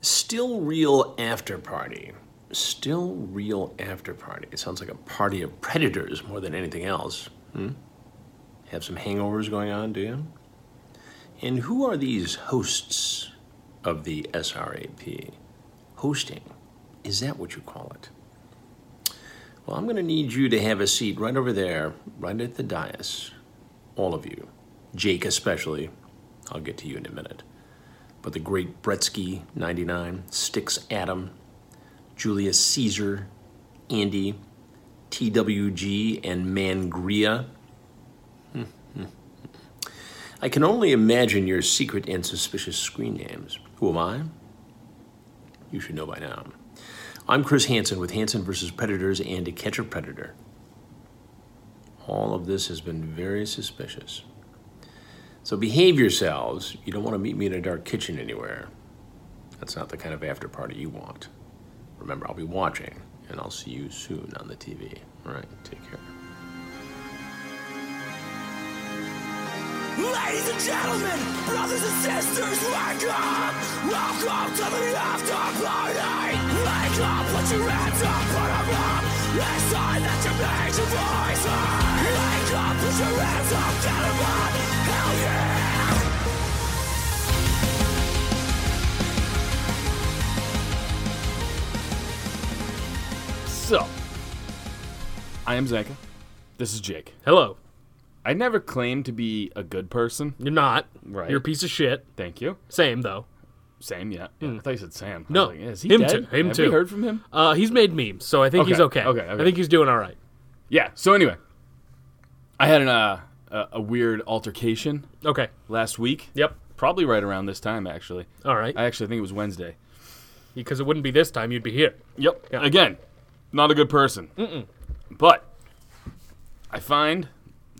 Still Real After Party. Still Real After Party. It sounds like a party of predators more than anything else. Hmm? Have some hangovers going on, do you? And who are these hosts of the SRAP? Hosting. Is that what you call it? Well, I'm going to need you to have a seat right over there, right at the dais. All of you. Jake, especially. I'll get to you in a minute. But the great Bretsky, 99, Styx Adam, Julius Caesar, Andy, TWG, and Mangria. Hmm, I can only imagine your secret and suspicious screen names. Who am I? You should know by now. I'm Chris Hansen with Hansen versus Predators and To Catch a Predator. All of this has been very suspicious. So behave yourselves. You don't want to meet me in a dark kitchen anywhere. That's not the kind of after party you want. Remember, I'll be watching, and I'll see you soon on the TV. All right, take care. Ladies and gentlemen, brothers and sisters, wake up! Welcome to the after party! Wake up, put your hands up, put 'em up! It's time that you made your voice heard. Wake up, put your hands up, get 'em up! Hell yeah! So, I am Zaka. This is Jake. Hello. I never claimed to be a good person. You're not. Right. You're a piece of shit. Thank you. Same though. Sam, yeah. yeah I thought you said Sam. I Hmm. No, was like, is he him dead? too, him Have too. we heard from him? Uh, he's made memes, so I think he's Okay, okay. okay, okay. I think he's doing all right. Yeah. So anyway, I had an uh, a, a weird altercation Okay. last week. Yep. Probably right around this time, actually. All right. I actually think it was Wednesday. because it wouldn't be this time, you'd be here. Yep. Again, not a good person. Mm-mm. But I find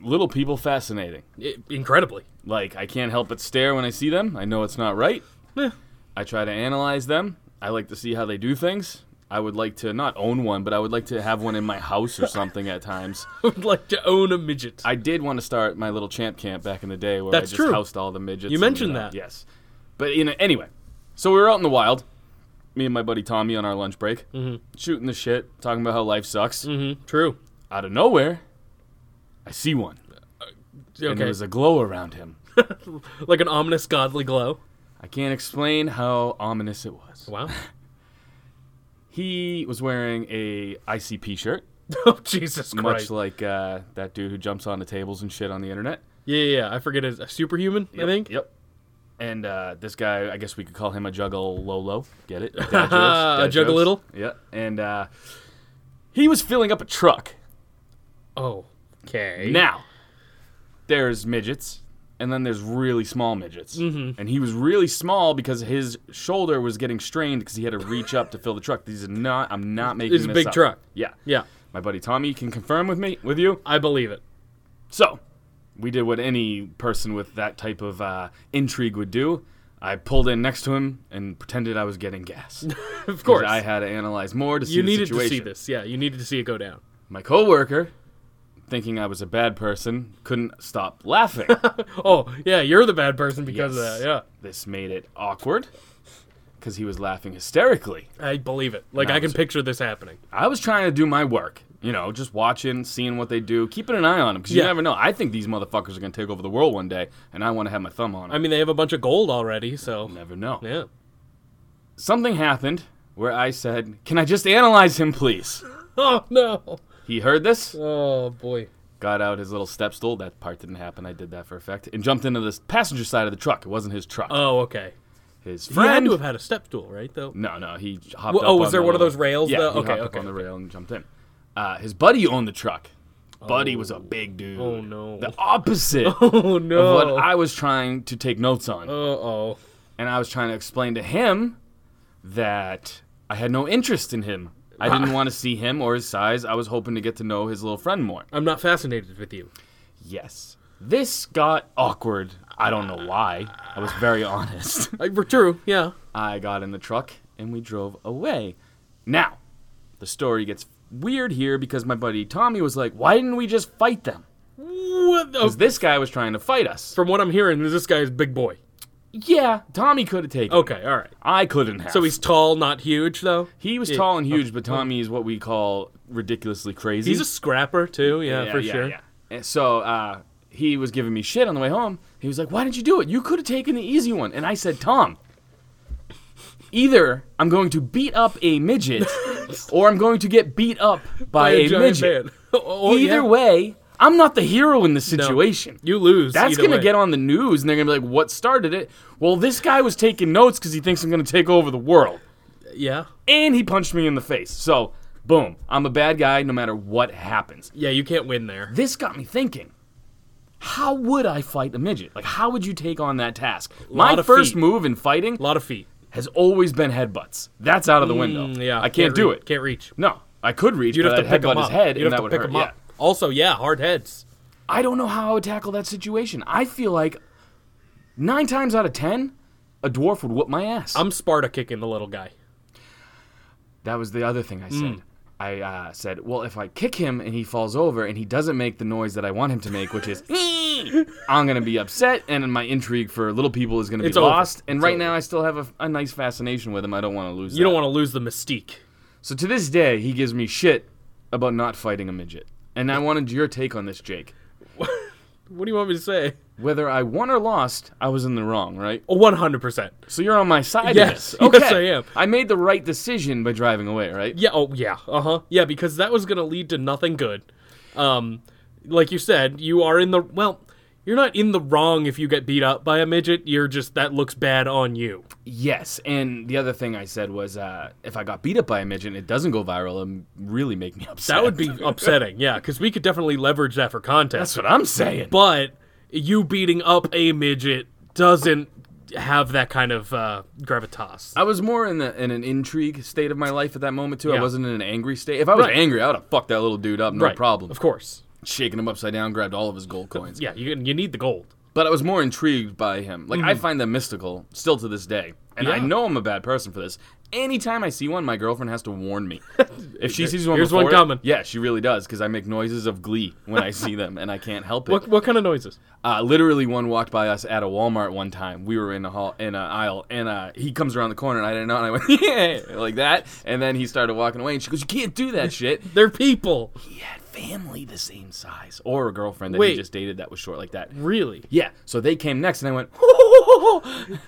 little people fascinating. I- incredibly. Like I can't help but stare when I see them. I know it's not right. Eh. I try to analyze them. I like to see how they do things. I would like to not own one, but I would like to have one in my house or something at times. I would like to own a midget. I did want to start my little champ camp back in the day where That's I just true. housed all the midgets. You and, mentioned uh, that. Yes. But you know, anyway, so we were out in the wild, me and my buddy Tommy on our lunch break, mm-hmm. shooting the shit, talking about how life sucks. mm-hmm. True. Out of nowhere, I see one. And there Okay. was a glow around him. like an ominous, godly glow. I can't explain how ominous it was. Wow. He was wearing a ICP shirt, oh Jesus Christ. much like uh, that dude who jumps onto tables and shit on the internet. yeah, yeah, yeah. I forget his a superhuman. I think. Yep. And uh, this guy, I guess we could call him a juggle Lolo. Get it? Dad jokes, A dad juggalittle? jokes. Yeah. And uh, he was filling up a truck. Oh. Okay. Now, there's midgets, and then there's really small midgets. Mm-hmm. And he was really small because his shoulder was getting strained because he had to reach up to fill the truck. These are not. I'm not making. It's a this big up. truck. Yeah. Yeah. My buddy Tommy can confirm with me with you. I believe it. So, we did what any person with that type of uh, intrigue would do. I pulled in next to him and pretended I was getting gas. Of course. I had to analyze more to see you the needed situation. to see this. Yeah. You needed to see it go down. My coworker, thinking I was a bad person, couldn't stop laughing. Oh yeah. You're the bad person because Yes. of that. Yeah. This made it awkward because he was laughing hysterically. I believe it. Like No, I can it's- picture this happening. I was trying to do my work, you know, just watching, seeing what they do, keeping an eye on them because Yeah. you never know. I think these motherfuckers are going to take over the world one day, and I want to have my thumb on I them. mean, they have a bunch of gold already, so never know. yeah. something happened where I said, "Can I just analyze him, please?" Oh no! He heard this, Oh boy! got out his little step stool. That part didn't happen. I did that for effect, and jumped into the passenger side of the truck. It wasn't his truck. Oh okay. his He had friend. to have had a step stool, right? Though. no, no, he hopped. Well, up oh, was on there the one of little- those rails, Yeah, though? he Okay, hopped up okay, on the okay. rail and jumped in. Uh, his buddy owned the truck. Buddy was a big dude. Oh, no. The opposite Oh of no! what I was trying to take notes on. uh oh. and I was trying to explain to him that I had no interest in him. I Ah. didn't want to see him or his size. I was hoping to get to know his little friend more. I'm not fascinated with you. Yes. This got awkward. I don't know why. I was very honest. I, Uh, true. Yeah. I got in the truck and we drove away. Now, the story gets weird here because my buddy Tommy was like, "Why didn't we just fight them?" What? the- Cuz this guy was trying to fight us. from what I'm hearing, this guy is big boy. Yeah, Tommy could have taken. it. Okay, all right. I couldn't have. Oh. So he's tall, not huge though. he was Yeah. Oh. tall and huge, but Tommy is what we call ridiculously crazy. He's a scrapper too. Yeah, for sure. And so uh, he was giving me shit on the way home. He was like, "Why didn't you do it? You could have taken the easy one." And I said, "Tom, either I'm going to beat up a midget, or I'm going to get beat up by, By a, giant midget. man. Or- either yeah. way, I'm not the hero in this No. situation." you lose. That's either gonna way. get on the news, and they're gonna be like, "What started it?" Well, this guy was taking notes because he thinks I'm gonna take over the world, Yeah, and he punched me in the face. So, boom, I'm a bad guy no matter what happens yeah. You can't win there. this got me thinking how would i fight a midget like how would you take on that task my Lot of first feet. move in fighting A lot of feet. has always been headbutts that's out of the window Mm, yeah, i can't, do reach- it Can't reach. no i could reach You'd but have to I'd pick headbutt him up. his head You'd and have that to would pick hurt him up. yeah. Also, yeah, hard heads. i don't know how i would tackle that situation i feel like nine times out of ten a dwarf would whoop my ass I'm Sparta kicking the little guy. that was the other thing i said Mm. I uh, said, well, if I kick him and he falls over and he doesn't make the noise that I want him to make, which is, I'm going to be upset and my intrigue for little people is going to be It's over. lost. And It's right over. now, I still have a, a nice fascination with him. I don't want to lose You don't want to lose the mystique. So to this day, he gives me shit about not fighting a midget. And I wanted your take on this, Jake. What do you want me to say? Whether I won or lost, I was in the wrong, right? One hundred percent. So you're on my side. Yes. of this. Yes, Okay. I am. I made the right decision by driving away, right? Yeah. Oh, yeah. Uh huh. Yeah, because that was gonna lead to nothing good. Um, like you said, you are in the well. You're not in the wrong if you get beat up by a midget. You're just that looks bad on you. Yes, and the other thing I said was, uh, if I got beat up by a midget and it doesn't go viral, it'd really make me upset. That would be upsetting. Yeah, because we could definitely leverage that for content. That's what I'm saying. but you beating up a midget doesn't have that kind of uh, gravitas. I was more in the in an intrigue state of my life at that moment too. I Yeah. wasn't in an angry state. If I was Right. angry, I would have fucked that little dude up, no Right, problem. Of course. Shaking him upside down, grabbed all of his gold coins. Yeah, you you need the gold. But I was more intrigued by him. Like I find them mystical still to this day, and I Mm-hmm. Yeah. know I'm a bad person for this. Anytime I see one, my girlfriend has to warn me. If she sees one, Here's one before it- coming. Yeah, she really does because I make noises of glee when I see them, and I can't help it. What what kind of noises? Uh, literally, one walked by us at a Walmart one time. We were in a hall in an aisle, and uh, he comes around the corner, and I didn't know, and I went yeah, like that, and then he started walking away, and she goes, "You can't do that shit." They're people. he had family the same size, or a girlfriend that he Wait. just dated that was short like that. Really? Yeah, so they came next, and I went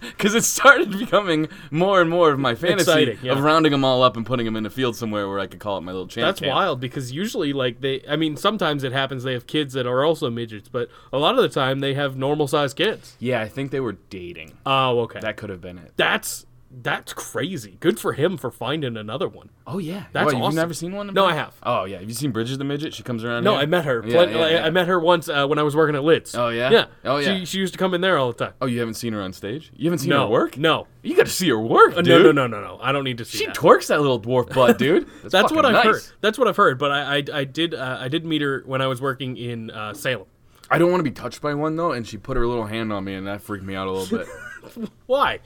because it started becoming more and more of my fantasy Exciting, yeah. of rounding them all up and putting them in a field somewhere where I could call it my little champ. That's camp. wild because usually, like they, I mean, sometimes it happens. They have kids that are also midgets, but a lot of the time they have normal sized kids. Yeah, I think they were dating. Oh, okay. That could have been it. that's that's crazy. Good for him for finding another one. Oh yeah, That's What, You've awesome. never seen one? of No, them? I have. Oh yeah, have you seen Bridges the midget? She comes around. No, here? I met her. Yeah, Plen- yeah, like, yeah. I met her once uh, when I was working at Lids. Oh, yeah? Yeah. Oh, yeah. She, she used to come in there all the time. Oh, you haven't seen her on stage? You haven't seen no her work? No. Uh, you got to see her work, dude. No, no, no, no, no. I don't need to see She that. twerks that little dwarf butt, dude. That's, That's what I've fucking heard. nice. That's what I've heard. But I, I, I did, uh, I did meet her when I was working in uh, Salem. I don't want to be touched by one though, and she put her little hand on me, and that freaked me out a little bit. Why?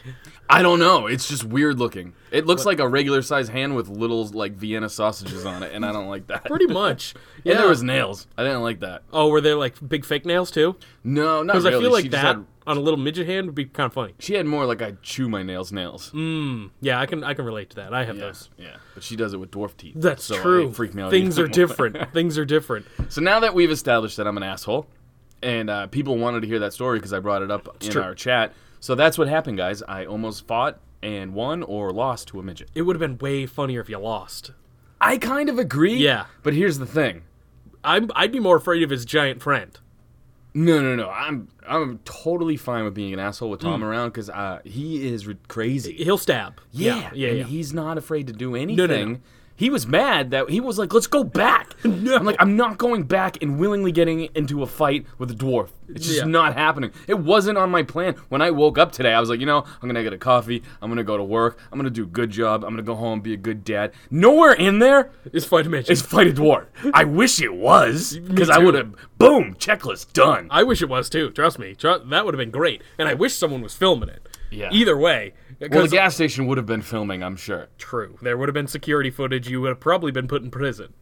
I don't know. It's just weird looking. It looks like a regular sized hand with little like Vienna sausages on it, and I don't like that. Pretty much. And Yeah. there was nails. I didn't like that. oh, were there like big fake nails too? No, not Because really. I feel like she just that Had, on a little midget hand would be kind of funny. she had more like I chew my nails, nails. Yeah, I can, I can relate to that. I have Yeah, those. yeah. But she does it with dwarf teeth. That's so true. It freaked me out. Things even are more. different. Things are different. So now that we've established that I'm an asshole, and uh, people wanted to hear that story because I brought it up in true. our chat. So that's what happened, guys. I almost fought and won or lost to a midget. It would have been way funnier if you lost. I kind of agree. Yeah. But here's the thing. I'm, I'd be more afraid of his giant friend. No, no, no. I'm I'm totally fine with being an asshole with Mm. Tom around because uh, he is re- crazy. He'll stab. Yeah, yeah, and yeah. he's not afraid to do anything. no. He was mad that he was like, "Let's go back." I'm like, "I'm not going back and willingly getting into a fight with a dwarf. It's just Yeah. not happening. It wasn't on my plan. When I woke up today, I was like, you know, I'm gonna get a coffee. I'm gonna go to work. I'm gonna do a good job. I'm gonna go home, be a good dad. Nowhere in there It's fight a midget. is fight a dwarf. I wish it was because I too. would have boom checklist done. I wish it was too. Trust me, Tru- that would have been great. And I wish someone was filming it. Yeah. Either way, Well, the because- gas station would have been filming, I'm sure. true. There would have been security footage. You would have probably been put in prison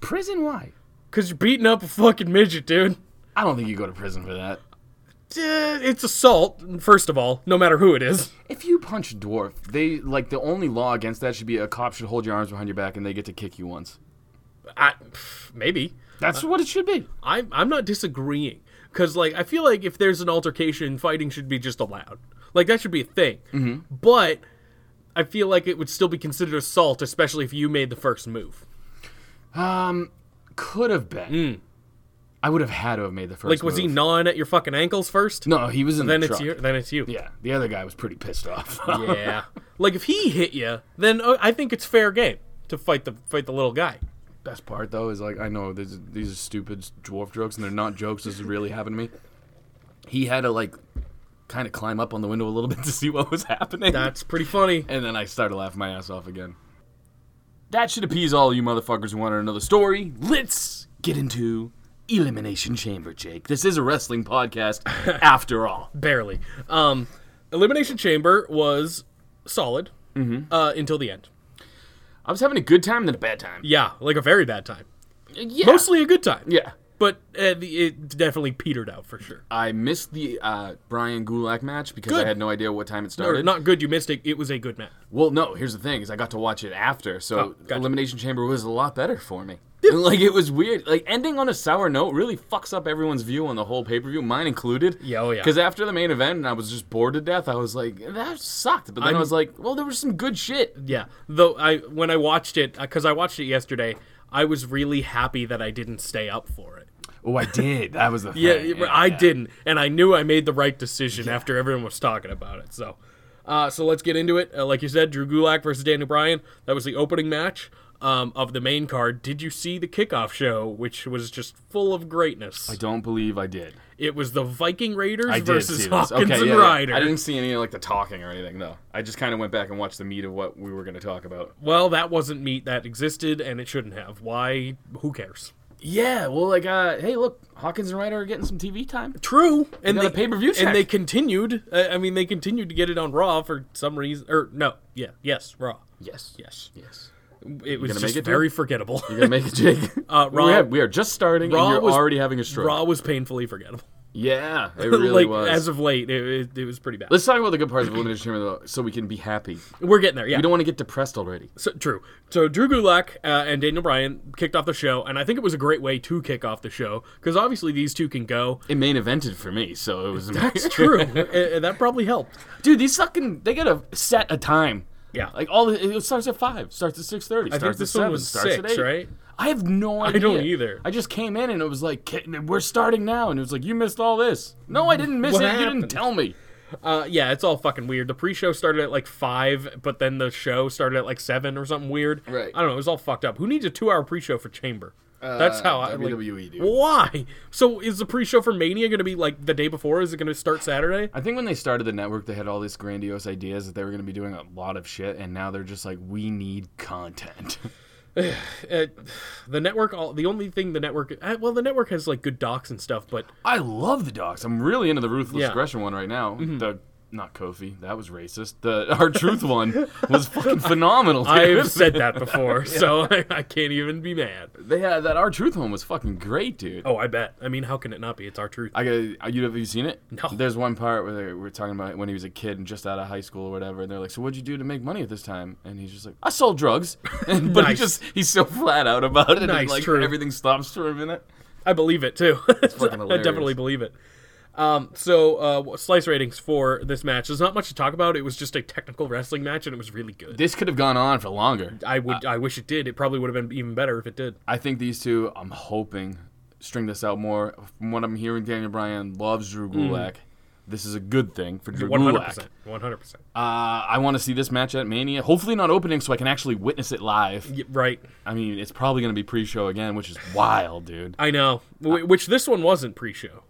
Prison? Why? because you're beating up a fucking midget, dude. I don't think you go to prison for that. eh, it's assault, first of all, no matter who it is. If you punch a dwarf, they like the only law against that should be a cop should hold your arms behind your back and they get to kick you once. I, pff, maybe. That's what it should be. I'm, I'm not disagreeing. Because, like, I feel like if there's an altercation, fighting should be just allowed. Like, that should be a thing. Mm-hmm. But I feel like it would still be considered assault, especially if you made the first move. Could have been. I would have had to have made the first. Like, was he move. gnawing at your fucking ankles first? No, he was in Then the it's truck. you. Then it's you. Yeah, the other guy was pretty pissed off. yeah. Like if he hit you, then uh, I think it's fair game to fight the fight the little guy. Best part though is like I know these these are stupid dwarf jokes and they're not jokes. This has really happened to me. He had to like kind of climb up on the window a little bit to see what was happening. That's pretty funny. and then I started laughing my ass off again. That should appease all you motherfuckers who wanted another story. Let's get into Elimination Chamber, Jake. This is a wrestling podcast after all. Barely. Um, Elimination Chamber was solid Mm-hmm. uh, until the end. I was having a good time, then a bad time. Yeah, like a very bad time. Yeah. Mostly a good time. Yeah. But uh, the, it definitely petered out for sure. I missed the uh, Brian Gulak match because Good. I had no idea what time it Or started. not good. You missed it. It was a good match. Well, no. Here's the thing: is I got to watch it after, so Oh, gotcha. Elimination Chamber was a lot better for me. like it was weird. Like ending on a sour note really fucks up everyone's view on the whole pay per view, mine included. Yeah, oh, yeah. Because after the main event, and I was just bored to death. I was like, that sucked. But then I'm- I was like, well, there was some good shit. Yeah. Though I when I watched it because I watched it yesterday, I was really happy that I didn't stay up for it. Oh, I did. That was the thing. Yeah, yeah, I didn't, and I knew I made the right decision after everyone was talking about it. So, uh, so let's get into it. Uh, like you said, Drew Gulak versus Daniel Bryan. That was the opening match um, of the main card. Did you see the kickoff show, which was just full of greatness? I don't believe I did. It was the Viking Raiders I versus did see this. Hawkins Okay, and yeah, yeah. Ryder. I didn't see any like the talking or anything though. I just kind of went back and watched the meat of what we were going to talk about. Well, that wasn't meat that existed, and it shouldn't have. Why? Who cares? Yeah, well, like, uh, hey, look, Hawkins and Ryder are getting some TV time. True, and got a pay-per-view check. and they continued. Uh, I mean, they continued to get it on Raw for some reason, or no, yeah, yes, Raw, Yes. yes. Yes. It was gonna just make it, dude? very forgettable. You're gonna make it, Jake. Uh, Raw- we, have, we are just starting, Raw and you're was- already having a stroke. Raw was painfully forgettable. yeah, it really like was. as of late, it, it, it was pretty bad. Let's talk about the good parts of Elimination Chamber, though, so we can be happy. We're getting there. Yeah, We don't want to get depressed already. so, true. So Drew Gulak uh, and Daniel Bryan kicked off the show, and I think it was a great way to kick off the show because obviously these two can go. It main evented for me, so it was. That's true. Uh, uh, that probably helped. dude. These fucking they gotta set a time. Yeah. like all the, it starts at five, starts at six thirty, I starts think at this seven, one was starts six, at eight. right? I have no idea. don't either. I just came in and it was like, "Ki- we're starting now, and it was like, you missed all this. No, I didn't miss What it. You didn't happened? tell me. Uh, yeah, it's all fucking weird. The pre-show started at like five, but then the show started at like seven or something weird. Right. I don't know. It was all fucked up. Who needs a two-hour pre-show for Chamber? That's how I like, WWE, dude. Why? So is the pre-show for Mania going to be like the day before? Is it going to start Saturday? I think when they started the network, they had all these grandiose ideas that they were going to be doing a lot of shit, and now they're just like, we need content. Uh, the network. All the only thing the network. uh, Well, the network has like good docs and stuff, but I love the docs. I'm really into the ruthless Yeah. Mm-hmm. aggression one right now. The not Kofi, that was racist. The our truth one was fucking phenomenal. I dude. have said that before, so I, I can't even be mad. they had that our truth one was fucking great, dude. Oh, I bet. I mean, how can it not be? It's our truth. I got you. Have you seen it? No. There's one part where they were talking about when he was a kid and just out of high school or whatever, and they're like, "So what'd you do to make money at this time?" And he's just like, "I sold drugs," and, but Nice. he just he's so flat out about it. and, Nice, like true. everything stops for a minute. I believe it too. fucking I hilarious. definitely believe it. Um, so uh, slice ratings for this match. There's not much to talk about. It was just a technical wrestling match, and it was really good. This could have gone on for longer. I would. I wish it did. It probably would have been even better if it did. I think these two, I'm hoping, string this out more. From what I'm hearing, Daniel Bryan loves Drew Gulak. This is a good thing for Drew 100. Gulak. Mm. percent 100. percent Uh, I want to see this match at Mania. Hopefully, not opening, so I can actually witness it live. Right. I mean, it's probably going to be pre-show again, which is wild, dude. I know. Wh- Which this one wasn't pre-show.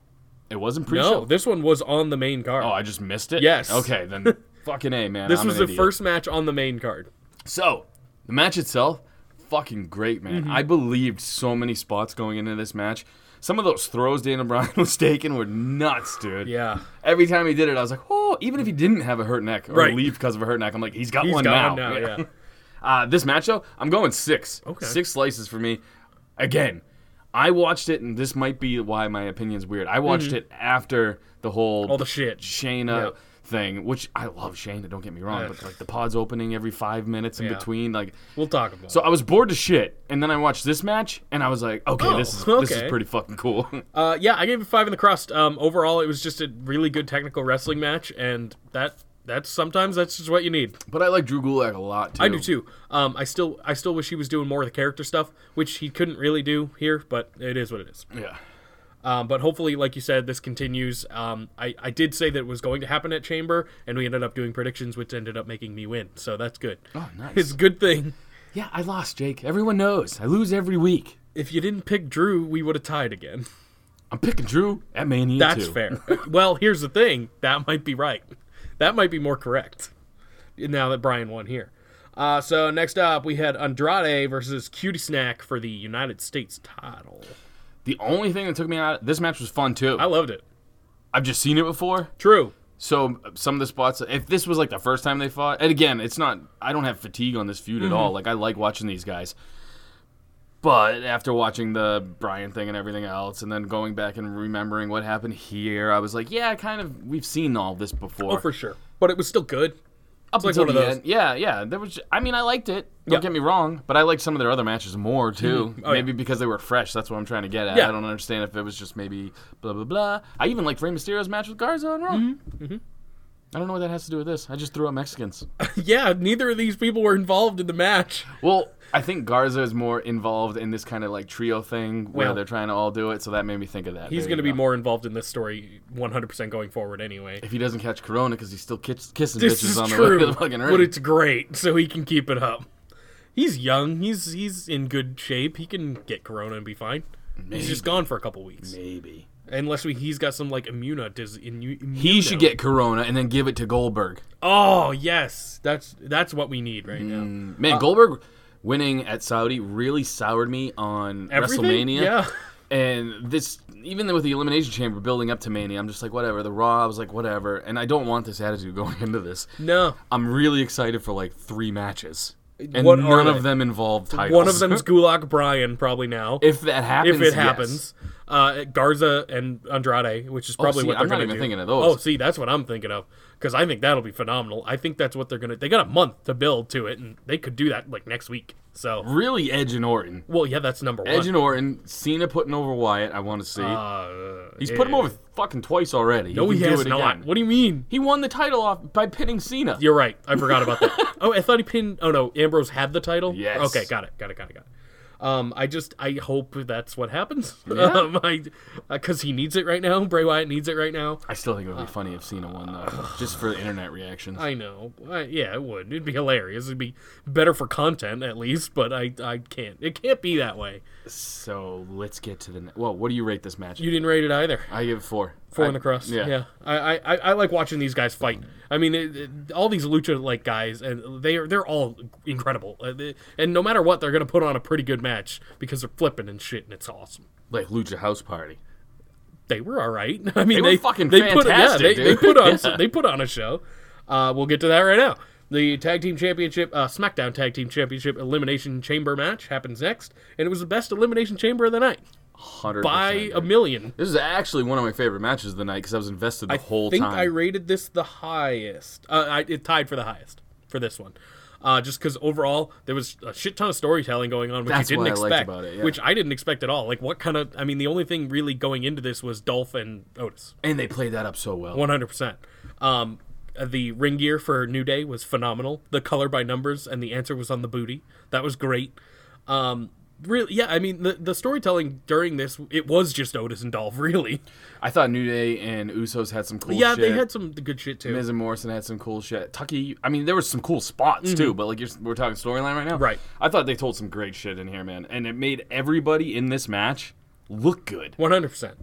It wasn't pre-show. No, this one was on the main card. oh, I just missed it. Yes. Okay, then fucking a man. this I'm was an the idiot. first match on the main card. So the match itself, fucking great, Mm-hmm. man. I believed so many spots going into this match. Some of those throws Daniel Bryan was taking were nuts, dude. Yeah. Every time he did it, I was like, oh, even if he didn't have a hurt neck or Right. leave because of a hurt neck, I'm like, he's got He's one got now. one now. Yeah. Uh, this match, though, I'm going six. Okay. Six slices for me. Again, I watched it, and this might be why my opinion's weird. I watched it after the whole Mm-hmm. All the shit. Shayna Yeah. thing, which I love Shayna. Don't get me wrong, but like the pod's opening every five minutes in Yeah. between, like. We'll talk about So it. I was bored to shit, and then I watched this match, and I was like, okay, Oh, this is this is okay. pretty fucking cool. Uh, yeah, I gave it five in the crust. Um, overall, it was just a really good technical wrestling match, and that that's sometimes that's just what you need. but I like Drew Gulak a lot too. I do too. Um, I still I still wish he was doing more of the character stuff, which he couldn't really do here, but it is what it is. Yeah. Um, but hopefully, like you said, this continues. Um, I I did say that it was going to happen at Chamber, and we ended up doing predictions, which ended up making me win. So that's good. Oh, nice. It's a good thing. Yeah, I lost, Jake. Everyone knows I lose every week. If you didn't pick Drew, we would have tied again. I'm picking Drew at Mania That's too. fair. well, here's the thing. That might be right. That might be more correct. Now that Brian won here. Uh, so next up, we had Andrade versus Cutie Snack for the United States title. The only thing that took me out this match was fun too. I loved it. I've just seen it before, True. so some of the spots. If this was like the first time they fought, and again, it's not. I don't have fatigue on this feud Mm-hmm. at all. Like I like watching these guys. But after watching the Brian thing and everything else, and then going back and remembering what happened here, I was like, yeah, kind of. We've seen all this before. Oh, for sure. But it was still good. Up like until one of the those. end. Yeah, yeah. There was. I mean, I liked it. Don't Yeah. get me wrong, but I liked some of their other matches more too. Oh, yeah. maybe because they were fresh. That's what I'm trying to get at. Yeah. I don't understand if it was just maybe blah blah blah. I even liked Rey Mysterio's match with Garza on Raw. Mm-hmm. I don't know what that has to do with this. I just threw out Mexicans. yeah, neither of these people were involved in the match. well, I think Garza is more involved in this kind of like trio thing where Well- they're trying to all do it. So that made me think of that. He's There going to you go. be more involved in this story 100% going forward anyway. If he doesn't catch Corona because he's still kiss- kissing This bitches is on the way true, to the fucking but ring. it's great, so he can keep it up. He's young. He's he's in good shape. He can get corona and be fine. He's just gone for a couple weeks, maybe unless we, he's got some like immuna. Does immu- he immuno- should get Corona and then give it to Goldberg. Oh yes, that's that's what we need right now. Man, Goldberg winning at Saudi really soured me on Everything? WrestleMania. Yeah. And this, even with the Elimination Chamber building up to Mania, I'm just like, whatever. The Raw, I was like, whatever. And I don't want this attitude going into this. No, I'm really excited for like three matches. And What are none they? of them involve titles. one of them is Gulak Brian probably now. if that happens. If it yes. Oh, happens, uh, Garza and Andrade, which is probably see, what they're I'm not gonna even do. thinking of those. Oh, see, that's what I'm thinking of because I think that'll be phenomenal. I think that's what they're gonna. They got a month to build to it, and they could do that like next week. So, Really, Edge and Orton. well, yeah, that's number one. Edge and Orton, Cena putting over Wyatt, I want to see. Uh, He's put him yeah. over fucking twice already. No, he he can do has it not. again. What do you mean? He won the title off by pinning Cena. You're right. I forgot about that. oh, I thought he pinned. Oh no, Ambrose had the title. Yes. Okay, got it. Got it. Got it. Got it. Um, I just I hope that's what happens. Yeah. Um, I because he needs it right now. Bray Wyatt needs it right now. I still think it would be funny if Cena won, though, just for the internet reactions. Uh. I know. I, yeah, it would. It'd be hilarious. It'd be better for content at least. But I I can't. It can't be that way. So let's get to the. Ne- well, what do you rate this match? You didn't rate it either. I give it four. Four I- in the crust. Yeah. Yeah, I, I, I I like watching these guys fight. I mean, it, it- all these lucha like guys, and they are they're all incredible. Uh, they- And no matter what, they're gonna put on a pretty good match because they're flipping and shit, and it's awesome. Like Lucha House Party. They were all right. I mean, were they fucking put, yeah, they, fantastic, they dude. put on they put on a show. Uh, we'll get to that right now. The tag team championship, uh, SmackDown tag team championship elimination chamber match happens next, and it was the best elimination chamber of the night Hundred by a million. This is actually one of my favorite matches of the night because I was invested the whole think time. I rated this the highest. Uh, I, it tied for the highest for this one. Uh, just because overall there was a shit ton of storytelling going on, which That's you what didn't I liked expect, about it, yeah. which I didn't expect at all. Like, what kind of? I mean, the only thing really going into this was Dolph and Otis, and they played that up so well. one hundred percent. Um, the ring gear for New Day was phenomenal. The color by numbers and the answer was on the booty. That was great. Um, really, yeah. I mean, the the storytelling during this it was just Otis and Dolph, really. I thought New Day and Usos had some cool yeah, shit. they had some good shit too. Miz and Morrison had some cool shit. Tucky, I mean, there was some cool spots too, but like you're, we're talking storyline right now. Mm-hmm. Right. I thought they told some great shit in here, man, and it made everybody in this match look good. One hundred percent.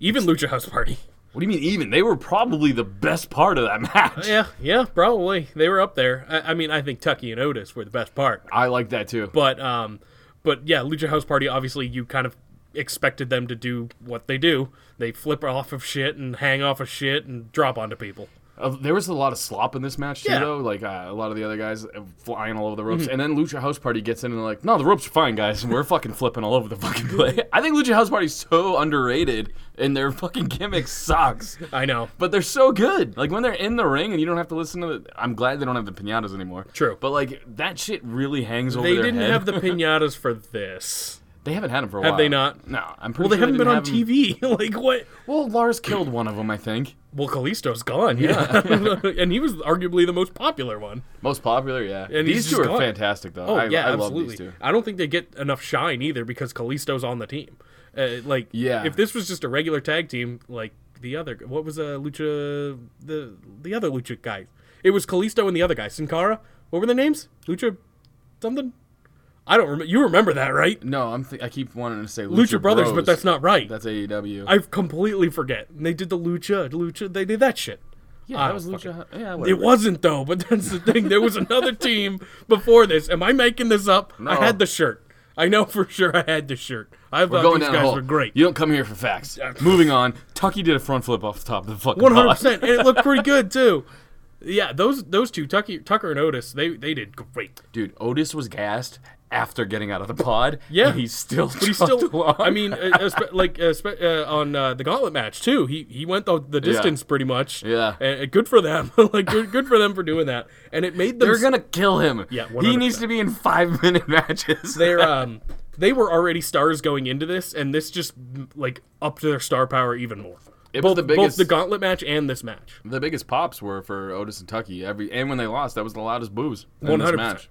Even Lucha House Party. What do you mean? Even they were probably the best part of that match. Yeah, yeah, probably they were up there. I, I mean, I think Tucky and Otis were the best part, I like that too. but um, but yeah, Lucha House Party. Obviously, you kind of expected them to do what they do. They flip off of shit and hang off of shit and drop onto people. Uh, there was a lot of slop in this match too, Yeah. Mm-hmm. though. Like uh, a lot of the other guys uh, flying all over the ropes, and then Lucha House Party gets in and they're like, "No, the ropes are fine, guys. We're fucking flipping all over the fucking place." I think Lucha House Party's so underrated, and their fucking gimmick sucks. I know. But they're so good. Like when they're in the ring and you don't have to listen to the. I'm glad they don't have the pinatas anymore. True. But like that shit really hangs over They their didn't head. have the pinatas for this. They haven't had them for a Have while. they not? No, I'm Well, pretty they sure haven't been didn't on have 'em- TV. like what? Well, Lars killed one of them, I think. Well, Kalisto's gone. Yeah, and he was arguably the most popular one. Most popular, yeah. And these he's two just are gone. fantastic, though. Oh I, yeah, I love absolutely. these two. I don't think they get enough shine either because Kalisto's on the team. Uh, like, Yeah. if this was just a regular tag team, like the other, what was uh, Lucha the the other Lucha guy? It was Kalisto and the other guy, Sin Cara. What were the names? Lucha, something. I don't remember. You remember that, right? No, I'm. Th- I keep wanting to say Lucha, Brothers, Bros. but that's not right. That's E AEW. I completely forget. They did the Lucha, Lucha. They did that shit. yeah, I that don't was fucking- Lucha. Yeah, It whatever. wasn't though, but that's the thing. There was another team before this. Am I making this up? I No. had the shirt. I know for sure I had the shirt. I We're thought going these down a guys hole. were great. You don't come here for facts. Moving on. Tucky did a front flip off the top of the fucking. One hundred pod. percent, and it looked pretty good too. Yeah, those those two, Tucker, Tucker and Otis, they they did great. Dude, Otis was gassed after getting out of the pod. Yeah. and he's still. But he's still. I mean, uh, uh, spe- like uh, spe- uh, on uh, the Gauntlet match too. He he went the, the distance pretty much. Yeah. and, and good for them. like good, good for them for doing that. And it made them. they're gonna kill him. Yeah, he 100%. needs to be in five minute matches. they're um they were already stars going into this, and this just m- like upped their star power even more. It was both the both biggest- the gauntlet match and this match. the biggest pops were for Otis and Tucky. Every and when they lost, that was the loudest boos. in this 100%. match.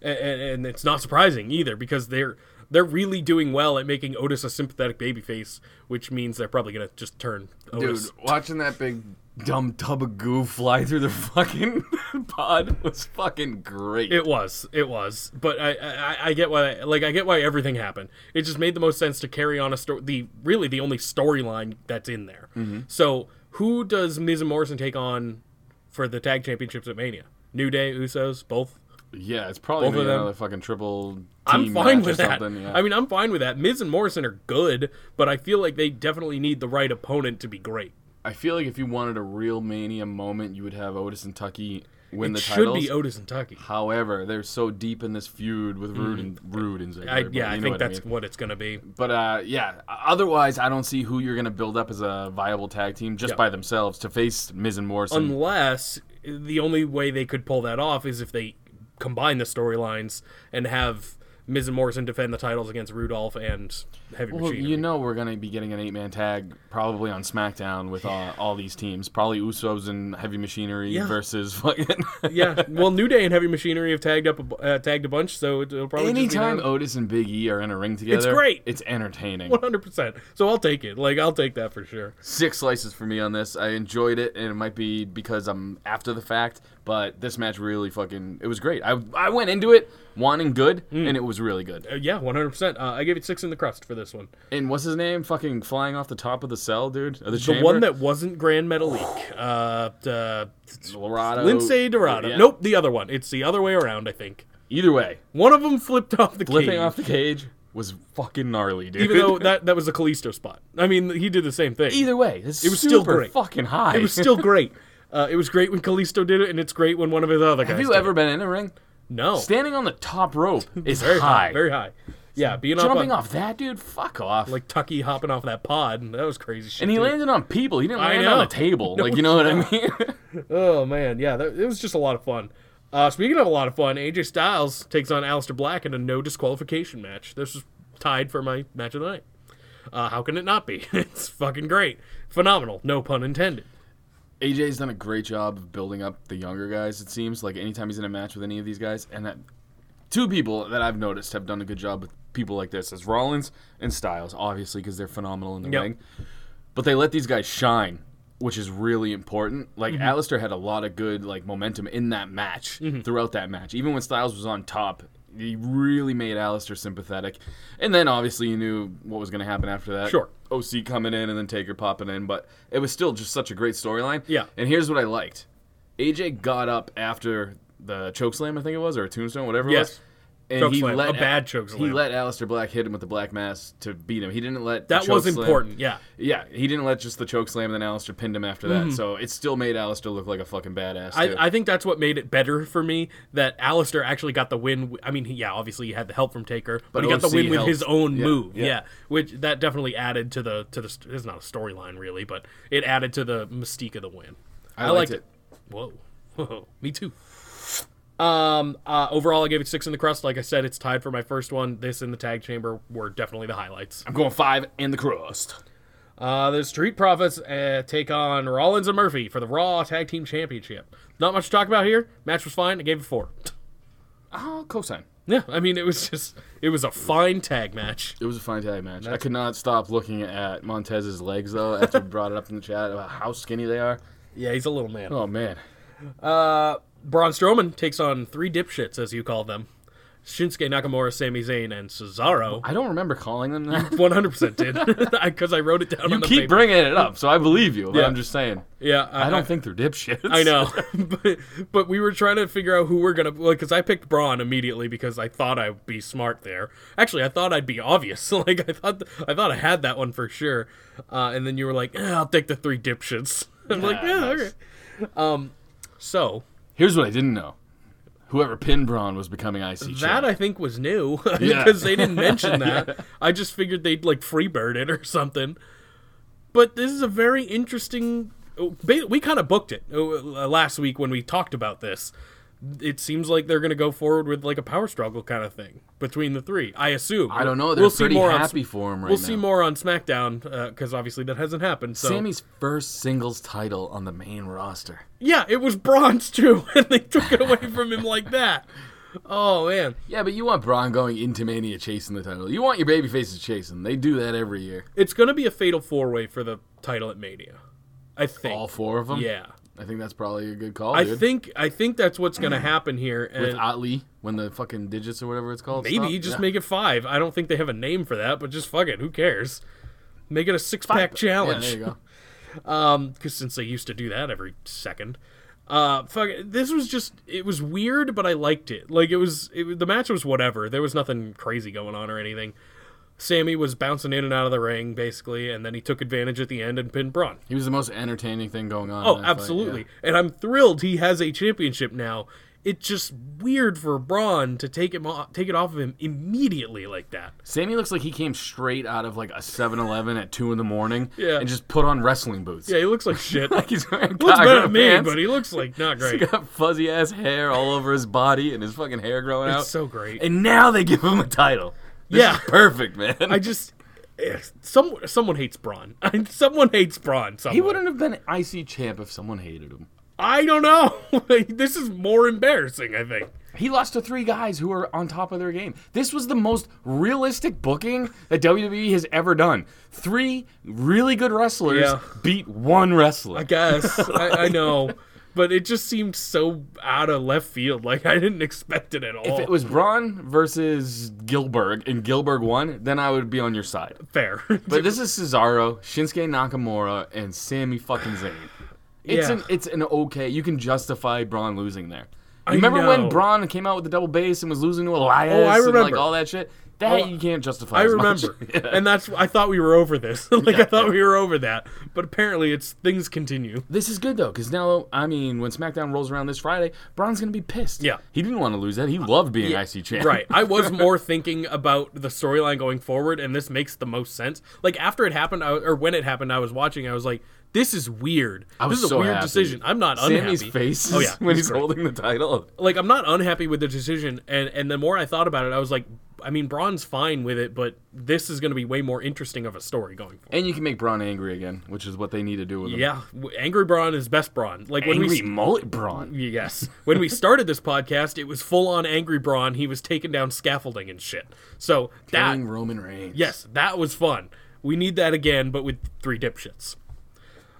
and, and it's not surprising either because they're they're really doing well at making Otis a sympathetic babyface, which means they're probably gonna just turn Dude, Otis. watching that big dumb tub of goo fly through the fucking pod was fucking great. It was, it was, but I, I, I get why, like I get why everything happened. It just made the most sense to carry on a story, the really the only storyline that's in there. Mm-hmm. So who does Miz and Morrison take on for the tag championships at Mania? New Day, Usos, both. yeah, it's probably Both gonna of be them. another fucking triple. Team I'm fine match with or that. something, Yeah. I mean, I'm fine with that. Miz and Morrison are good, but I feel like they definitely need the right opponent to be great. I feel like if you wanted a real mania moment, you would have Otis and Tucky win It the should titles. be Otis and Tucky. However, they're so deep in this feud with Rude and Rude and Ziggler. Mm. I, but yeah, you I know think what that's mean. what it's gonna be. But uh, yeah, otherwise, I don't see who you're gonna build up as a viable tag team just Yeah. by themselves to face Miz and Morrison. unless the only way they could pull that off is if they combine the storylines and have Miz and Morrison defend the titles against Rudolph and Heavy Well, Machinery. you know we're gonna be getting an eight-man tag probably on SmackDown with uh, all these teams. Probably Usos and Heavy Machinery Yeah. versus fucking. yeah, well, New Day and Heavy Machinery have tagged up a, bu- uh, tagged a bunch, so it, will probably just be Anytime them. Otis and Big E are in a ring together, great. It's entertaining. 100%. So I'll take it. Like I'll take that for sure. Six slices for me on this. I enjoyed it, and it might be because I'm after the fact, but this match really fucking it was great. I I went into it wanting good, Hmm. and it was really good. Uh, yeah, 100%. Uh, I gave it 6 in the crust for this one. And what's his name? Fucking flying off the top of the cell, dude. Of the, The one chamber? that wasn't Grand Metalik. Uh, uh Dorado. Lindsay Dorado. Yeah. Nope, the other one. It's the other way around, I think. Either way, One of them flipped off the flipping cage. off the cage was fucking gnarly, dude. even though that that was a Callisto spot. I mean, he did the same thing. Either way, it was was still still super great. fucking high. it was still great. Uh, it was great when Callisto did it, and it's great when one of his other guys. Have did you it. ever been in a ring? No. Standing on the top rope is very high. Very high. Yeah, being up Jumping on- off that dude, fuck off. like Tucky hopping off that pod. and That was crazy shit. and he dude. landed on people. He didn't I land on know. a table. like you know what I mean? Oh man, yeah, that, it was just a lot of fun. Uh, speaking of a lot of fun, AJ Styles takes on Aleister Black in a no disqualification match. This was tied for my match of the night. Uh, how can it not be? it's fucking great, phenomenal. No pun intended. AJ's done a great job of building up the younger guys. It seems like anytime he's in a match with any of these guys, and that two people that I've noticed have done a good job with people like this is Rollins and Styles, obviously because they're phenomenal in the Yep. ring. But they let these guys shine, which is really important. Mm-hmm. Like Alistair had a lot of good like momentum in that match throughout that match, even when Styles was on top. He really made Alistair sympathetic, and then obviously you knew what was going to happen after that. Sure. OC coming in and then Taker popping in, but it was still just such a great storyline. Yeah. And here's what I liked. AJ got up after the chokeslam, I think it was, or a tombstone, whatever it Yes. was, and Choke he slam, let a bad choke He slam. let Alistair Black hit him with the black mass to beat him. He didn't let the That choke was slam- important, yeah. yeah. He didn't let just the choke slam, and then Alistair pinned him after that. So it still made Alistair look like a fucking badass. too. Mm-hmm. I, I think that's what made it better for me that Alistair actually got the win. I mean, he, yeah, obviously he had the help from Taker, but, he got the OC win with helped. his own Yeah, move. yeah. Yeah. which that definitely added to the to the. st- It's not a storyline really, but it added to the mystique of the win. I liked it. Whoa, whoa, me too. Um. Uh, overall, I gave it six in the crust. Like I said, it's tied for my first one. This and the tag chamber were definitely the highlights. I'm going five and the crust. Uh, the Street Profits uh, take on Rollins and Murphy for the Raw Tag Team Championship. Not much to talk about here. Match was fine. I gave it four. I'll cosign. Yeah, I mean, it was just, it was a fine tag match. It was a fine tag match. I could not stop looking at Montez's legs though after we brought it up in the chat about how skinny they are. Yeah, he's a little man. Oh man, Uh, Braun Strowman takes on three dipshits, as you call them Shinsuke Nakamura, Sami Zayn, and Cesaro. I don't remember calling them that. 100% did. Because I wrote it down on You the keep paper. bringing it up, so I believe you. But Yeah. I'm just saying, yeah, I, I don't think they're dipshits. I know, but, but we were trying to figure out who we're gonna because I picked Braun immediately because I thought I'd be smart there. Actually, I thought I'd be obvious. like I thought, I thought I had that one for sure. Uh, and then you were like, eh, "I'll take the three dipshits." I'm like, Yeah, "Yeah, nice. okay." Um, so Here's what I didn't know: whoever pinned Braun was becoming IC. that uh, champ. I think was new Yeah. because they didn't mention that. I just figured they'd like freebird it or something. But this is a very interesting. oh, ba- We kind of booked it uh, last week when we talked about this. It seems like they're going to go forward with like a power struggle kind of thing between the three. I assume. I don't know. They're pretty happy on, S- for him right We'll now. see more on SmackDown because obviously that hasn't happened. So Sammy's first singles title on the main roster. yeah, it was bronze too, and they took it away from him like that. Oh man. Yeah, but you want Braun going into Mania chasing the title. You want your baby faces chasing. They do that every year. It's going to be a fatal four way for the title at Mania. I think. All four of them. Yeah. I think that's probably a good call. I dude. think I think that's what's going to happen here and with Otley when the fucking digits or whatever it's called. maybe stop. just Yeah. make it 5. I don't think they have a name for that, but just fuck it, who cares? Make it a six-pack Yeah, challenge. there you go. because since they used to do that every second. Uh, fuck, it, this was just it was weird, but I liked it. Like it was, it, was- the match was whatever. There was nothing crazy going on or anything. Sammy was bouncing in and out of the ring basically, and then he took advantage at the end and pinned Braun. He was the most entertaining thing going on. Oh, in that fight, absolutely. yeah. And I'm thrilled he has a championship now. It's just weird for Braun to take him off, take it off of him immediately like that. Sammy looks like he came straight out of like a 7-Eleven at two in the morning. Yeah. and just put on wrestling boots. Yeah, he looks like shit. like he's wearing looks better cargo than me, pants. but he looks like not great. He's got fuzzy ass hair all over his body and his fucking hair growing out. It's so great. and now they give him a title. This Yeah. is perfect, man. I just eh, some someone hates Braun. someone hates Braun. Someone. he wouldn't have been IC champ if someone hated him. I don't know. this is more embarrassing. I think. He lost to three guys who are on top of their game. This was the most realistic booking that WWE has ever done. Three really good wrestlers Yeah. beat one wrestler. I guess I, I know, but it just seemed so out of left field. Like I didn't expect it at all. if it was Braun versus Gilbert and Gilbert won, then I would be on your side. fair, But this is Cesaro, Shinsuke Nakamura, and Sammy fucking Zayn. It's Yeah. an it's an okay. You can justify Braun losing there. You I remember when know. Braun came out with the double bass and was losing to Elias Oh, I and like remember. all that shit? That Oh, you can't justify. I as much. remember, and that's I thought we were over this. like I thought we were over that, but apparently it's things continue. This is good though, because now I mean, when SmackDown rolls around this Friday, Braun's gonna be pissed. Yeah. he didn't want to lose that. He loved being IC champ. Right. I was more thinking about the storyline going forward, and this makes the most sense. Like after it happened, I, or when it happened, I was watching. I was like, "This is weird. I was this is so a weird happy. decision. I'm not Sammy's unhappy." face. Oh yeah. when he's he's great. holding the title. Like I'm not unhappy with the decision, and and the more I thought about it, I was like, I mean, Braun's fine with it, but this is going to be way more interesting of a story going forward. And you can make Braun angry again, which is what they need to do with him. Yeah, w- angry Braun is best Braun. Like when we angry mullet Braun. Yes. When we started this podcast, it was full on angry Braun. He was taking down scaffolding and shit. So that Killing Roman Reigns. yes, that was fun. We need that again, but with three dipshits.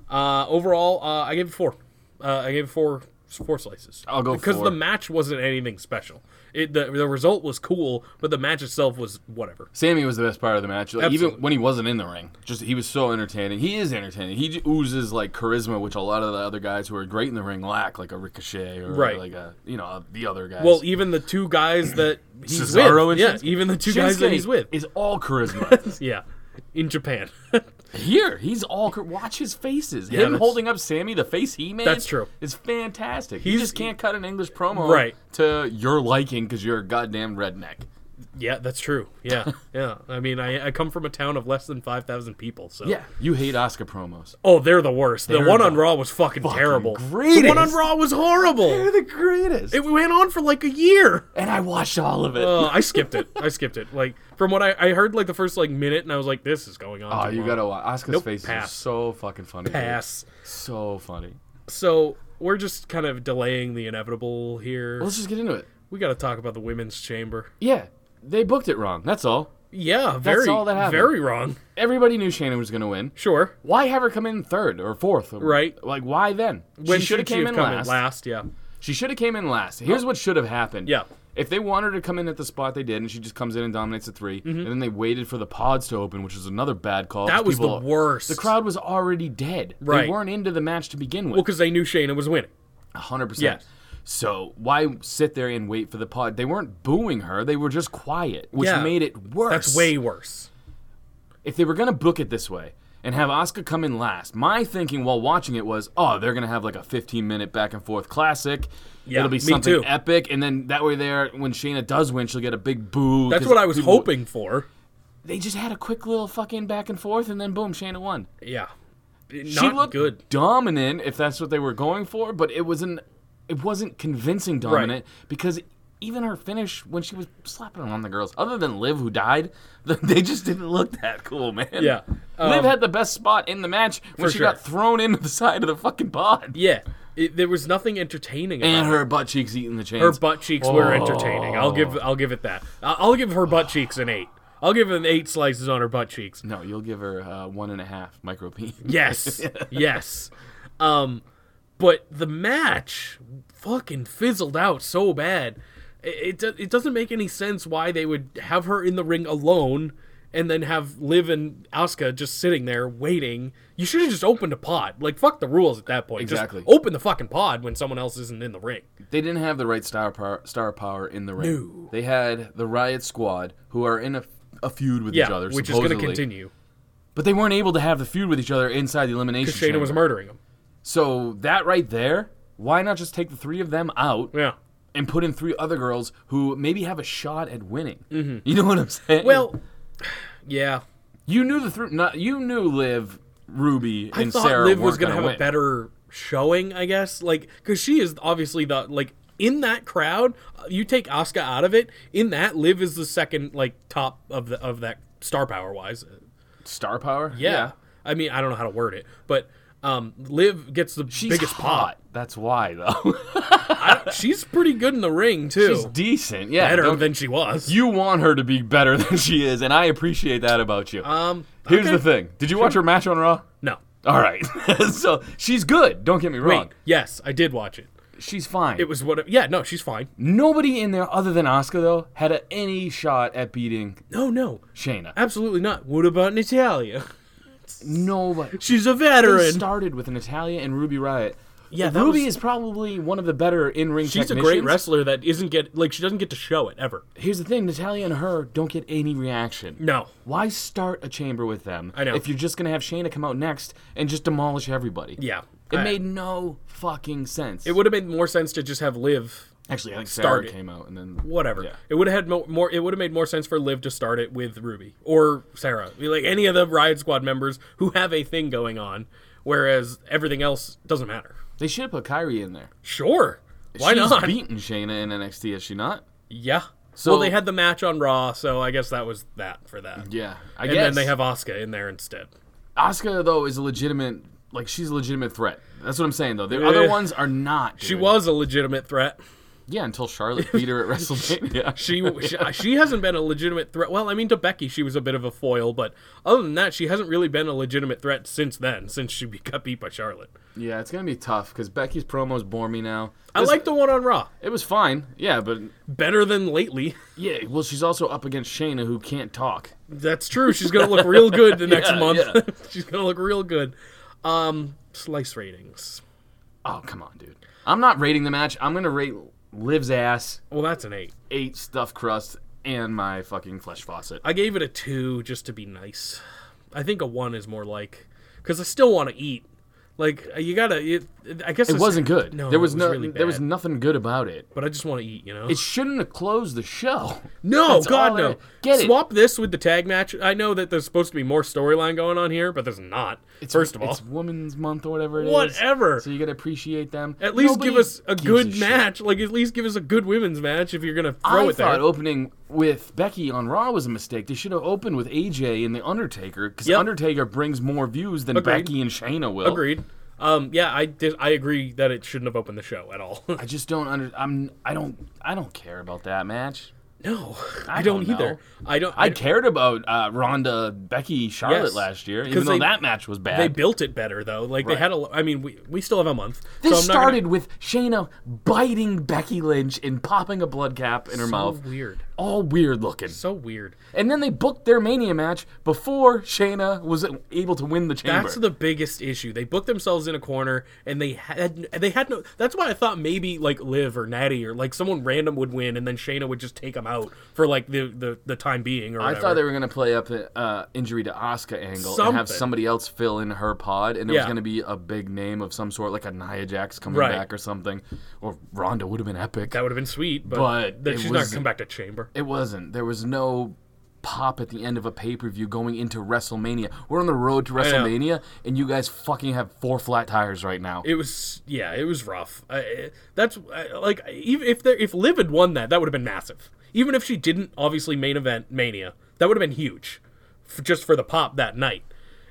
Uh, overall, uh, I gave it four. Uh, I gave it four four slices. I'll go because four. the match wasn't anything special. It the the result was cool, but the match itself was whatever. Sammy was the best part of the match. Like, even Absolutely. when he wasn't in the ring, just he was so entertaining. He is entertaining. He j- oozes like charisma, which a lot of the other guys who are great in the ring lack, like a Ricochet or Right. like a you know the other guys. Well, even the two guys that he's Cesaro with. and Yeah, Shinsuke? even the two guys that Shinsuke he's with. is all charisma. Yeah, in Japan. Here, he's all char- watch his faces. Yeah, Him that's- holding up Sammy, the face he made. That's true. Is fantastic. he He's- just can't cut an English promo Right. to your liking because you're a goddamn redneck. yeah, that's true. Yeah, yeah. I mean, I, I come from a town of less than five thousand people, so Yeah, you hate Oscar promos. Oh, they're the worst. the They're one on the Raw was fucking, terrible. The one on greatest. Raw was horrible. the greatest. It went on for like a year. and I watched all of it. Uh, I skipped it. I skipped it. Like from what I, I heard, like the first like minute, and I was like, "This is going on." oh, too you long. gotta watch. Oscar's Nope, face pass. is so fucking funny. dude. pass. So funny. So we're just kind of delaying the inevitable here. Let's just get into it. we got to talk about the women's chamber. Yeah, they booked it wrong. That's all. Yeah, very, all that happened. very wrong. Everybody knew Shannon was gonna win. Sure, Why have her come in third or fourth? Right. Like why then? when she should have came in come last. last? Yeah, She should have came in last. Here's what should have happened. Oh. Yeah. If they wanted her to come in at the spot they did, and she just comes in and dominates the 3 and then they waited for the pods to open, which is another bad call. Mm-hmm. That 'cause was the people- worst. The crowd was already dead. Right. They weren't into the match to begin with. well, because they knew Shayna was winning. hundred Yeah. percent. So why sit there and wait for the pod? They weren't booing her; they were just quiet, which Yeah. made it worse. That's way worse. If they were gonna book it this way and have Oscar come in last, my thinking while watching it was, oh, they're gonna have like a fifteen-minute back and forth classic. Yeah, It'll be me something too. epic, and then that way, there when Shayna does win, she'll get a big boo. That's 'cause what I was people- hoping for. They just had a quick little fucking back and forth, and then boom, Shayna won. Yeah, not she looked good. dominant if that's what they were going for, but it wasn't it wasn't convincing dominant because even her finish when she was slapping on the girls, other than Liv who died, th- they just didn't look that cool, man. Yeah. Liv Um, had the best spot in the match when for she sure. got thrown into the side of the fucking pod. Yeah, it, there was nothing entertaining about And it. her Oh. butt cheeks eating the chains. her butt cheeks were entertaining. I'll give I'll give it that. I- I'll give her butt cheeks an eight. I'll give it an eight slices on her butt cheeks. No, you'll give her uh, one and a half micro peen. Yes, yes. Um, but the match fucking fizzled out so bad. It, it do- it doesn't make any sense why they would have her in the ring alone and then have Liv and Asuka just sitting there waiting. You should have just opened a pod. Like fuck the rules at that point. Just Exactly. open the fucking pod when someone else isn't in the ring. They didn't have the right star power, star power in the ring. They had the Riot Squad, who are in a, a feud with Yeah, each other, which is supposedly. going to continue. But they weren't able to have the feud with each other inside the elimination Shayna was chamber. murdering him. So that right there, why not just take the three of them out Yeah. and put in three other girls who maybe have a shot at winning? Mm-hmm. You know what I'm saying? Well, yeah. you knew the three. Not, you knew Liv, Ruby, I and thought Sarah Liv was going to have a better showing, I guess. Like, because she is obviously the, like, in that crowd, uh, you take Asuka out of it. In that, Liv is the second, like, top of the of that star power wise. star power. Yeah. I mean, I don't know how to word it, but um, Liv gets the She's biggest hot. That's why though. pop. She's pretty good in the ring, too. She's decent. Yeah. better don't- than she was. you want her to be better than she is, and I appreciate that about you. um, Here's okay. the thing. Did you watch her match on Raw? No. All right. so she's good. Don't get me Wait. wrong. Yes, I did watch it. She's fine. It was what. Yeah, no, she's fine. Nobody in there other than Oscar though had a, any shot at beating No, no. Shayna. Absolutely not. What about Natalia? Nobody. She's a They veteran. started with Natalia and Ruby Riot. Yeah, that Ruby was- is probably one of the better in-ring. She's a great technicians. wrestler that isn't get like she doesn't get to show it ever. Here's the thing: Natalia and her don't get any reaction. No. Why start a chamber with them? I know. If you're just gonna have Shayna come out next and just demolish everybody. Yeah. It I- made no fucking sense. it would have made more sense to just have Liv actually. I think start Sarah it. came out and then whatever. Yeah. It would have had mo- more it would have made more sense for Liv to start it with Ruby or Sarah. I mean, Like any of the Riot Squad members who have a thing going on whereas everything else doesn't matter. They should have put Kyrie in there. Sure. Why She's not? beaten Shayna in NXT, has she not? yeah. So- well, they had the match on Raw, so I guess that was that for that. Yeah, I and guess. then they have Asuka in there instead. Asuka though is a legitimate like she's a legitimate threat. That's what I'm saying though. The other Yeah. ones are not. Eh. She dude. was a legitimate threat. Yeah, until Charlotte beat her at WrestleMania. She, she uh, she hasn't been a legitimate threat. Well, I mean, to Becky, she was a bit of a foil, but other than that, she hasn't really been a legitimate threat since then. Since she be- got beat by Charlotte, yeah, it's gonna be tough because Becky's promos bore me now. I This- like the one on Raw it was fine. Yeah, but better than lately. yeah, well she's also up against Shayna who can't talk. That's true. She's gonna look real good the next Yeah, month. yeah. She's gonna look real good. Um, slice ratings. Oh come on, dude. I'm not rating the match. I'm gonna rate Liv's ass Well, that's an eight. eight stuffed crust and my fucking flesh faucet. I gave it a two just to be nice. I think a one is more like because I still want to eat. Like you gotta. It, I guess It wasn't good. No, there was, it was no, really there was bad. nothing good about it. But I just want to eat. You know. It shouldn't have closed the show. no, that's God all no. it- get it. Swap this with the tag match. I know that there's supposed to be more storyline going on here, but there's not. First of all, it's Women's Month or whatever it is. Whatever. So you gotta appreciate them. at least Nobody give us a gives good shit. match. Like at least give us a good women's match if you're gonna throw I it there. thought oh. opening with Becky on Raw was a mistake. They should have opened with AJ and the Undertaker because Yep. Undertaker brings more views than Agreed. Becky and Shayna will. Agreed. Um, yeah, I did, I agree that it shouldn't have opened the show at all. I just don't under. I'm. I don't. I don't care about that match. no, I, I don't, don't know. either. I don't. I don't- cared about uh, Ronda, Becky, Charlotte Yes. last year, 'Cause even though they- that match was bad. They built it better though. Like they Right. had a. I mean, we, we still have a month. this so I'm not started with Shayna biting Becky Lynch and popping a blood cap in her gonna, mouth. So weird. All weird looking. So weird. And then they booked their Mania match before Shayna was able to win the chamber. That's the biggest issue. They booked themselves in a corner, and they had they had no. That's why I thought maybe like Liv or Natty or like someone random would win, and then Shayna would just take them out for like the the, the time being. Or I whatever. thought they were going to play up the uh, injury to Asuka angle and have Something. somebody else fill in her pod, and it Yeah. was going to be a big name of some sort, like a Nia Jax coming Right. back or something. Or Ronda would have been epic. that would have been sweet, but, But that it she's not gonna was- come back to Chamber. It wasn't. There was no pop at the end of a pay per view going into WrestleMania. We're on the road to know. WrestleMania, and you guys fucking have four flat tires right now. It was yeah, it was rough. I- I, that's I, like even if there if Liv had won that, that would have been massive. Even if she didn't obviously main event Mania, that would have been huge, f just for the pop that night.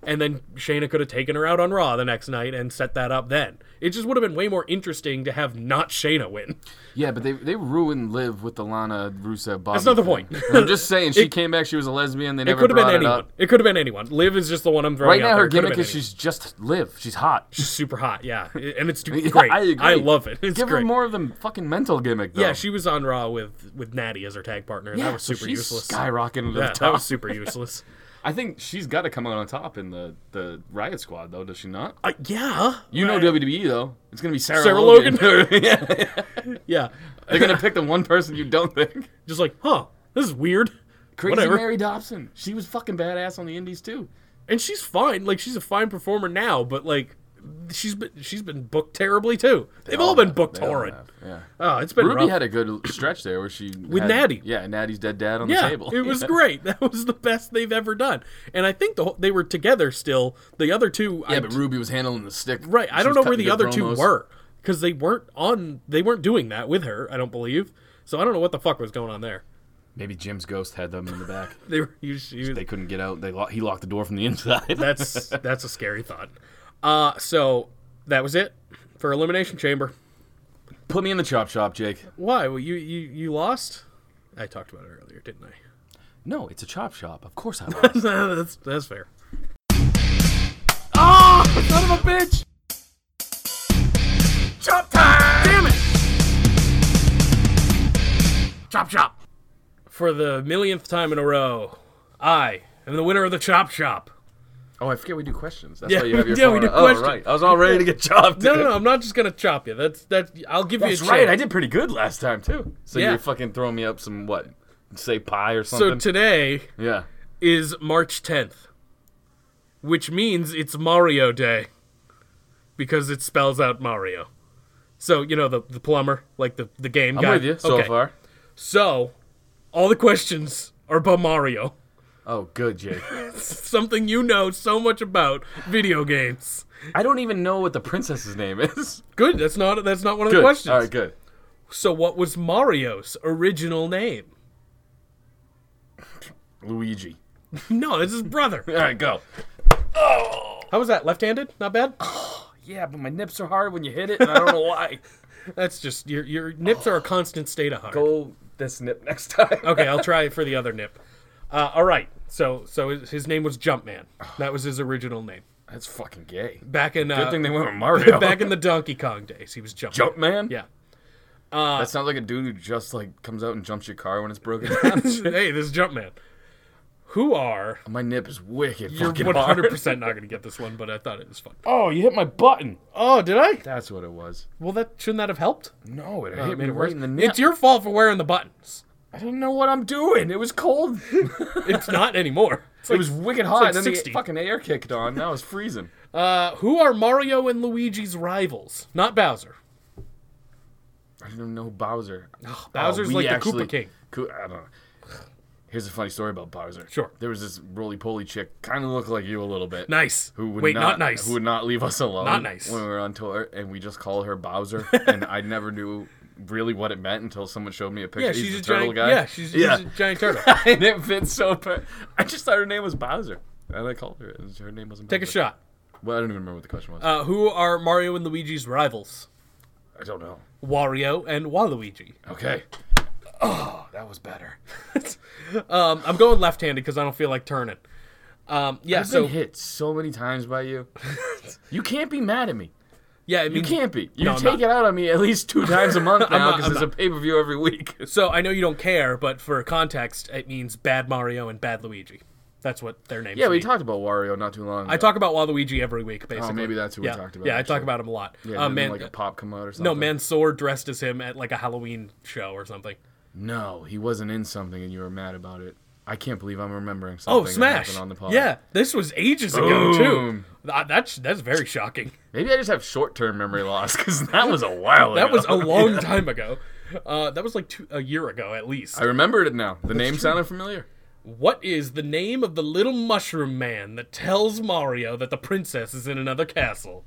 And then Shayna could have taken her out on Raw the next night and set that up. Then it just would have been way more interesting to have not Shayna win. yeah, but they they ruined Liv with the Lana Rusev Bobby. not the thing. point. And I'm just saying, she came back. She was a lesbian. They It never could have been brought it anyone. up. It could have been anyone. Liv is just the one I'm Right throwing out now, there. her It could have gimmick been is she's just Liv. She's hot. anyone. super hot. Yeah, and it's Yeah, great. I agree. love it. It's Give great. her more of the fucking mental gimmick. Though. Yeah, she was on Raw with with Natty as her tag partner. and Yeah, that was so super she's useless. Skyrocketing to the Yeah, top. that was super useless. I think she's got to come out on top in the the Riot Squad though, does she not? Uh, yeah, You know Right. WWE though. It's gonna be Sarah, Sarah Logan. Yeah. yeah. They're gonna pick the one person you don't think. Just like, huh? This is weird. Crazy Whatever. Mary Dobson. She was fucking badass on the Indies too. And she's fine. Like she's a fine performer now, but like she's been she's been booked terribly too. They've all, been booked They all horrid. have, Yeah. Oh, it's been Ruby rough. had a good stretch there where she with Natty. Yeah, Natty's dead dad on yeah, the table. it was Yeah. great. That was the best they've ever done. And I think the whole, they were together still. The other two, I Yeah, but Ruby was handling the stick. Right. I She don't was know where cutting the other good two promos. were because they weren't on. They weren't doing that with her. I don't believe. So I don't know what the fuck was going on there. Maybe Jim's ghost had them in the back. They were. You, you, they couldn't get out. They lo- he locked the door from the inside. that's that's a scary thought. Uh, so that was it for Elimination Chamber. Put me in the chop shop, Jake. Why? Well, you you you lost. I talked about it earlier, didn't I? No, it's a chop shop. Of course I lost. that's that's fair. Ah, oh, son of a bitch! Chop time! Damn it! Chop chop. For the millionth time in a row, I am the winner of the Chop Shop. Oh, I forget we do questions. That's Yeah, why you have your yeah, we phone. do oh, questions. right. I was all ready to get chopped. No, no, no, I'm not just gonna chop you. That's that's. I'll give That's you a right. chance. I did pretty good last time too. So Yeah. you're fucking throwing me up some what? Say pie or So something. today yeah. is March 10th, which means it's Mario Day because it spells out Mario. So you know the the plumber, like the the game I'm guy. with you so Okay. far. So all the questions are about Mario, Oh, good, Jake. something you know so much about video games. I don't even know what the princess's name is. Good. That's not that's not one of Good. the questions. All right, good. So what was Mario's original name? Luigi. No, it's his brother. All right, go. How was that? Left-handed? Not bad. Yeah, but my nips are hard when you hit it, and I don't know why. That's just your your nips are a constant state of hard. Go this nip next time. Okay, I'll try for the other nip. Uh, all right. So so his his name was Jumpman. That was his original name That's fucking gay. back in uh, Good thing they went with Mario. back in the Donkey Kong days. He was Jumpman. Jumpman? Yeah. that sounds like a dude who just like comes out and jumps your car when it's broken. hey, this is Jumpman. Who are My nip is wicked you're fucking one hundred hard. percent not going to get this one, but I thought it was fun. Oh, you hit my button. Oh, did I? That's what it was. Well, that shouldn't that have helped? No, it It hit me made it right worse. in the nip. It's your fault for wearing the buttons. I didn't know what I'm doing. It was cold. It's not anymore. It's it like- was wicked it's hot. like and then 60. the fucking air kicked on. Now it's freezing. Uh, who are Mario and Luigi's rivals? Not Bowser. I didn't even know Bowser. Bowser's Oh, we like the Koopa King. Koo- I don't know. Here's a funny story about Bowser. Sure. There was this roly poly chick, kind of looked like you a little bit. Nice. Who would Wait, not, not nice. Who would not leave us alone? Not nice. When we were on tour, and we just call her Bowser, and I never knew really what it meant until someone showed me a picture. yeah, He's she's the a turtle giant. guy. Yeah, she's, yeah. she's a giant turtle. and it fits so. Per- I just thought her name was Bowser, and I called her. And her name wasn't. Take a Bowser. shot. Well, I don't even remember what the question was. Uh, who are Mario and Luigi's rivals? I don't know. Wario and Waluigi. Okay. Oh, that was better. Um, I'm going left-handed because I don't feel like turning. Um, yeah, I've so been hit so many times by you. you can't be mad at me. yeah, I mean, You can't be. You No, I'm take not. it out on me at least two times a month I'm now not- because I'm there's a pay per view every week. So I know you don't care, but for context, it means bad Mario and bad Luigi. That's what their names. Yeah, we mean. talked about Wario not too long ago. Oh, I talk about Waluigi every week, basically. maybe that's who we yeah. talked about, Yeah, I talk actually. about him a lot. Yeah, uh, didn't, man, like a pop come out or something. no, Mansoor dressed as him at like a Halloween show or something. No, he wasn't in something and you were mad about it. I can't believe I'm remembering something. Oh, that Smash! happened on the pod. Yeah, this was ages ago too. Boom. Th- That's that's very shocking. Maybe I just have short term memory loss because that was a while ago. That was a long time ago. Uh, that was like two, a year ago at least. I remembered it now. The name sounded familiar. What is the name of the little mushroom man that tells Mario that the princess is in another castle?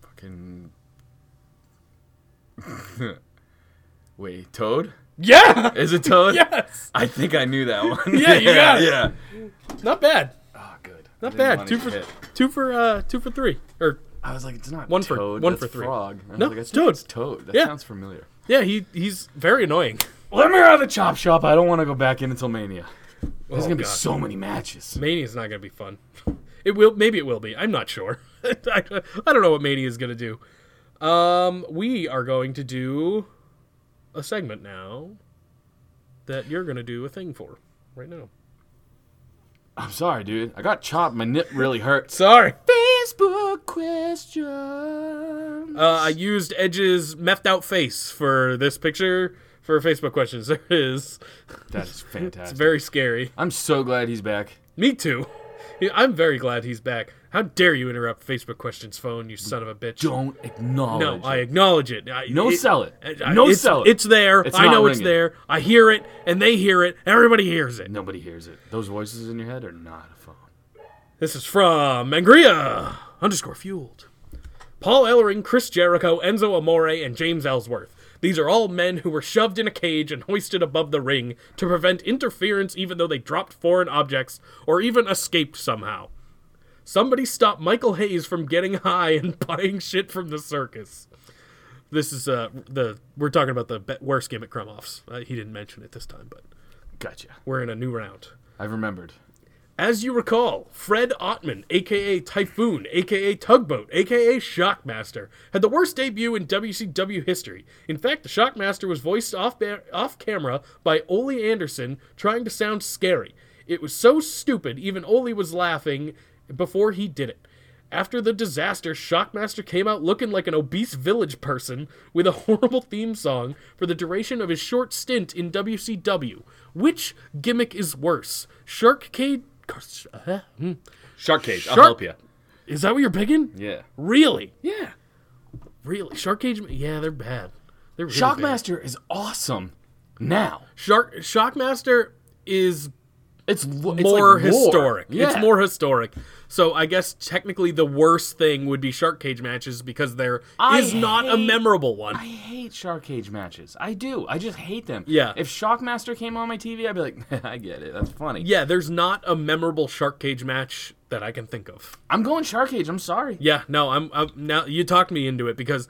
Fucking. Wait, Toad? Yeah. Is it Toad? yes. I think I knew that one. Yeah, you got it. Yeah. Not bad. Oh, good. Not bad. Two for two for uh two for three. Or I was like, it's not One for- Toad. one that's for three. Frog. And I No, was like, I it's think Toad. It's Toad. That Yeah. sounds familiar. yeah, he he's very annoying. Let me out of the chop shop. I don't want to go back in until Mania. There's Oh, gonna be God. so many matches. Mania's not gonna be fun. It will. Maybe it will be. I'm not sure. I, I don't know what Mania is gonna do. Um, we are going to do a segment now that you're gonna do a thing for right now. I'm sorry, dude. I got chopped. My nip really hurts. Sorry. Facebook question. Uh, I used Edge's methed out face for this picture for Facebook questions. There it is. that is fantastic. It's very scary. I'm so glad he's back. Me too. Yeah, I'm very glad he's back. How dare you interrupt Facebook questions, phone, you son of a bitch. Don't no, acknowledge. I it. acknowledge it. I, No it- sell it. I- No it's, sell it. It's there. It's I not know it's ringing. there. I hear it, and they hear it. Everybody hears it. Nobody hears it. Those voices in your head are not a phone. This is from Mangria underscore fueled. Paul Ellering, Chris Jericho, Enzo Amore, and James Ellsworth. These are all men who were shoved in a cage and hoisted above the ring to prevent interference, even though they dropped foreign objects or even escaped somehow. Somebody stop Michael Hayes from getting high and buying shit from the circus. This is uh the we're talking about the be- worst gimmick crumb offs. Uh, he didn't mention it this time, but Gotcha. we're in a new round. I've remembered. As you recall, Fred Ottman, aka Typhoon, aka Tugboat, aka Shockmaster, had the worst debut in WCW history. In fact, the Shockmaster was voiced off, ba- off camera by Ole Anderson trying to sound scary. It was so stupid, even Ole was laughing before he did it. After the disaster, Shockmaster came out looking like an obese village person with a horrible theme song for the duration of his short stint in WCW. Which gimmick is worse? Sharkcade? uh, hmm. Shark Cage. Shark- help ya. Is that what you're picking? Yeah. Really? Yeah. Really? Shark cage? Yeah, they're bad. They're really bad. Shockmaster is awesome. Now Shark Shockmaster is it's, lo- it's like more lore. historic. Yeah. It's more historic. So I guess technically the worst thing would be shark cage matches because there is I not a hate- memorable one. I hate shark cage matches. I do. I just hate them. Yeah. If Shockmaster came on my TV, I'd be like, I get it. That's funny. Yeah, there's not a memorable shark cage match that I can think of. I'm going shark cage. I'm sorry. Yeah, no, I'm, I'm now you talked me into it because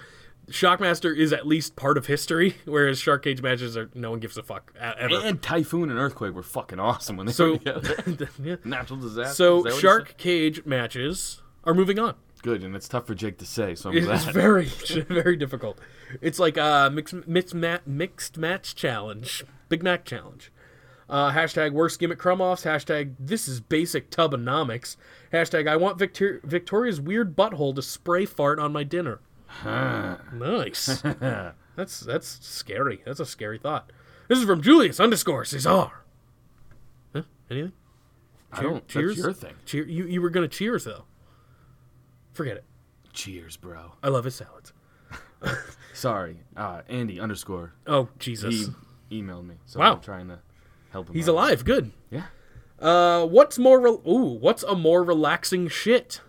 Shockmaster is at least part of history, whereas shark cage matches are no one gives a fuck uh, ever. And Typhoon and Earthquake were fucking awesome when they So- were together. Yeah. Natural disaster. So is that what you shark cage matches are moving on. said? Good, and it's tough for Jake to say. So I'm It's, it's glad. very very difficult. It's like a mixed mixed, ma- mixed match challenge, Big Mac challenge. Uh, hashtag worst gimmick crumb offs. Hashtag this is basic tubonomics. Hashtag I want Victor- Victoria's weird butthole to spray fart on my dinner. nice. That's that's scary. That's a scary thought. This is from Julius underscore Cesar. Huh? Anything? I don't. Cheers. That's your thing. Cheer. You you were gonna cheers though. Forget it. Cheers, bro. I love his salads. Sorry, uh, Andy underscore. Oh He Jesus. emailed me, so Wow. I'm trying to help him. He's out. alive. Good. Yeah. Uh, what's more? Re- Ooh, what's a more relaxing shit?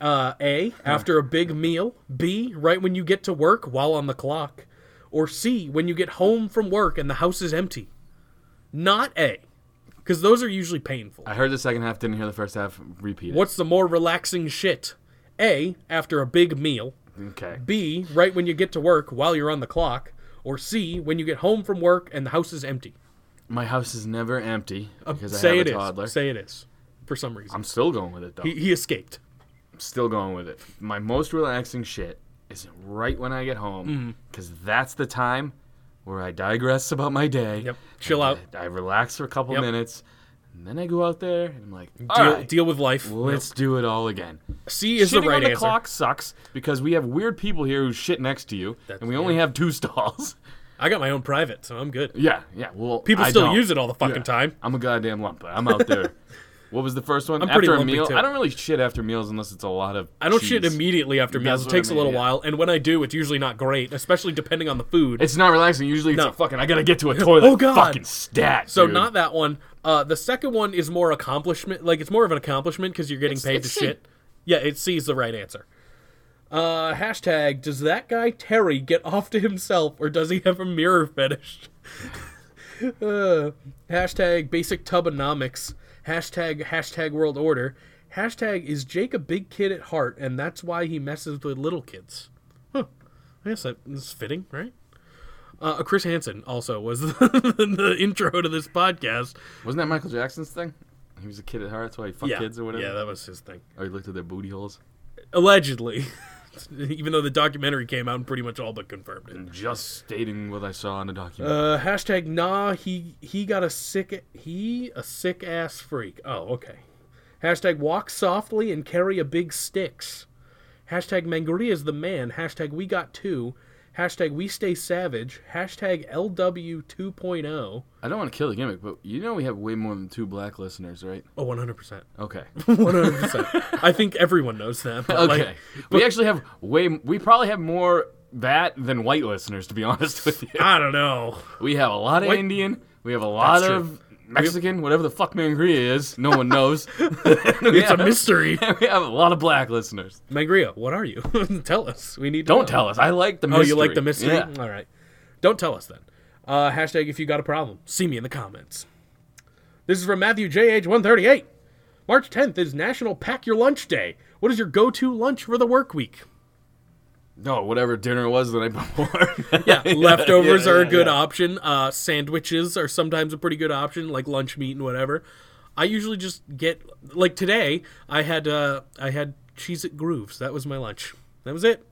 Uh, a after a big meal. B right when you get to work while on the clock, or C when you get home from work and the house is empty. Not A, because those are usually painful. I heard the second half. Didn't hear the first half. Repeat. it. What's the more relaxing shit? A after a big meal. Okay. B right when you get to work while you're on the clock, or C when you get home from work and the house is empty. Um, My house is never empty because I Uh, Say have a it is. toddler. Say it is. For some reason, I'm still going with it though. he, he escaped. still going with it. My most relaxing shit is right when I get Mm-hmm. home because that's the time where I digress about my day. Yep. Chill out. I, I relax for a couple Yep. minutes, and then I go out there and I'm like, all Deal, right, deal with life. let's do it all again. C is Shitting the right on the answer. clock sucks because we have weird people here who shit next to you, That's- and we only have two stalls. I got my own private, so I'm good. yeah, yeah. Well, People I still don't. use it all the fucking Yeah. time. I'm a goddamn lump. I'm out there. what was the first one? I'm after pretty a lumpy, meal, too. I don't really shit after meals unless it's a lot of. I don't cheese. shit immediately after meals. That's It what takes I a mean, little yeah. while, and when I do, it's usually not great, especially depending on the food. It's not relaxing. Usually, it's No. a fucking. I gotta get to a toilet. Oh, God. Fucking stat. so dude. not that one. Uh, the second one is more accomplishment. Like it's more of an accomplishment because you're getting It's- paid it's to C. shit. Yeah, it C's the right answer. Uh, hashtag Does that guy Terry get off to himself, or does he have a mirror fetish? uh, hashtag Basic Tubonomics. Hashtag Hashtag World Order. Hashtag Is Jake a big kid at heart, and that's why he messes with little kids. Huh. I guess that is fitting, right? Uh, Chris Hansen also was the, the intro to this podcast. wasn't that Michael Jackson's thing? He was a kid at heart. That's why he fucked kids or whatever. Yeah, that was his thing. or he looked at their booty holes. Allegedly. Even though the documentary came out and pretty much all but confirmed it. Just stating what I saw on a documentary. Uh, hashtag nah he he got a sick he a sick ass freak. Oh, okay. Hashtag walk softly and carry a big sticks. Hashtag Mangoria's the man. Hashtag we got two. Hashtag we stay savage. Hashtag LW 2.0. I don't want to kill the gimmick, but you know we have way more than two black listeners, right? Oh, 100%. Okay. 100%. I think everyone knows that. But okay. Like, we actually have way. We probably have more that than white listeners, to be honest with you. I don't know. We have a lot of White- Indian. We have a lot That's true. of Mexican, whatever the fuck mangria is. No one knows. It's a mystery. we have a lot of black listeners. Mangria, what are you? tell us. We need to know. Don't tell us. I like the Oh, mystery. you like the mystery? Yeah. All right. Don't tell us then. Uh, hashtag if you got a problem, see me in the comments. This is from Matthew JH 138. March 10th is National Pack Your Lunch Day. What is your go to lunch for the work week? No, whatever dinner was the night before. Yeah, leftovers yeah, are a yeah, good yeah. option. Uh, sandwiches are sometimes a pretty good option, like lunch meat and whatever. I usually just get like today. I had uh, I had cheese at Grooves. That was my lunch. That was it.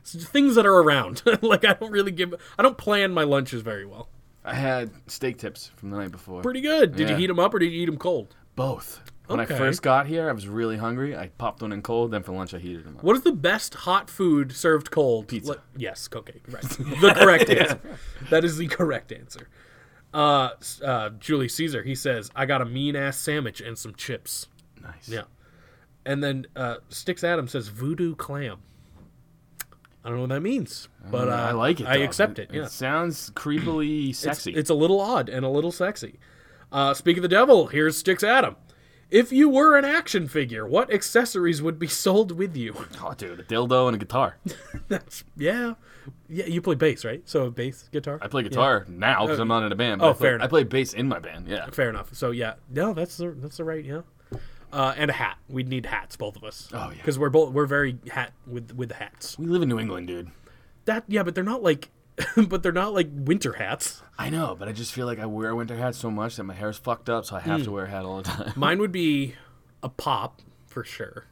It's just things that are around. like I don't really give. I don't plan my lunches very well. I had steak tips from the night before. Pretty good. Did Yeah. you heat them up or did you eat them cold? Both. When Okay. I first got here, I was really hungry. I popped one in cold. Then for lunch, I heated them up. What is the best hot food served cold? Pizza. Le- yes, okay, right. The correct answer. That is the correct answer. Uh, s- uh, Julie Caesar, he says, I got a mean ass sandwich and some chips. Nice. Yeah. And then uh, Sticks Adam says, voodoo clam. I don't know what that means, but uh, I like it. I though. accept it. It yeah. sounds creepily sexy. It's a little odd and a little sexy. Uh, speak of the devil, here's Sticks Adam. If you were an action figure, what accessories would be sold with you? oh, dude, a dildo and a guitar. That's yeah, yeah. You play bass, right? So bass guitar. I play guitar now because I'm not in a band. But Oh, I play, fair enough. I play bass in my band. Yeah. Fair enough. So yeah, no, that's the that's the right yeah. Uh, and a hat. We'd need hats, both of us. Oh, yeah. Because we're both we're very hat with with the hats. We live in New England, dude. That yeah, but they're not like, but they're not like winter hats. I know, but I just feel like I wear a winter hat so much that my hair's fucked up, so I Hmm. have to wear a hat all the time. Mine would be a pop for sure.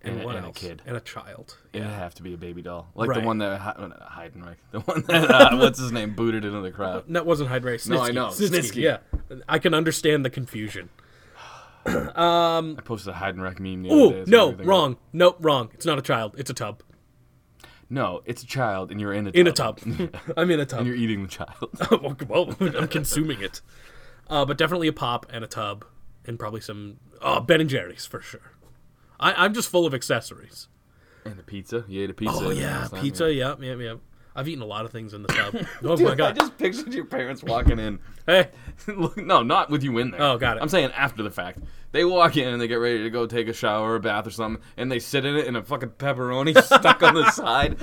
And, And a- what and a else? kid. and a child. It'd have to be a baby doll, like Right. the one that Hi- uh, not Heidenreich, the one that uh, what's his name booted into the crowd. That wasn't Hyde Race. No, I know. Snitsky. Yeah, I can understand the confusion. I posted a Heidenreich meme. The Ooh, other day, so no, everything- wrong. Nope, wrong. It's not a child. It's a tub. No, it's a child, and you're in a In a tub. I'm in a tub. and you're eating the child. well, well, I'm consuming it. Uh, but definitely a pop and a tub, and probably some oh, Ben and Jerry's for sure. I, I'm just full of accessories. and a pizza. You ate a pizza. Oh yeah, last time, pizza. yeah. Yeah, yeah, yeah. I've eaten a lot of things in the tub. Oh my I god. just pictured your parents walking in. Hey, Look, no, not with you in there. Oh, got it. I'm saying after the fact. They walk in and they get ready to go take a shower, a bath, or something, and they sit in it in a fucking pepperoni stuck on the side.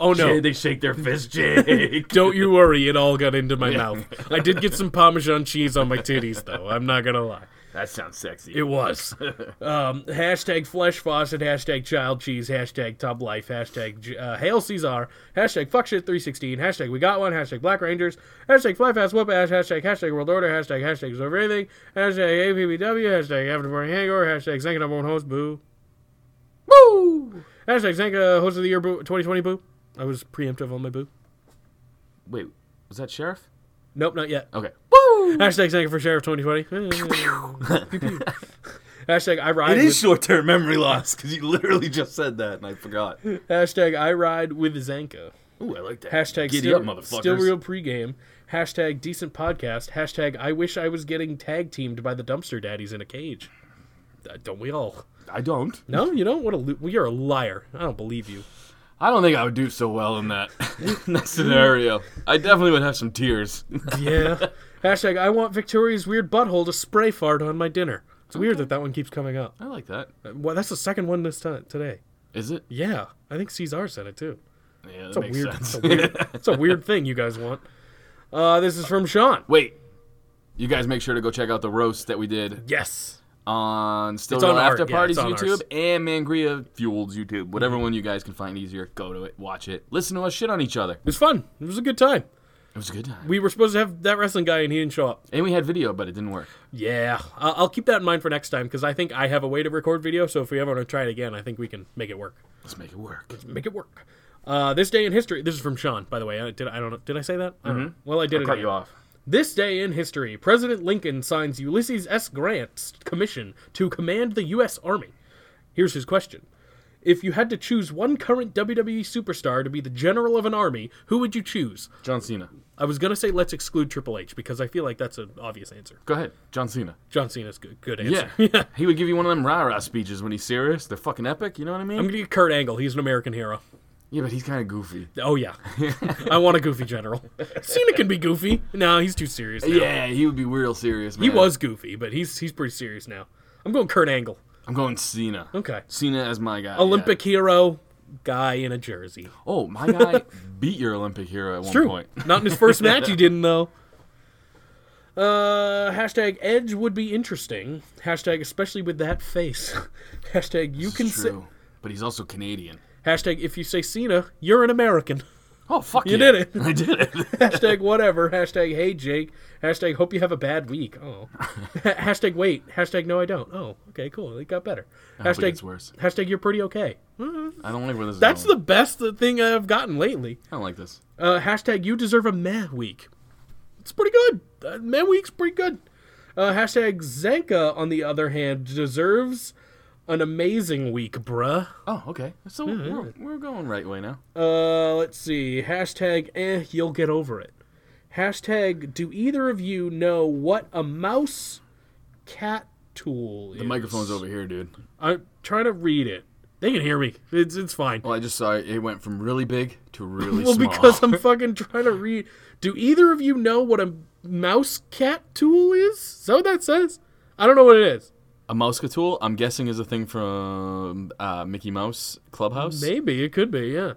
Oh, no. Jay, they shake their fist, Jake. don't you worry. It all got into my mouth. I did get some Parmesan cheese on my titties though. I'm not gonna lie. that sounds sexy. It was. Um, hashtag flesh faucet, hashtag child cheese, hashtag tub life, hashtag uh, hail Caesar, hashtag fuck shit 316, hashtag we got one, hashtag black rangers, hashtag fly fast whip ass, hashtag hashtag world order, hashtag hashtag deserve anything, hashtag APBW, hashtag after morning hangover, hashtag Zanka number one host boo. Woo! Hashtag Zanka host of the year boo, 2020 boo. I was preemptive on my boo. Wait, was that sheriff? Nope, not yet. Okay. Woo! Hashtag Zanka for sheriff 2020. hashtag I ride. It with- is short-term memory loss because you literally just said that and I forgot. Hashtag I ride with Zanka. Ooh, I like that. Hashtag Giddy still, up, motherfuckers. still real pregame. Hashtag decent podcast. Hashtag I wish I was getting tag teamed by the dumpster daddies in a cage. Uh, Don't we all? I don't. No, you don't. What a lo- well, you're a liar. I don't believe you. I don't think I would do so well in that, in that scenario. I definitely would have some tears. Yeah. Hashtag I want Victoria's weird butthole to spray fart on my dinner. It's weird that that one keeps coming up. I like that. Uh, Well, that's the second one this time today. Is it? Yeah, I think Cesar said it too. Yeah, that It's a makes weird, sense. it's a weird, it's a weird thing you guys want. Uh, this is from Sean. Wait, you guys make sure to go check out the roast that we did Yes. on Still It's Real on our- After yeah, Parties it's on YouTube ours. and Mangria Fueled YouTube. Whatever one you guys can find easier, go to it, watch it, listen to us shit on each other. It was fun. It was a good time. It was a good time. We were supposed to have that wrestling guy and he didn't show up. and we had video, but it didn't work. Yeah, I- I'll keep that in mind for next time because I think I have a way to record video. So if we ever want to try it again, I think we can make it work. Let's make it work. Make it work. Uh, this day in history. This is from Sean, by the way. I, did I don't know- did I say that? I don't know. Well, Mm-hmm. I did. it Cut anyway. you off. This day in history, President Lincoln signs Ulysses S. Grant's commission to command the U.S. Army. Here's his question. If you had to choose one current WWE superstar to be the general of an army, who would you choose? John Cena. I was gonna say let's exclude Triple H because I feel like that's an obvious answer. Go ahead, John Cena. John Cena's good, good Yeah. answer. he would give you one of them rah rah speeches when he's serious. They're fucking epic. You know what I mean? I'm gonna get Kurt Angle. He's an American hero. yeah, but he's kind of goofy. Oh yeah, I want a goofy general. Cena can be goofy. No, he's too serious. Now. Yeah, he would be real serious. Man. he was goofy, but he's he's pretty serious now. I'm going Kurt Angle. I'm going Cena. Okay, Cena as my guy. yeah. Olympic hero, guy in a jersey. Oh, my guy beat your Olympic hero at one True. point. Not in his first match, he didn't though. Uh, hashtag Edge would be interesting. Hashtag especially with that face. hashtag you can say. True. But he's also Canadian. Hashtag if you say Cena, you're an American. Oh fuck! You did it. I did it. Hashtag whatever. Hashtag hey Jake. Hashtag hope you have a bad week. Oh. hashtag wait. Hashtag no I don't. Oh, okay, cool. It got better. hope it Hashtag gets worse. Oh. Hashtag you're pretty okay. I don't like where this. That's is the going. best thing I've gotten lately. I don't like this. Uh, hashtag you deserve a meh week. It's pretty good. Uh, meh week's pretty good. Uh, hashtag Zanka on the other hand deserves an amazing week, bruh. Oh, okay. So we're, we're going right way now. Uh, let's see. Hashtag eh, you'll get over it. Hashtag do either of you know what a mouse cat tool is? The microphone's over here, dude. I'm trying to read it. They can hear me. It's it's fine. Well, I just saw it, it went from really big to really Oh, Well, small. because I'm fucking trying to read. Do either of you know what a mouse cat tool is? So that says. I don't know what it is. a mouscatool, I'm guessing, is a thing from uh, Mickey Mouse Clubhouse. Maybe it could be. Yeah.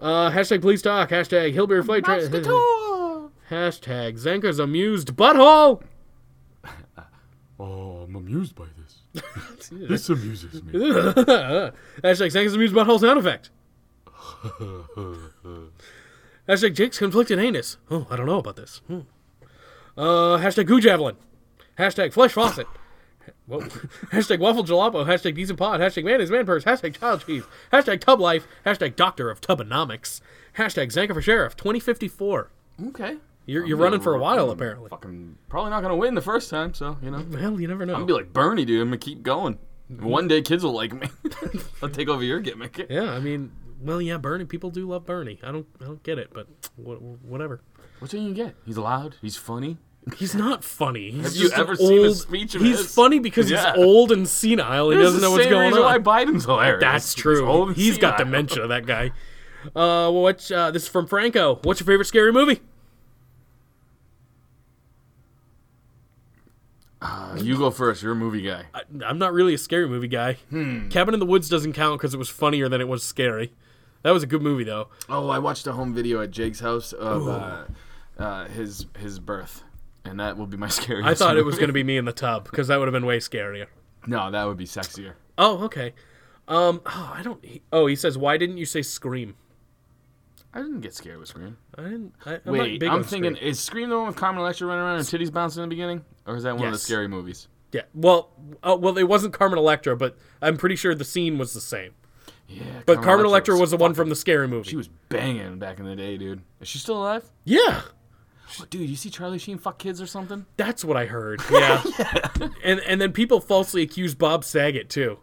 Uh, hashtag please talk. Hashtag hillbear flight. Tra- Mouscatool. hashtag Zanka's amused butthole. Oh, I'm amused by this. this amuses me. Hashtag Sangus Amused Butthole sound effect. hashtag Jake's conflicted anus. Oh, I don't know about this. Hmm. Uh, hashtag goo javelin. Hashtag flesh faucet. Whoa. hashtag waffle jalapa. Hashtag decent pod. Hashtag man is man purse. Hashtag child cheese. Hashtag tub life. Hashtag doctor of tubonomics. Hashtag Zanka for sheriff 2054. Okay. You're, I'm you're gonna running for a ru- while, I'm apparently. Fucking probably not gonna win the first time, so you know. I'm Well, you never know. gonna be like Bernie, dude. I'm gonna keep going. One day, kids will like me. I'll take over your gimmick. Mm-hmm. Yeah, I mean, well, yeah, Bernie. People do love Bernie. I don't, I don't get it, but wha- whatever. What's he gonna get? He's loud. He's funny. He's not funny. He's Have you just an ever seen a old- speech of He's his? funny because Yeah. he's old and senile. He This is doesn't the know what's same going reason on. Why Biden's hilarious? That's He's true. old and He's got senile. dementia, that guy. Uh, well, what's uh, this is from Franco? What's your favorite scary movie? Uh, you go first. You're a movie guy. I, I'm not really a scary movie guy. Hmm. Cabin in the Woods doesn't count because it was funnier than it was scary. That was a good movie though. Oh, I watched a home video at Jake's house of uh, uh, his his birth, and that will be my scariest. I thought it movie. was going to be me in the tub because that would have been way scarier. No, that would be sexier. Oh, okay. Um, oh, I don't. He, oh, he says, why didn't you say Scream? I didn't get scared with Scream. I didn't. I, I'm not Wait, big I'm, on Scream. thinking is Scream the one with Carmen Electra running around and titties bouncing in the beginning, or is that one of the Yes. scary movies? Yeah. Well, uh, well, it wasn't Carmen Electra, but I'm pretty sure the scene was the same. Yeah, But Carmen, Electra was, the one from the scary movie. She was banging back in the day, dude. Is she still alive? yeah. Dude, you see Charlie Sheen fuck kids or something? That's what I heard. Yeah. And and then people falsely accused Bob Saget too.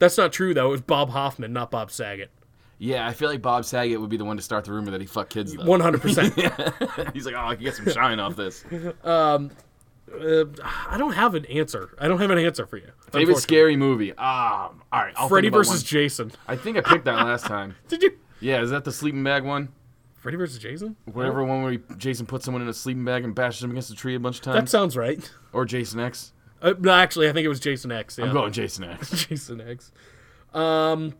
That's not true though. It was Bob Hoffman, not Bob Saget. Yeah, I feel like Bob Saget would be the one to start the rumor that he fucked kids. Though. One hundred percent. Uh, He's like, oh, I can get some shine off this. I don't have an answer. I don't have an answer for you. Favorite unfortunately. scary movie? Um, all right, I'll Freddy think about versus one. Jason. I think I picked that last time. Did you? Yeah, is that the sleeping bag one? Freddy versus Jason? Whatever one where he, Jason puts someone in a sleeping bag and bashes them against a tree a bunch of That times, sounds right. or Jason X. Uh, no, actually, I think it was Jason X. Yeah. am going Jason X. Jason X. Um,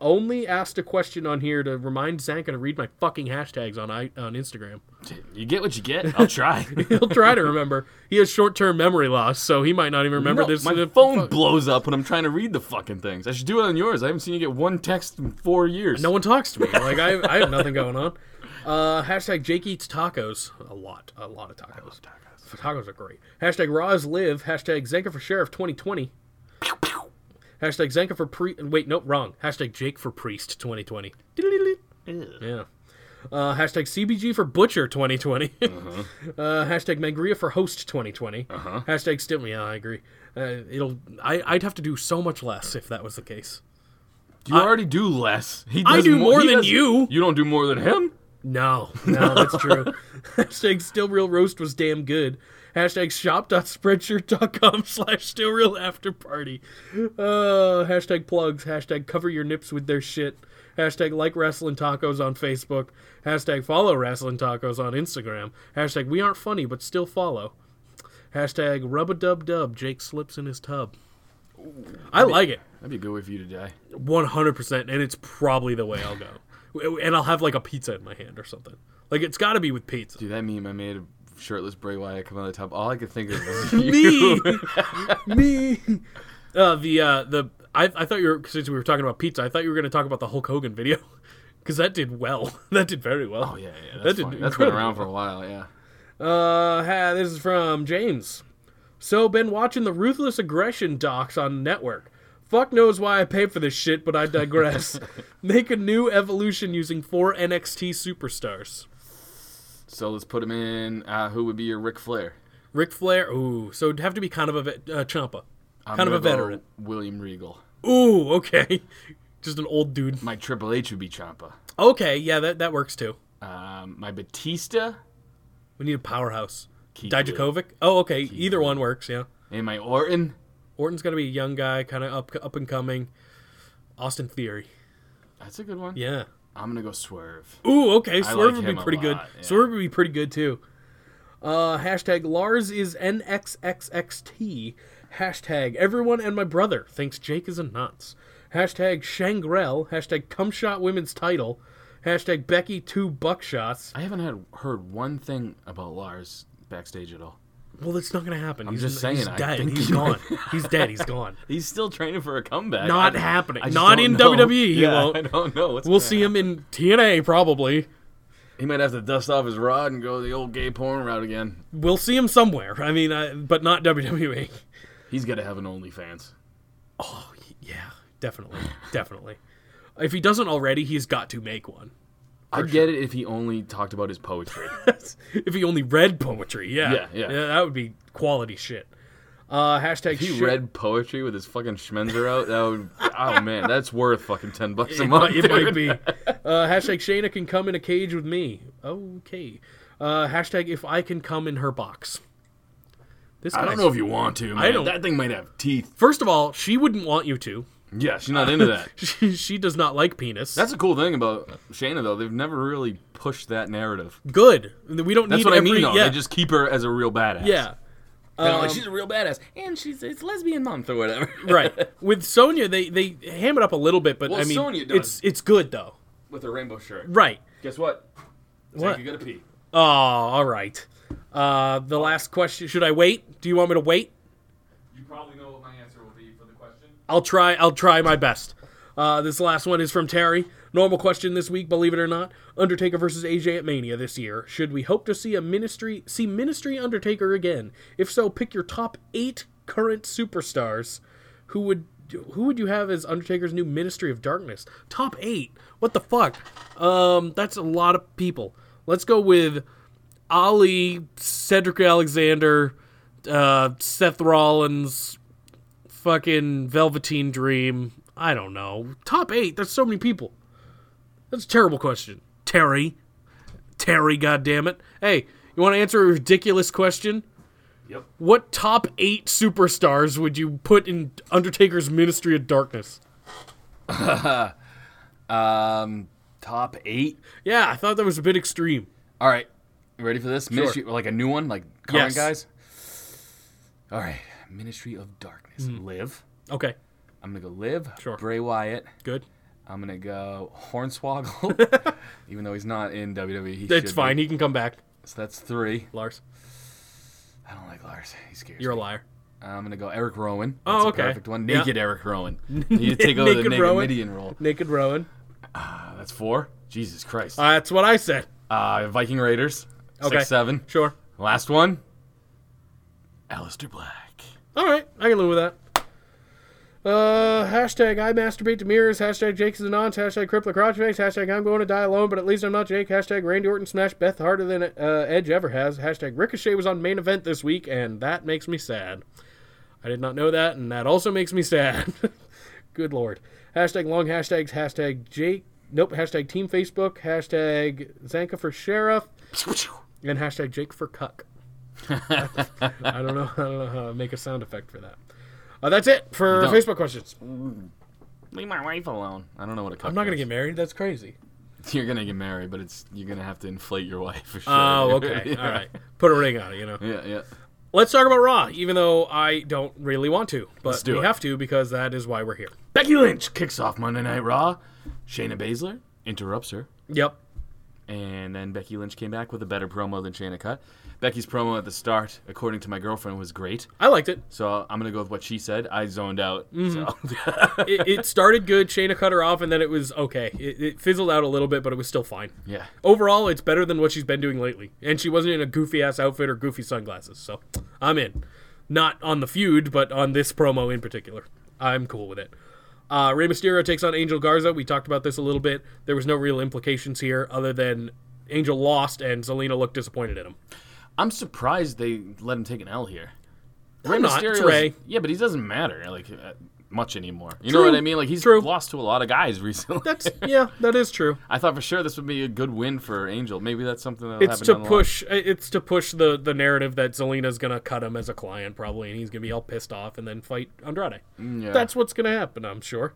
only asked a question on here to remind Zanka to read my fucking hashtags on I, on Instagram. You get what you get. I'll try. He'll try to remember. He has short term memory loss, so he might not even remember No, this. my phone blows up when I'm trying to read the fucking things. I should do it on yours. I haven't seen you get one text in four years. No one talks to me. Like I, I have nothing going on. Uh, hashtag Jake eats tacos. A lot, a lot of tacos. tacos. are great. Hashtag Raws live. Hashtag Zenka for sheriff 2020. Hashtag Zenka for pre. Wait, no, wrong. Hashtag Jake for priest 2020. Yeah. Uh, hashtag CBG for butcher 2020. uh hashtag Mangria for host 2020. Hashtag still. Yeah, I agree. Uh, it'll. I, I'd have to do so much less if that was the case. you already do less. He I does do more he than does- you. You don't do more than him. No, no, that's true. Hashtag still real roast was damn good. Hashtag shop.spreadshirt.com slash still real after party. Uh, hashtag plugs. Hashtag cover your nips with their shit. Hashtag like wrestling tacos on Facebook. Hashtag follow wrestling tacos on Instagram. Hashtag we aren't funny but still follow. Hashtag rub a dub dub. Jake slips in his tub. I like it. That'd be a good way for you to die. One hundred percent, and it's probably the way I'll go. And I'll have like a pizza in my hand or something. Like it's got to be with pizza. Dude, that meme I made of shirtless Bray Wyatt coming out of the top. All I could think of was Me, me. Uh, the uh, the I, I thought you were since we were talking about pizza. I thought you were going to talk about the Hulk Hogan video because that did well. That did very well. Oh yeah, yeah. That That's, did funny. that's been incredible. around for a while. Yeah. Uh, ha, this is from James. So, been watching the Ruthless Aggression docs on network. Fuck knows why I pay for this shit, but I digress. Make a new evolution using four NXT superstars. So let's put him in. Uh, who would be your Ric Flair? Ric Flair. Ooh, so it'd have to be kind of a vet, uh, Champa, I'm kind of a gonna go veteran. William Regal. Ooh, okay, just an old dude. My Triple H would be Champa. Okay, yeah, that that works too. Um, my Batista We need a powerhouse. Keith Dijakovic. Oh, okay, either one works. Yeah, and my Orton. Orton's gonna be a young guy, kind of up up and coming. Austin Theory. That's a good one. Yeah. I'm gonna go Swerve. Ooh, okay, Swerve like would him be a pretty good. lot, yeah. Swerve would be pretty good too. Uh, hashtag Lars is NXXXXT. Hashtag everyone and my brother thinks Jake is a nuts. Hashtag Shangrel. Hashtag cumshot women's title. Hashtag Becky two buckshots. I haven't had heard one thing about Lars backstage at all. Well, it's not gonna happen. I'm he's, just He's saying, I dead. think he's he gone. he's dead. He's gone. He's still training for a comeback. Not I- happening. I just Not don't in know. WWE, he Yeah, won't. I don't know. What's We'll gonna see him in TNA probably. happen. He might have to dust off his rod and go the old gay porn route again. We'll see him somewhere. I mean, I, but not E. WWE. He's got to have an OnlyFans. Yeah, definitely, definitely. If he doesn't already, he's got to make one. I get it if he only talked about his poetry. If he only read poetry, yeah, Yeah, yeah. that would be quality shit. Uh, hashtag If he shit- read poetry with his fucking schmenzer out, that would oh man, that's worth fucking ten bucks a It might- month. it dude. might be. Uh, hashtag Shayna can come in a cage with me. Okay. Uh, hashtag if I can come in her box. This I guy's- don't know if you want to. Man. don't- That thing might have teeth. First of all, she wouldn't want you to. Yeah, she's not into that. She, she does not like penis. That's a cool thing about Shayna though. They've never really pushed that narrative. good. We don't That's need what every, I mean though. Yeah, They just keep her as a real badass. yeah. um, They're like she's a real badass and she's it's lesbian month or whatever. right. With Sonya, they they ham it up a little bit, but Well, I mean, Sonya does. it's it's good though. With a rainbow shirt. Right. Guess what? What? You gotta pee. Oh, all right. Uh, the last question. Should I wait? Do you want me to wait? You probably know what my answer will be for the question. I'll try. I'll try my best. Uh, this last one is from Terry. Normal question this week, believe it or not. Undertaker versus AJ at Mania this year. Should we hope to see a ministry see Ministry Undertaker again? If so, pick your top eight current superstars. Who would who would you have as Undertaker's new Ministry of Darkness? Top eight. What the fuck? Um, that's a lot of people. Let's go with Ali, Cedric Alexander, uh, Seth Rollins, fucking Velveteen Dream. I don't know. Top eight. That's so many people. That's a terrible question. Terry. Terry, goddammit. Hey, you want to answer a ridiculous question? Yep. What top eight superstars would you put in Undertaker's Ministry of Darkness? Um, top eight. Yeah, I thought that was a bit extreme. All right, you ready for this? Ministry, like a new one, like current Yes. guys. All right, Ministry of Darkness. Live. Okay, I'm gonna go live. Hmm. Sure. Bray Wyatt. good. I'm gonna go Hornswoggle, even though he's not in WWE. He should That's be. fine. He can come back. So that's three. Lars, I don't like Lars. He scares you're a me. liar. I'm gonna go Eric Rowan. Oh, That's okay. A perfect one. Yeah. Naked Eric Rowan. You take over the Naked naked Rowan. Midian role. Naked Rowan. Uh, that's four. Jesus Christ. Uh, that's what I said. Uh, Viking Raiders. Okay. Six seven. Sure. Last one. Alistair Black. All right, I can live with that. Uh, hashtag I masturbate to mirrors. Hashtag Jake's the nonce. Hashtag cripple crotchface. Hashtag I'm going to die alone, but at least I'm not Jake. Hashtag Randy Orton smashed Beth harder than uh, Edge ever has. Hashtag Ricochet was on main event this week, and that makes me sad. I did not know that, and that also makes me sad. Good lord. Hashtag long hashtags. Hashtag Jake. Nope. Hashtag Team Facebook. Hashtag Zanka for Sheriff. And hashtag Jake for Cuck. I don't know. I don't know how to make a sound effect for that. Uh, that's it for You don't. Facebook questions. Leave my wife alone. I don't know what a cuck I'm not gonna is. get married. That's crazy. You're gonna get married, but it's you're gonna have to inflate your wife for sure. Oh, okay. Yeah. All right. Put a ring on it. You know. Yeah, yeah. Let's talk about Raw, even though I don't really want to, but do we it. have to because that is why we're here. Becky Lynch kicks off Monday Night Raw. Shayna Baszler interrupts her, Yep. and then Becky Lynch came back with a better promo than Shayna cut. Becky's promo at the start, according to my girlfriend, was great. I liked it. So I'm gonna go with what she said. I zoned out. So. it. It started good. Shayna cut her off, and then it was okay. It, it fizzled out a little bit, but it was still fine. yeah. Overall, it's better than what she's been doing lately. And she wasn't in a goofy ass outfit or goofy sunglasses, so I'm in. Not on the feud, but on this promo in particular. I'm cool with it. Uh, Rey Mysterio takes on Angel Garza. We talked about this a little bit. There was no real implications here other than Angel lost and Zelina looked disappointed at him. I'm surprised they let him take an L here. I'm not. It's Mysterio's- Rey. Yeah, but he doesn't matter like uh, much anymore. You True. know what I mean? Like he's True. lost to a lot of guys recently. That's yeah, that is true. I thought for sure this would be a good win for Angel. Maybe that's something that'll It's happen to down the line. push. It's to push the the narrative that Zelina's gonna cut him as a client probably, and he's gonna be all pissed off and then fight Andrade. Mm, yeah. That's what's gonna happen, I'm sure.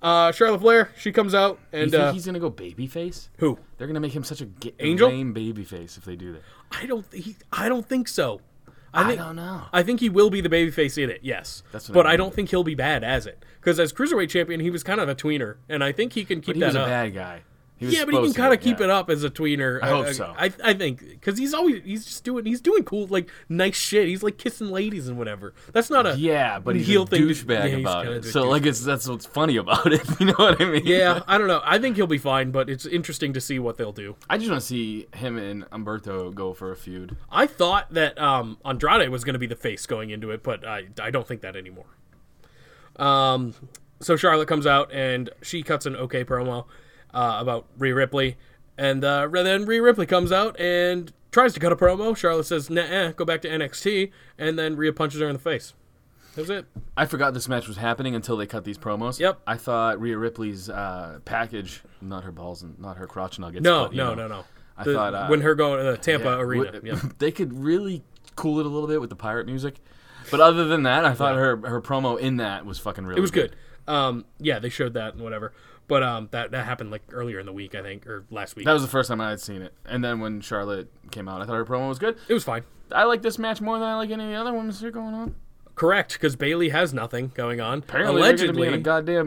Uh, Charlotte Flair, she comes out You and think uh, he's gonna go babyface? who? They're gonna make him such a ga- Angel? lame babyface if they do that. I don't. He, I don't think so. I, I think, don't know. I think he will be the babyface in it, yes. That's what but I I, mean. don't think he'll be bad as it. Because as cruiserweight champion, he was kind of a tweener, and I think he can keep But he that was a up. bad guy. He was yeah, but he can supposed to kind of be, keep yeah. it up as a tweener. I hope so. I, I think because he's always he's just doing he's doing cool like nice shit. He's like kissing ladies and whatever. That's not a Yeah, but he's heel a thing to- yeah, douchebag he's about kind of it. a So douche- like, it's that's what's funny about it. You know what I mean? yeah, I don't know. I think he'll be fine, but it's interesting to see what they'll do. I just want to see him and Umberto go for a feud. I thought that um, Andrade was going to be the face going into it, but I, I don't think that anymore. Um, so Charlotte comes out and she cuts an okay promo uh, about Rhea Ripley, and uh, then Rhea Ripley comes out and eh, tries to cut a promo. Charlotte says, "Nah, go back to NXT," and then Rhea punches her in the face. That's it. I forgot this match was happening until they cut these promos. Yep. I thought Rhea Ripley's uh, package, not her balls and not her crotch nuggets. No, but, you no, know, no, no. I The- thought, uh, when her going to the Tampa yeah, arena. would- yeah. They could really cool it a little bit with the pirate music. But other than that, I thought her her promo in that was fucking really It was good. Um, yeah, they showed that and whatever. But um, that that happened like earlier in the week, I think, or last week. That was the first time I had seen it. And then when Charlotte came out, I thought her promo was good. it was fine. I like this match more than I like any of the other ones that are going on. Correct, because Bailey has nothing going on. Apparently, allegedly, they're gonna be in a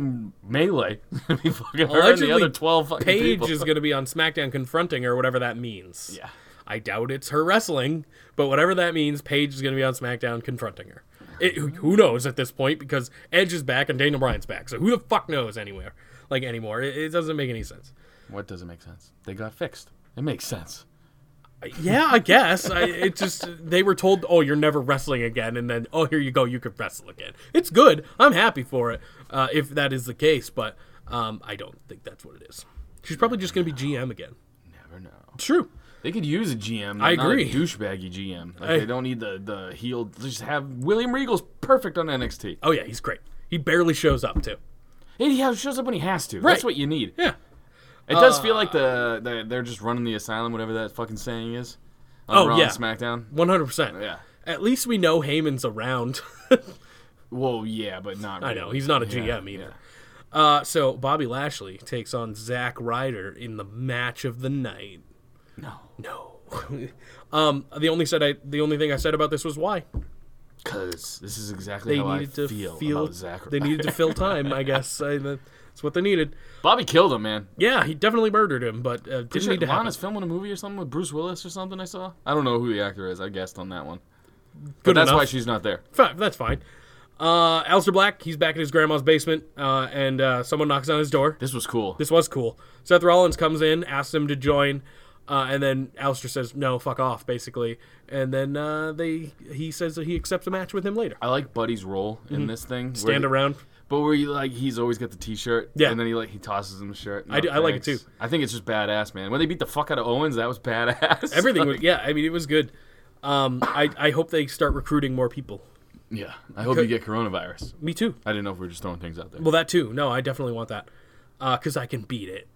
goddamn melee. It's gonna be fucking her and allegedly, the other twelve fucking Paige people. is going to be on SmackDown confronting her, whatever that means. Yeah. I doubt it's her wrestling, but whatever that means, Paige is going to be on SmackDown confronting her. It, who- who knows at this point because Edge is back and Daniel Bryan's back, so who the fuck knows anywhere like anymore? It, it doesn't make any sense. What doesn't make sense? They got fixed. It makes sense. Yeah, I guess. I, it just they were told, "Oh, you're never wrestling again," and then, "Oh, here you go, you could wrestle again." It's good. I'm happy for it uh, if that is the case, but um, I don't think that's what it is. She's probably just going to be GM again. Never know. True. They could use a GM. I not agree. A douchebaggy GM. Like I- they don't need the the heel. Just have William Regal's perfect on NXT. Oh yeah, he's great. He barely shows up too. And he has- shows up when he has to. Right. That's what you need. Yeah. It does feel like the, the they're just running the asylum, whatever that fucking saying is. On Oh, Raw and yeah. SmackDown. One hundred percent. Yeah. At least we know Heyman's around. Well, yeah, but not. I Really. know he's not a GM either. Uh, so Bobby Lashley takes on Zack Ryder in the match of the night. No. No. um, the only said I the only thing I said about this was why Because this is exactly they how needed I to feel, about Zachary. they needed to fill time. I guess I, that's what they needed. Bobby killed him, man. Yeah, he definitely murdered him, but uh, didn't Sure, need to happen. Lana's filming a movie or something with Bruce Willis or something. I saw. I don't know who the actor is. I guessed on that one. But Good that's enough. why she's not there. Fine, that's fine. Uh, Alistair Black, he's back in his grandma's basement, uh, and uh, someone knocks on his door. This was cool. This was cool. Seth Rollins comes in, asks him to join, uh, and then Alistair says, "No, fuck off," basically. And then uh, they he says that he accepts a match with him later. I like Buddy's role in this thing. where Mm-hmm. Stand he- around. But where you like he's always got the T-shirt, Yeah. and then he like he tosses him the shirt. I do- I like it thanks. too. I think it's just badass, man. When they beat the fuck out of Owens, that was badass. Everything was yeah. I mean, it was good. Um, I I hope they start recruiting more people. yeah. I hope you get coronavirus. Me too. I didn't know if we were just throwing things out there. Well, that too. No, I definitely want that because I can beat it.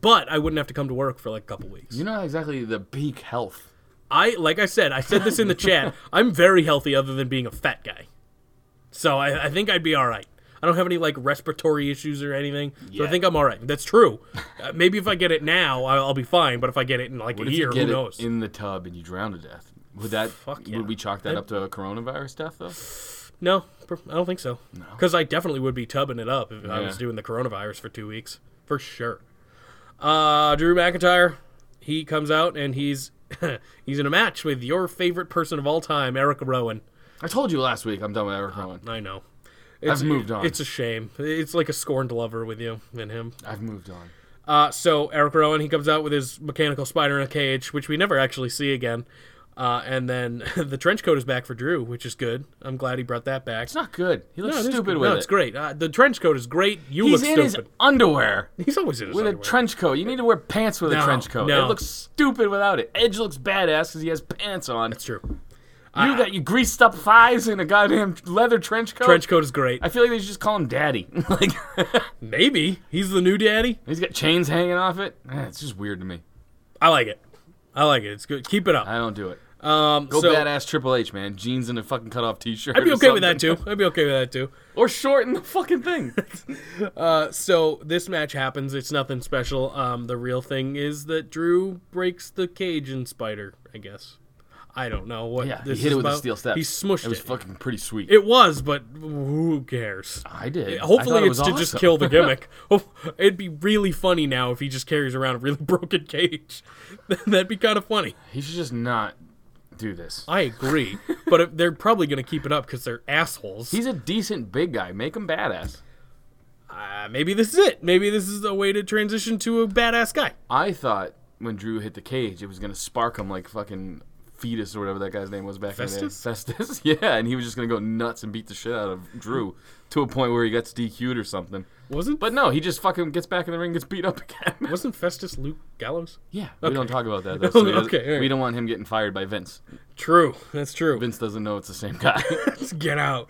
But I wouldn't have to come to work for like a couple weeks. You're not exactly the peak health. I like I said, I said this in the chat. I'm very healthy, other than being a fat guy. So I, I think I'd be all right. I don't have any like respiratory issues or anything, so I Yeah. think I'm all right. That's true. Uh, maybe if I get it now, I'll, I'll be fine. But if I get it in like What a if year, you get who it knows? in the tub and you drown to death? Would that Fuck yeah. would we chalk that up to a coronavirus death though? no, pr- I don't think so. Because I definitely would be tubbing it up if I was Yeah. doing the coronavirus for two weeks for sure. Uh, Drew McIntyre, he comes out and he's he's in a match with your favorite person of all time, Eric Rowan. I told you last week I'm done with Eric Rowan. I know. It's, moved on. It's a shame. It's like a scorned lover with you and him. I've moved on. Uh, so Eric Rowan, he comes out with his mechanical spider in a cage, which we never actually see again. Uh, and then the trench coat is back for Drew, which is good. I'm glad he brought that back. It's not good. He looks it is- stupid no, with it. it's great. Uh, the trench coat is great. You He's look in stupid. his underwear He's always in his with underwear. a trench coat. You need to wear pants with No, a trench coat. no. It looks stupid without it. Edge looks badass because he has pants on. It's true. you got you greased up thighs in a goddamn leather trench coat. Trench coat is great. I feel like they should just call him daddy. like Maybe he's the new daddy. he's got chains hanging off it. Eh, it's just weird to me. I like it. I like it. It's good. Keep it up. I don't do it. Um, Go so badass Triple H, man. Jeans and a fucking cut off t-shirt. I'd be or okay with that something. too. I'd be okay with that too. Or shorten the fucking thing. so this match happens. It's nothing special. Um, the real thing is that Drew breaks the cage in Spider. I guess. I don't know what. yeah, he this hit is it with a about. steel step. He smushed It it. was fucking pretty sweet. it was, but who cares? I did. I Hopefully, thought it it's was to just awesome. kill the gimmick. oh, it'd be really funny now if he just carries around a really broken cage. That'd be kind of funny. He should just not do this. I agree, but it- they're probably gonna keep it up because they're assholes. He's a decent big guy. Make him badass. Uh, maybe this is it. Maybe this is a way to transition to a badass guy. I thought when Drew hit the cage, it was gonna spark him like fucking Fetus or whatever that guy's name was back Festus? in the day. Festus, yeah, and he was just gonna go nuts and beat the shit out of Drew to a point where he gets DQ'd or something. Wasn't But no, he just fucking gets back in the ring, and gets beat up again. wasn't Festus Luke Gallows? yeah, we don't talk about that. Though, he doesn't- Okay, all right. we don't want him getting fired by Vince. True, that's true. Vince doesn't know it's the same guy. Get out.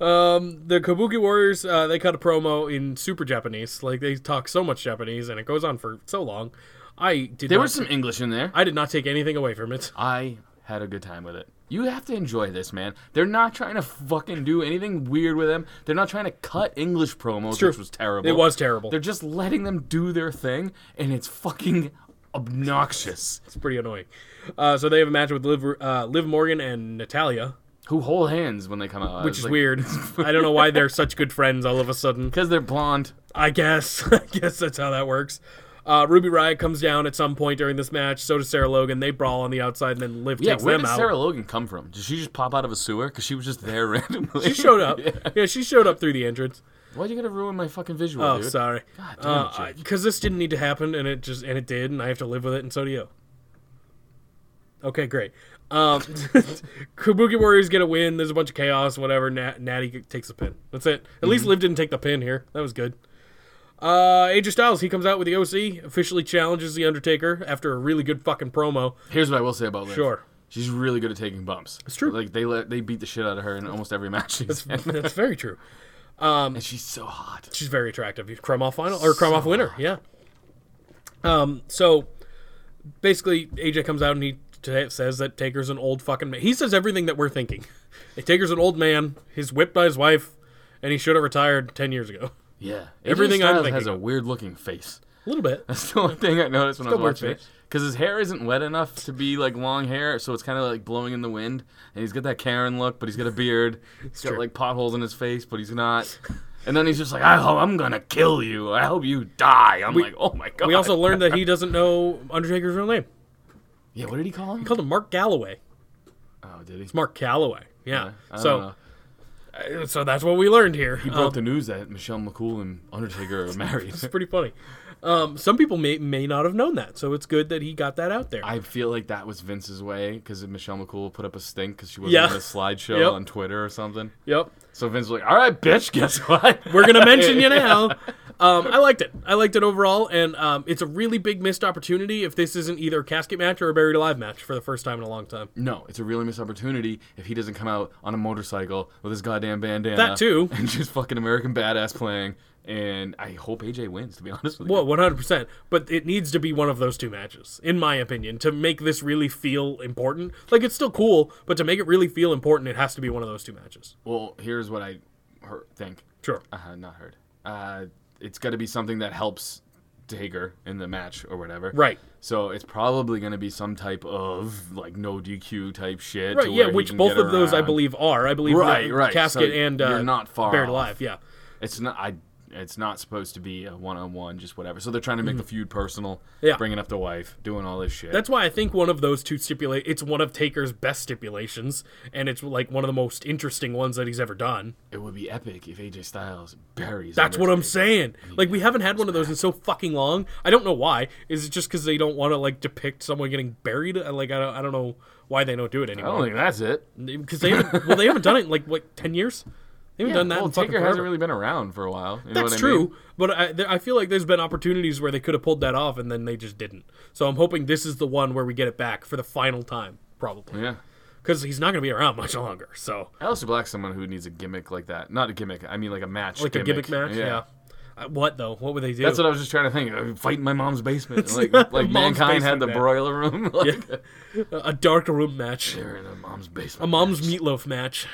Um, the Kabuki Warriors, uh, they cut a promo in super Japanese. Like they talk so much Japanese, and it goes on for so long. I did. there not, was some English in there. I did not take anything away from it. I had a good time with it. You have to enjoy this, man. They're not trying to fucking do anything weird with them. They're not trying to cut English promos, true. which was terrible. It was terrible. They're just letting them do their thing, and it's fucking obnoxious. It's pretty annoying. Uh, so they have a match with Liv, uh, Liv Morgan and Natalia, Who hold hands when they come out? which is weird. I don't know why they're such good friends all of a sudden. because they're blonde. I guess. I guess that's how that works. Uh, Ruby Riot comes down at some point during this match. So does Sarah Logan. They brawl on the outside, and then Liv Yeah, takes where them did out. Sarah Logan come from? Did she just pop out of a sewer? Because she was just there randomly. she showed up. yeah. she showed up through the entrance. Why'd you gotta ruin my fucking visual, Oh, dude? sorry. God damn it, Jake. Because this didn't need to happen, and it just and it did, and I have to live with it, and so do you. Okay, great. Um, Kabuki Warriors get a win. There's a bunch of chaos, whatever. Nat- Natty takes the pin. That's it. At least Liv didn't take the pin here. That was good. Uh, AJ Styles, he comes out with the OC, officially challenges The Undertaker after a really good fucking promo. Here's what I will say about Liv. Sure. She's really good at taking bumps. It's true. Like they let they beat the shit out of her in almost every match she's in. That's very true. And she's so hot. She's very attractive. Krumoff final or Krumoff winner, yeah. Um, so basically, AJ comes out and he t- says that Taker's an old fucking man. He says everything that we're thinking. Taker's an old man. He's whipped by his wife, and he should have retired ten years ago. Yeah. Everything AJ I'm Styles thinking has a of. weird looking face. A little bit. That's the only thing I noticed when I was weird watching it. face. Because his hair isn't wet enough to be like long hair, so it's kind of like blowing in the wind. And he's got that Karen look, but he's got a beard. He's got true. like potholes in his face, but he's not. And then he's just like, I hope I'm gonna kill you. I hope you die. I'm like, oh my god. We also learned that he doesn't know Undertaker's real name. yeah. What did he call him? He called him Mark Galloway. Oh, did he? It's Mark Calloway. Yeah. I don't so, know. uh, so that's what we learned here. Um, He broke the news that Michelle McCool and Undertaker are married. It's pretty funny. Um, some people may may not have known that, so it's good that he got that out there. I feel like that was Vince's way because Michelle McCool put up a stink because she wasn't Yeah. on a slideshow Yep. on Twitter or something. yep. So Vince was like, "All right, bitch, guess what? We're gonna mention you now. Um, I liked it. I liked it overall, and um, it's a really big missed opportunity if this isn't either a casket match or a buried alive match for the first time in a long time. No, it's a really missed opportunity if he doesn't come out on a motorcycle with his goddamn bandana. That too. And just fucking American Badass playing. And I hope AJ wins, to be honest with you. Well, one hundred percent. But it needs to be one of those two matches, in my opinion, to make this really feel important. Like it's still cool, but to make it really feel important, it has to be one of those two matches. Well, here's what I heard, think. Sure. Uh, not heard. Uh, it's got to be something that helps Taker in the match or whatever. Right. So it's probably going to be some type of like no DQ type shit. to Right. Yeah. where he Which can both get of those, I around. believe, are. I believe Right, the right, casket so and uh, you're not far buried off. alive. Yeah. It's not. I. It's not supposed to be a one-on-one, just whatever. So they're trying to make the feud personal. Mm-hmm. Yeah. Bringing up the wife, doing all this shit. That's why I think one of those two stipulate it's one of Taker's best stipulations, and it's like one of the most interesting ones that he's ever done. it would be epic if AJ Styles buries. That's what I'm Undertaker. saying. Like we haven't had one of those in so fucking long. I don't know why. Is it just because they don't want to like depict someone getting buried? Uh, Like I don't, I don't know why they don't do it I don't anymore. think that's it. Because they haven't, well they haven't done it in like what ten years. They haven't done that. well, in fucking Taker hasn't forever. really been around for a while. You know That's what I true, mean? but I, there, I feel like there's been opportunities where they could have pulled that off and then they just didn't. So I'm hoping this is the one where we get it back for the final time, probably. Yeah. because he's not going to be around much longer. So, Alistair Black's someone who needs a gimmick like that. Not a gimmick. I mean, like a match. like a gimmick match, yeah. Uh, What though? What would they do? That's what I was just trying to think. Uh, Fight in my mom's basement. Like, like Mom's mankind had basement the match. broiler room. Like, a dark room match, they're in a mom's basement. a mom's meatloaf match.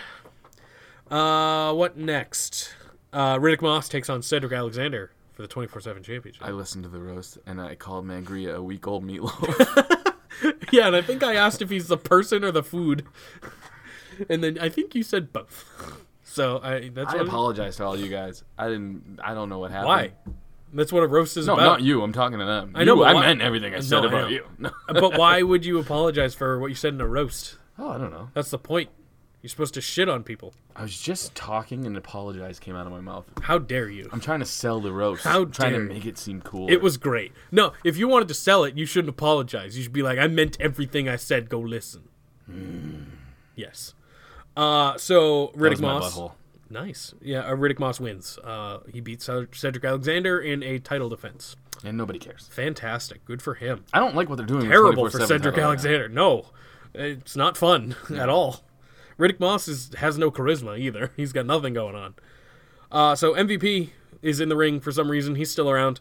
Uh, what next? Uh, Riddick Moss takes on Cedric Alexander for the twenty four seven championship. I listened to the roast and I called Mangria a week old meatloaf. yeah, and I think I asked if he's the person or the food, and then I think you said both. So I that's I what apologize to all you guys. I didn't. I don't know what happened. why. That's what a roast is No, about. not you. I'm talking to them. I know, but I why- meant everything I No, said I know. about you. No. but why would you apologize for what you said in a roast? Oh, I don't know. That's the point. You're supposed to shit on people. I was just talking and apologize came out of my mouth. How dare you? I'm trying to sell the roast. How I'm trying dare to make it seem cool. It was great. No, if you wanted to sell it, you shouldn't apologize. You should be like, I meant everything I said. Go listen. Yes. Uh, so Hmm. That Riddick was my Moss. butthole. Nice. Yeah, uh, Riddick Moss wins. Uh, he beats Ced- Cedric Alexander in a title defense. And nobody cares. Fantastic. Good for him. I don't like what they're doing. with Terrible for 24/7 Cedric title Hmm. right now. Alexander. No, it's not fun at all. Riddick Moss is, has no charisma either. He's got nothing going on. Uh, so MVP is in the ring for some reason. He's still around.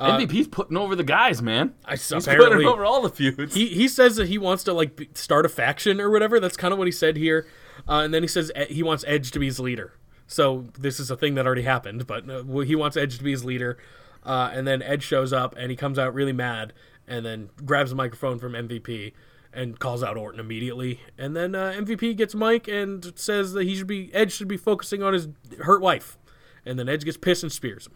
MVP's putting over the guys, man. I He's apparently- putting over all the feuds. He he says that he wants to like be- start a faction or whatever. That's kind of what he said here. Uh, and then he says E- he wants Edge to be his leader. So this is a thing that already happened, but uh, well, he wants Edge to be his leader. Uh, and then Edge shows up and he comes out really mad and then grabs the microphone from MVP and calls out Orton immediately. And then uh, MVP gets Mike and says that he should be Edge should be focusing on his hurt wife. And then Edge gets pissed and spears him.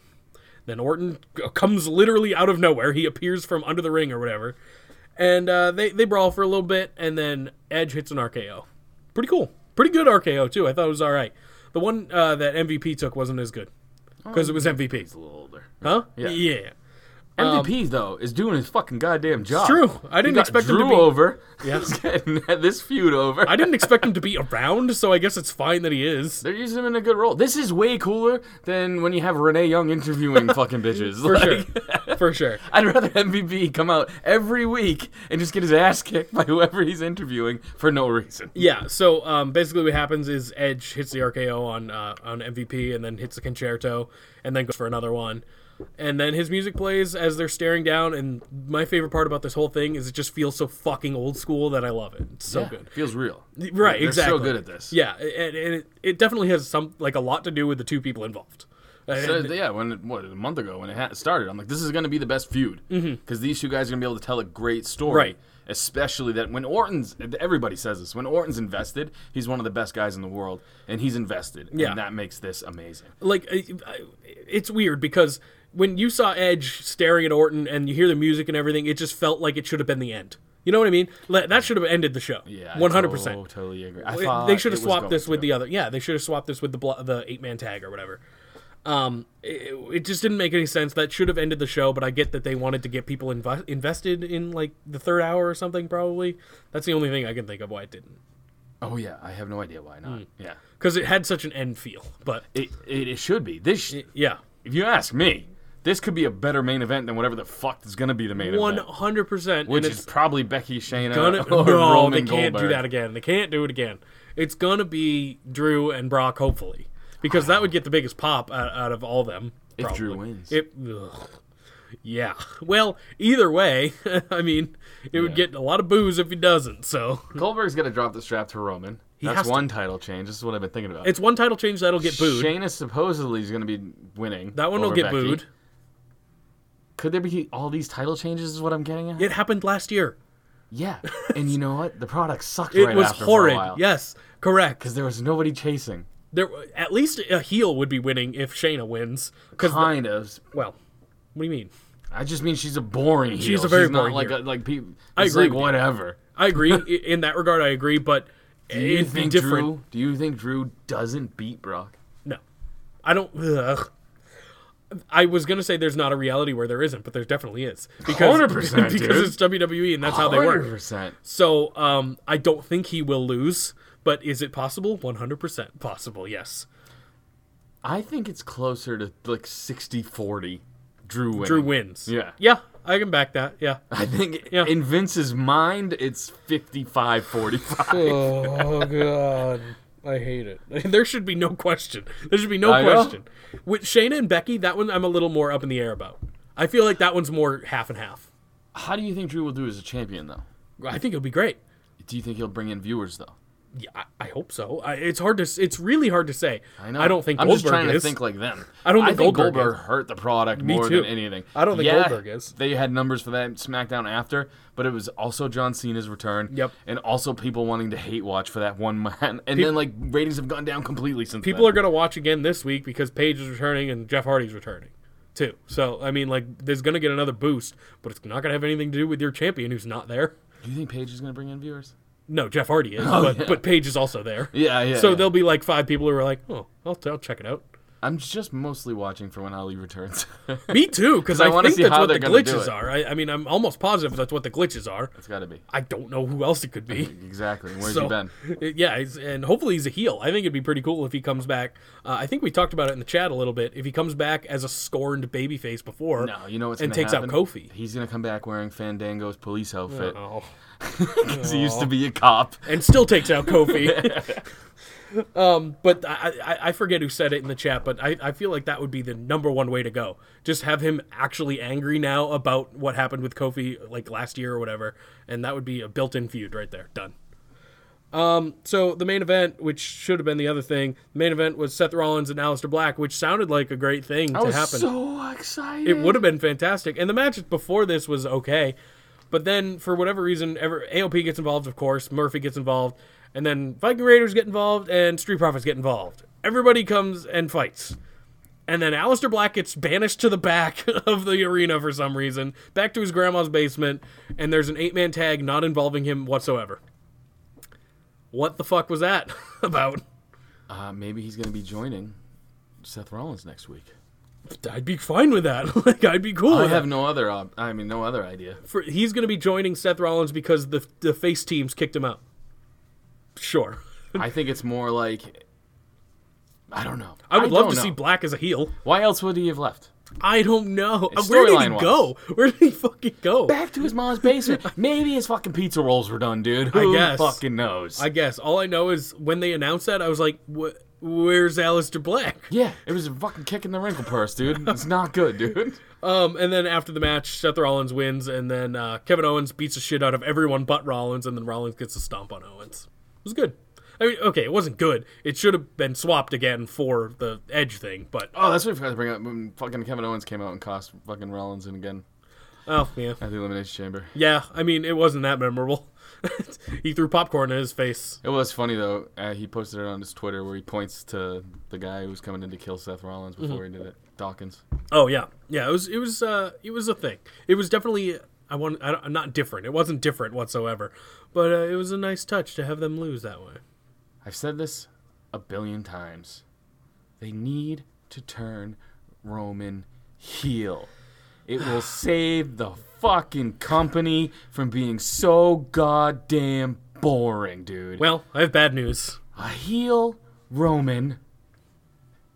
Then Orton g- comes literally out of nowhere. He appears from under the ring or whatever, and uh, they they brawl for a little bit, and then Edge hits an RKO. Pretty cool, pretty good RKO too. I thought it was all right. The one uh, that MVP took wasn't as good because it was MVP, a little older. huh? Yeah. yeah. MVP though is doing his fucking goddamn job. Um, true. I He didn't got expect him Drew to be- over. Yeah. He's getting this feud over. I didn't expect him to be around, so I guess it's fine that he is. They're using him in a good role. This is way cooler than when you have Renee Young interviewing fucking bitches. For Like, sure, for sure. I'd rather MVP come out every week and just get his ass kicked by whoever he's interviewing for no reason. Yeah. So um, basically, what happens is Edge hits the RKO on uh, on MVP, and then hits the concerto, and then goes for another one, and then his music plays as they're staring down. And my favorite part about this whole thing is it just feels so fucking old school that I love it. It's so Yeah, good. Feels real. Right. Right. They're exactly. so good at this. Yeah, and, and it, it definitely has some like a lot to do with the two people involved. So, And- yeah, when it- what a month ago when it ha- started, I'm like, this is going to be the best feud because these two guys are going to be able to tell a great story. Mm-hmm. Right. Especially that when Orton's, everybody says this. When Orton's invested, he's one of the best guys in the world, and he's invested. Yeah. and that makes this amazing. like I- I- it's weird because when you saw Edge staring at Orton and you hear the music and everything, it just felt like it should have been the end. You know what I mean? Like, That should have ended the show. Yeah, I one hundred percent. Totally agree. I It- thought they should have it was swapped going this with to. the other. Yeah, they should have swapped this with the blo- the eight man tag or whatever. Um, it, it just didn't make any sense. That should have ended the show, but I get that they wanted to get people inv- invested in like the third hour or something. Probably that's the only thing I can think of why it didn't, Oh yeah, I have no idea why Hmm. not. Yeah, because it had such an end feel. But it, it it should be this. sh- yeah, if you ask me, this could be a better main event than whatever the fuck is going to be the main one event. hundred percent. Which is probably Becky Shayna gonna or no, Roman they can't do Goldberg. that again. They can't do it again. It's gonna be Drew and Brock, hopefully, because that would get the biggest pop out, out of all them. If probably. Drew wins. it, ugh. yeah. Well, either way, I mean, it would get a lot of booze if he doesn't. So Goldberg's gonna drop the strap to Roman. has That's to. one title change. This is what I've been thinking about. it's one title change that'll get booed. Shayna supposedly is gonna be winning. that one will over get Becky. booed. Could there be all these title changes? Is what I'm getting at. It happened last year. yeah. and you know what? The product sucked. It right was after For a horrid. while. Yes, correct. Because there was nobody chasing. There, at least a heel would be winning if Shayna wins. Because Kind of. well, what do you mean? I just mean she's a boring. heel. She's a very not boring like heel. A, like people. I it's agree Like with you. whatever. I agree I- in that regard. I agree, but Do you it'd be think different. Drew? Do you think Drew doesn't beat Brock? No, I don't. Ugh. I was gonna say there's not a reality where there isn't, but there definitely is because 100%, because dude. it's WWE and that's how they work. percent. So um, I don't think he will lose, but is it possible? 100% possible. Yes, I think it's closer to like 60-40 Drew winning. Drew wins. Yeah. yeah, I can back that. Yeah, I think Yeah. in Vince's mind, it's 55 45. Oh god, I hate it. There should be no question. There should be no I know. question. With Shayna and Becky, that one I'm a little more up in the air about. I feel like that one's more half and half. How do you think Drew will do as a champion, though? I think it'll be great. Do you think he'll bring in viewers, though? Yeah, I, I hope so. I, it's hard to. s- It's really hard to say. I know. I don't think I'm Goldberg just trying is. to think like them. I don't think Goldberg Goldberg hurt the product more too. than anything. I don't think Yeah, Goldberg is. They had numbers for that SmackDown after, but it was also John Cena's return. Yep. And also people wanting to hate watch for that one man. And Pe- then like ratings have gone down completely since. People then. are gonna watch again this week because Paige is returning and Jeff Hardy's returning too. So I mean, like, there's gonna get another boost, but it's not gonna have anything to do with your champion who's not there. Do you think Paige is going to bring in viewers? No, Jeff Hardy is, but, but Paige is also there. Oh, Yeah, yeah, So yeah. there'll be like five people who are like, oh, I'll, I'll check it out. I'm just mostly watching for when Ali returns. Me too, because 'Cause I I, wanna think see that's how what the they're gonna do glitches it. are. I, I mean, I'm almost positive that's what the glitches are. it's got to be. I don't know who else it could be. Exactly. Where's so, he been? it- Yeah, he's, and hopefully he's a heel. I think it'd be pretty cool if he comes back. Uh, I think we talked about it in the chat a little bit. If he comes back as a scorned babyface before, No, you know what's and gonna takes happen? out Kofi. He's gonna come back wearing Fandango's police outfit Oh. 'Cause he used to be a cop. and still takes out Kofi. um, but I, I, I forget who said it in the chat, but I, I feel like that would be the number one way to go. Just have him actually angry now about what happened with Kofi like last year or whatever, and that would be a built-in feud right there. Done. Um, so the main event, which should have been the other thing, the main event was Seth Rollins and Aleister Black, which sounded like a great thing I to was happen. so excited. It would have been fantastic. And the match before this was okay. But then, for whatever reason, ever, AOP gets involved, of course. Murphy gets involved. And then Viking Raiders get involved, and Street Profits get involved. Everybody comes and fights. And then Aleister Black gets banished to the back of the arena for some reason, back to his grandma's basement, and there's an eight man tag not involving him whatsoever. What the fuck was that about? Uh, maybe he's gonna be joining Seth Rollins next week. I'd be fine with that. like, I'd be cool I with that. have no other. Op- I mean, no other idea. for, he's going to be joining Seth Rollins because the the face teams kicked him out. Sure, I think it's more like. I don't know. I would love don't to see know. Black as a heel. Why else would he have left? I don't know. Uh, Where did he storyline-wise. go? Where did he fucking go? Back to his mom's basement. Maybe his fucking pizza rolls were done, dude. Who guess. fucking knows? I guess all I know is when they announced that, I was like, "Wh- "Where's Aleister Black?" yeah, it was a fucking kick in the wrinkle purse, dude. It's not good, dude. Um, and then after the match, Seth Rollins wins, and then uh, Kevin Owens beats the shit out of everyone but Rollins, and then Rollins gets a stomp on Owens. It was good. I mean, okay, it wasn't good. It should have been swapped again for the Edge thing, but Oh, that's what I forgot to bring up. When fucking Kevin Owens came out and cost fucking Rollins in again oh yeah. at the Elimination Chamber. Yeah, I mean, it wasn't that memorable. he threw popcorn in his face. It was funny though. Uh, he posted it on his Twitter where he points to the guy who was coming in to kill Seth Rollins before Mm-hmm. he did it. Dawkins. Oh yeah, yeah. It was it was uh it was a thing. It was definitely I want I, don't- not different. It wasn't different whatsoever, but uh, it was a nice touch to have them lose that way. I've said this a billion times. They need to turn Roman heel. It will save the fucking company from being so goddamn boring, dude. Well, I have bad news. a heel Roman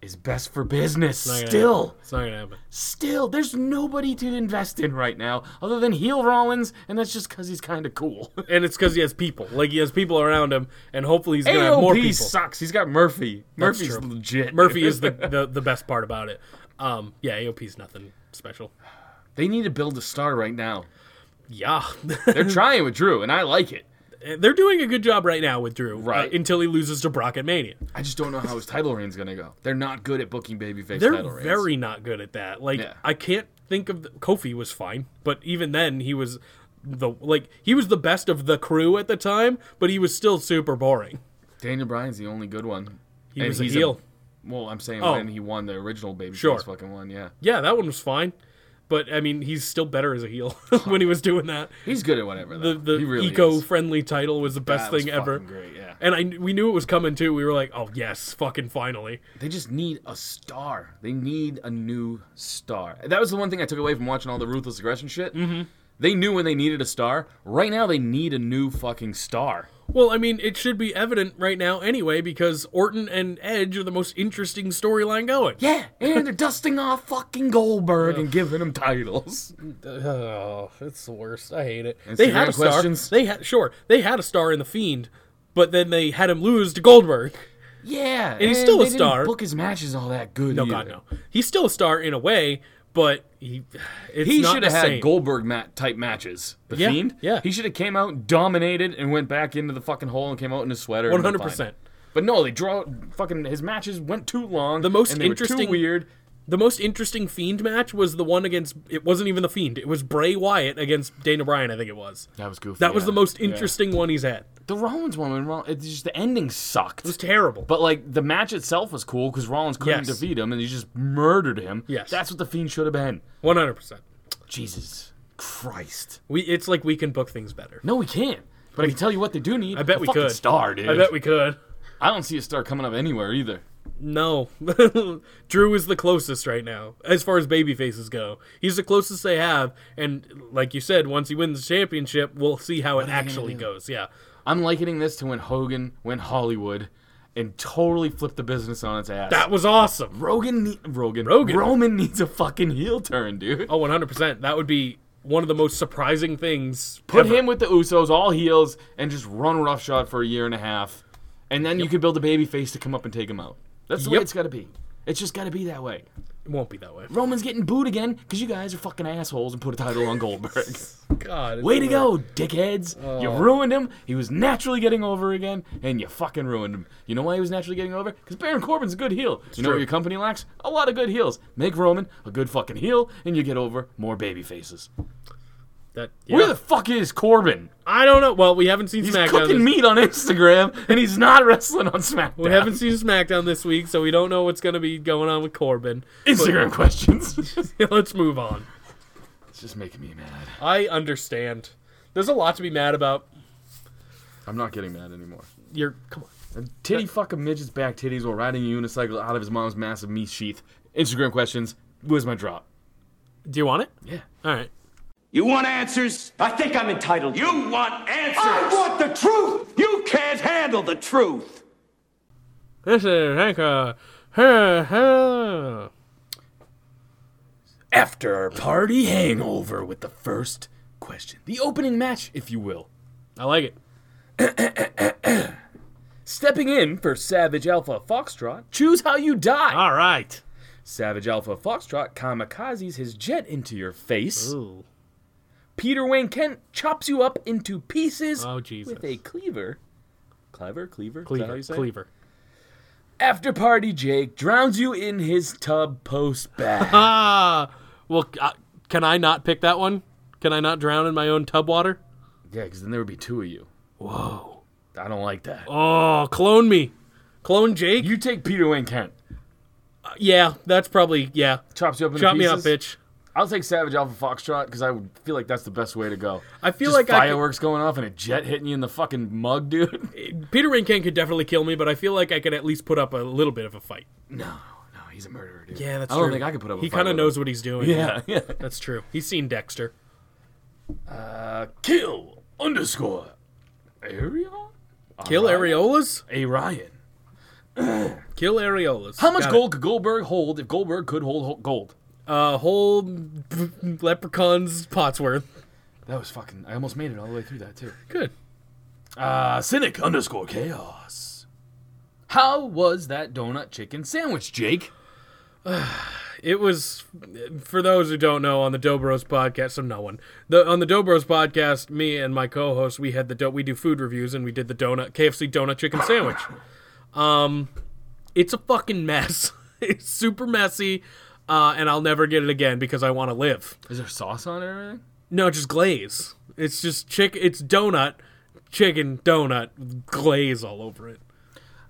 is best for business Not gonna still. happen. it's not gonna happen. Still, there's nobody to invest in right now other than heel Rollins, and that's just because he's kind of cool. And it's because he has people. Like he has people around him, and hopefully he's gonna have more AOP people. sucks. He's got Murphy. That's Murphy's true. legit. Murphy is the, the the best part about it. Um, yeah, AOP's nothing special. They need to build a star right now. Yeah, They're trying with Drew, and I like it. they're doing a good job right now with Drew. uh, Right. until he loses to Brock at Mania. I just don't know how his title reign's gonna go. They're not good at booking babyface They're title reigns. very not good at that. Like Yeah. I can't think of the, Kofi was fine, but even then he was the like he was the best of the crew at the time, but he was still super boring. Daniel Bryan's the only good one. He was a heel. well, I'm saying Oh. when he won the original babyface Sure. fucking one, yeah. yeah, that one was fine, but I mean he's still better as a heel when he was doing that. He's good at whatever. Though. The the he really is. eco-friendly title was the best That was thing ever. fucking Great, yeah. And I we knew it was coming too. We were like, "Oh yes, fucking finally." They just need a star. They need a new star. That was the one thing I took away from watching all the ruthless aggression shit. Mm-hmm. They knew when they needed a star. Right now, they need a new fucking star. Well, I mean, it should be evident right now anyway because Orton and Edge are the most interesting storyline going. Yeah, and they're dusting off fucking Goldberg and giving him titles. Oh, it's the worst. I hate it. Instagram they had a star. questions? They had sure. They had a star in the Fiend, but then they had him lose to Goldberg. Yeah, and, he's still a they didn't star. book his matches all that good. No, either. God, no. He's still a star in a way, but he. It's He not should the have had same. Goldberg mat type matches. The Yeah, Fiend. yeah. He should have came out, dominated, and went back into the fucking hole and came out in his sweater. and been fine. 100%. But no, they draw fucking his matches went too long. The most and they were too interesting- weird. The most interesting Fiend match was the one against. It wasn't even the Fiend. It was Bray Wyatt against Dana Bryan. I think it was. That was goofy. That was yeah. the most Yeah. interesting one he's had. It The Rollins one, when Roll- it's just the ending sucked. was terrible. but like the match itself was cool because Rollins couldn't Yes. defeat him and he just murdered him. Yes. that's what the Fiend should have been. 100%. Jesus Christ! We it's like we can book things better. No, we can't. But I can tell you what they do need. I bet a we fucking could. Star, dude. I bet we could. I don't see a star coming up anywhere either. No. Drew is the closest right now, as far as baby faces go. He's the closest they have, and like you said, once he wins the championship, we'll see how it actually goes. Yeah. I'm likening this to when Hogan went Hollywood and totally flipped the business on its ass. That was awesome. Rogan, ne- Rogan, Rogan. Roman needs a fucking heel turn, dude. Oh, 100%. That would be one of the most surprising things. Put ever. him with the Usos, all heels, and just run roughshod for a year and a half, and then you could build a baby face to come up and take him out. That's the way Yep. it's got to be. It's just got to be that way. It won't be that way. Roman's getting booed again because you guys are fucking assholes and put a title on Goldberg. God. it's Way to over. go, dickheads! You Uh. ruined him. He was naturally getting over again, and you fucking ruined him. You know why he was naturally getting over? Because Baron Corbin's a good heel. you know true. what your company lacks? A lot of good heels. Make Roman a good fucking heel, and you get over more baby faces. That, Where yeah. the fuck is Corbin? I don't know. Well, we haven't seen He's SmackDown. cooking this- meat on Instagram, and he's not wrestling on SmackDown. We haven't seen SmackDown this week, so we don't know what's going to be going on with Corbin. Instagram questions. it's Let's move on. just making me mad. I understand. There's a lot to be mad about. I'm not getting mad anymore. You're come on. Titty fucking midget's back titties while riding a unicycle out of his mom's massive meat sheath. Instagram questions. Where's my drop? Do you want it? Yeah. All right. You want answers? I think I'm entitled. You want answers? I want the truth. You can't handle the truth. This is Hank. Uh, huh, huh. after party hangover with the first question. The opening match, if you will. I like it. Stepping in for Savage Alpha Foxtrot, choose how you die. All right. Savage Alpha Foxtrot kamikazes his jet into your face. Ooh. Peter Wayne Kent chops you up into pieces Oh Jesus. with a cleaver. Clever, cleaver, Is that how cleaver. you say it? Cleaver. After party, Jake drowns you in his tub post bath. Ah. well, uh, can I not pick that one? Can I not drown in my own tub water? yeah, because then there would be two of you. Whoa. I don't like that. Oh, clone me. Clone Jake? You take Peter Wayne Kent, yeah, that's probably yeah. chops you up into Chop me pieces. up, bitch. I'll take Savage Alpha Foxtrot because I would feel like that's the best way to go. I feel Just like I could- fireworks going off and a jet hitting you in the fucking mug, dude. Peter Rinkan could definitely kill me, but I feel like I could at least put up a little bit of a fight. No, no, he's a murderer, dude. Yeah, that's I don't true. think I could put up. a He fight kind of with knows what he's doing. him. Yeah, yeah. that's true. He's seen Dexter. Kill underscore Ariel Kill areolas. A Ryan. Kill areolas. How much Got it. gold could Goldberg hold if Goldberg could hold ho- gold? A Uh, whole leprechaun's pots worth. That was fucking. I almost made it all the way through that too. Good. Uh, cynic underscore chaos. How was that donut chicken sandwich, Jake? It was for those who don't know on the Dobros podcast. So no one the on the Dobros podcast. Me and my co-host we had the do- we do food reviews and we did the donut KFC donut chicken sandwich. Um, it's a fucking mess. it's super messy, uh, and I'll never get it again because I want to live. Is there sauce on it or anything? No, just glaze. It's just chick. It's donut, chicken donut with glaze all over it.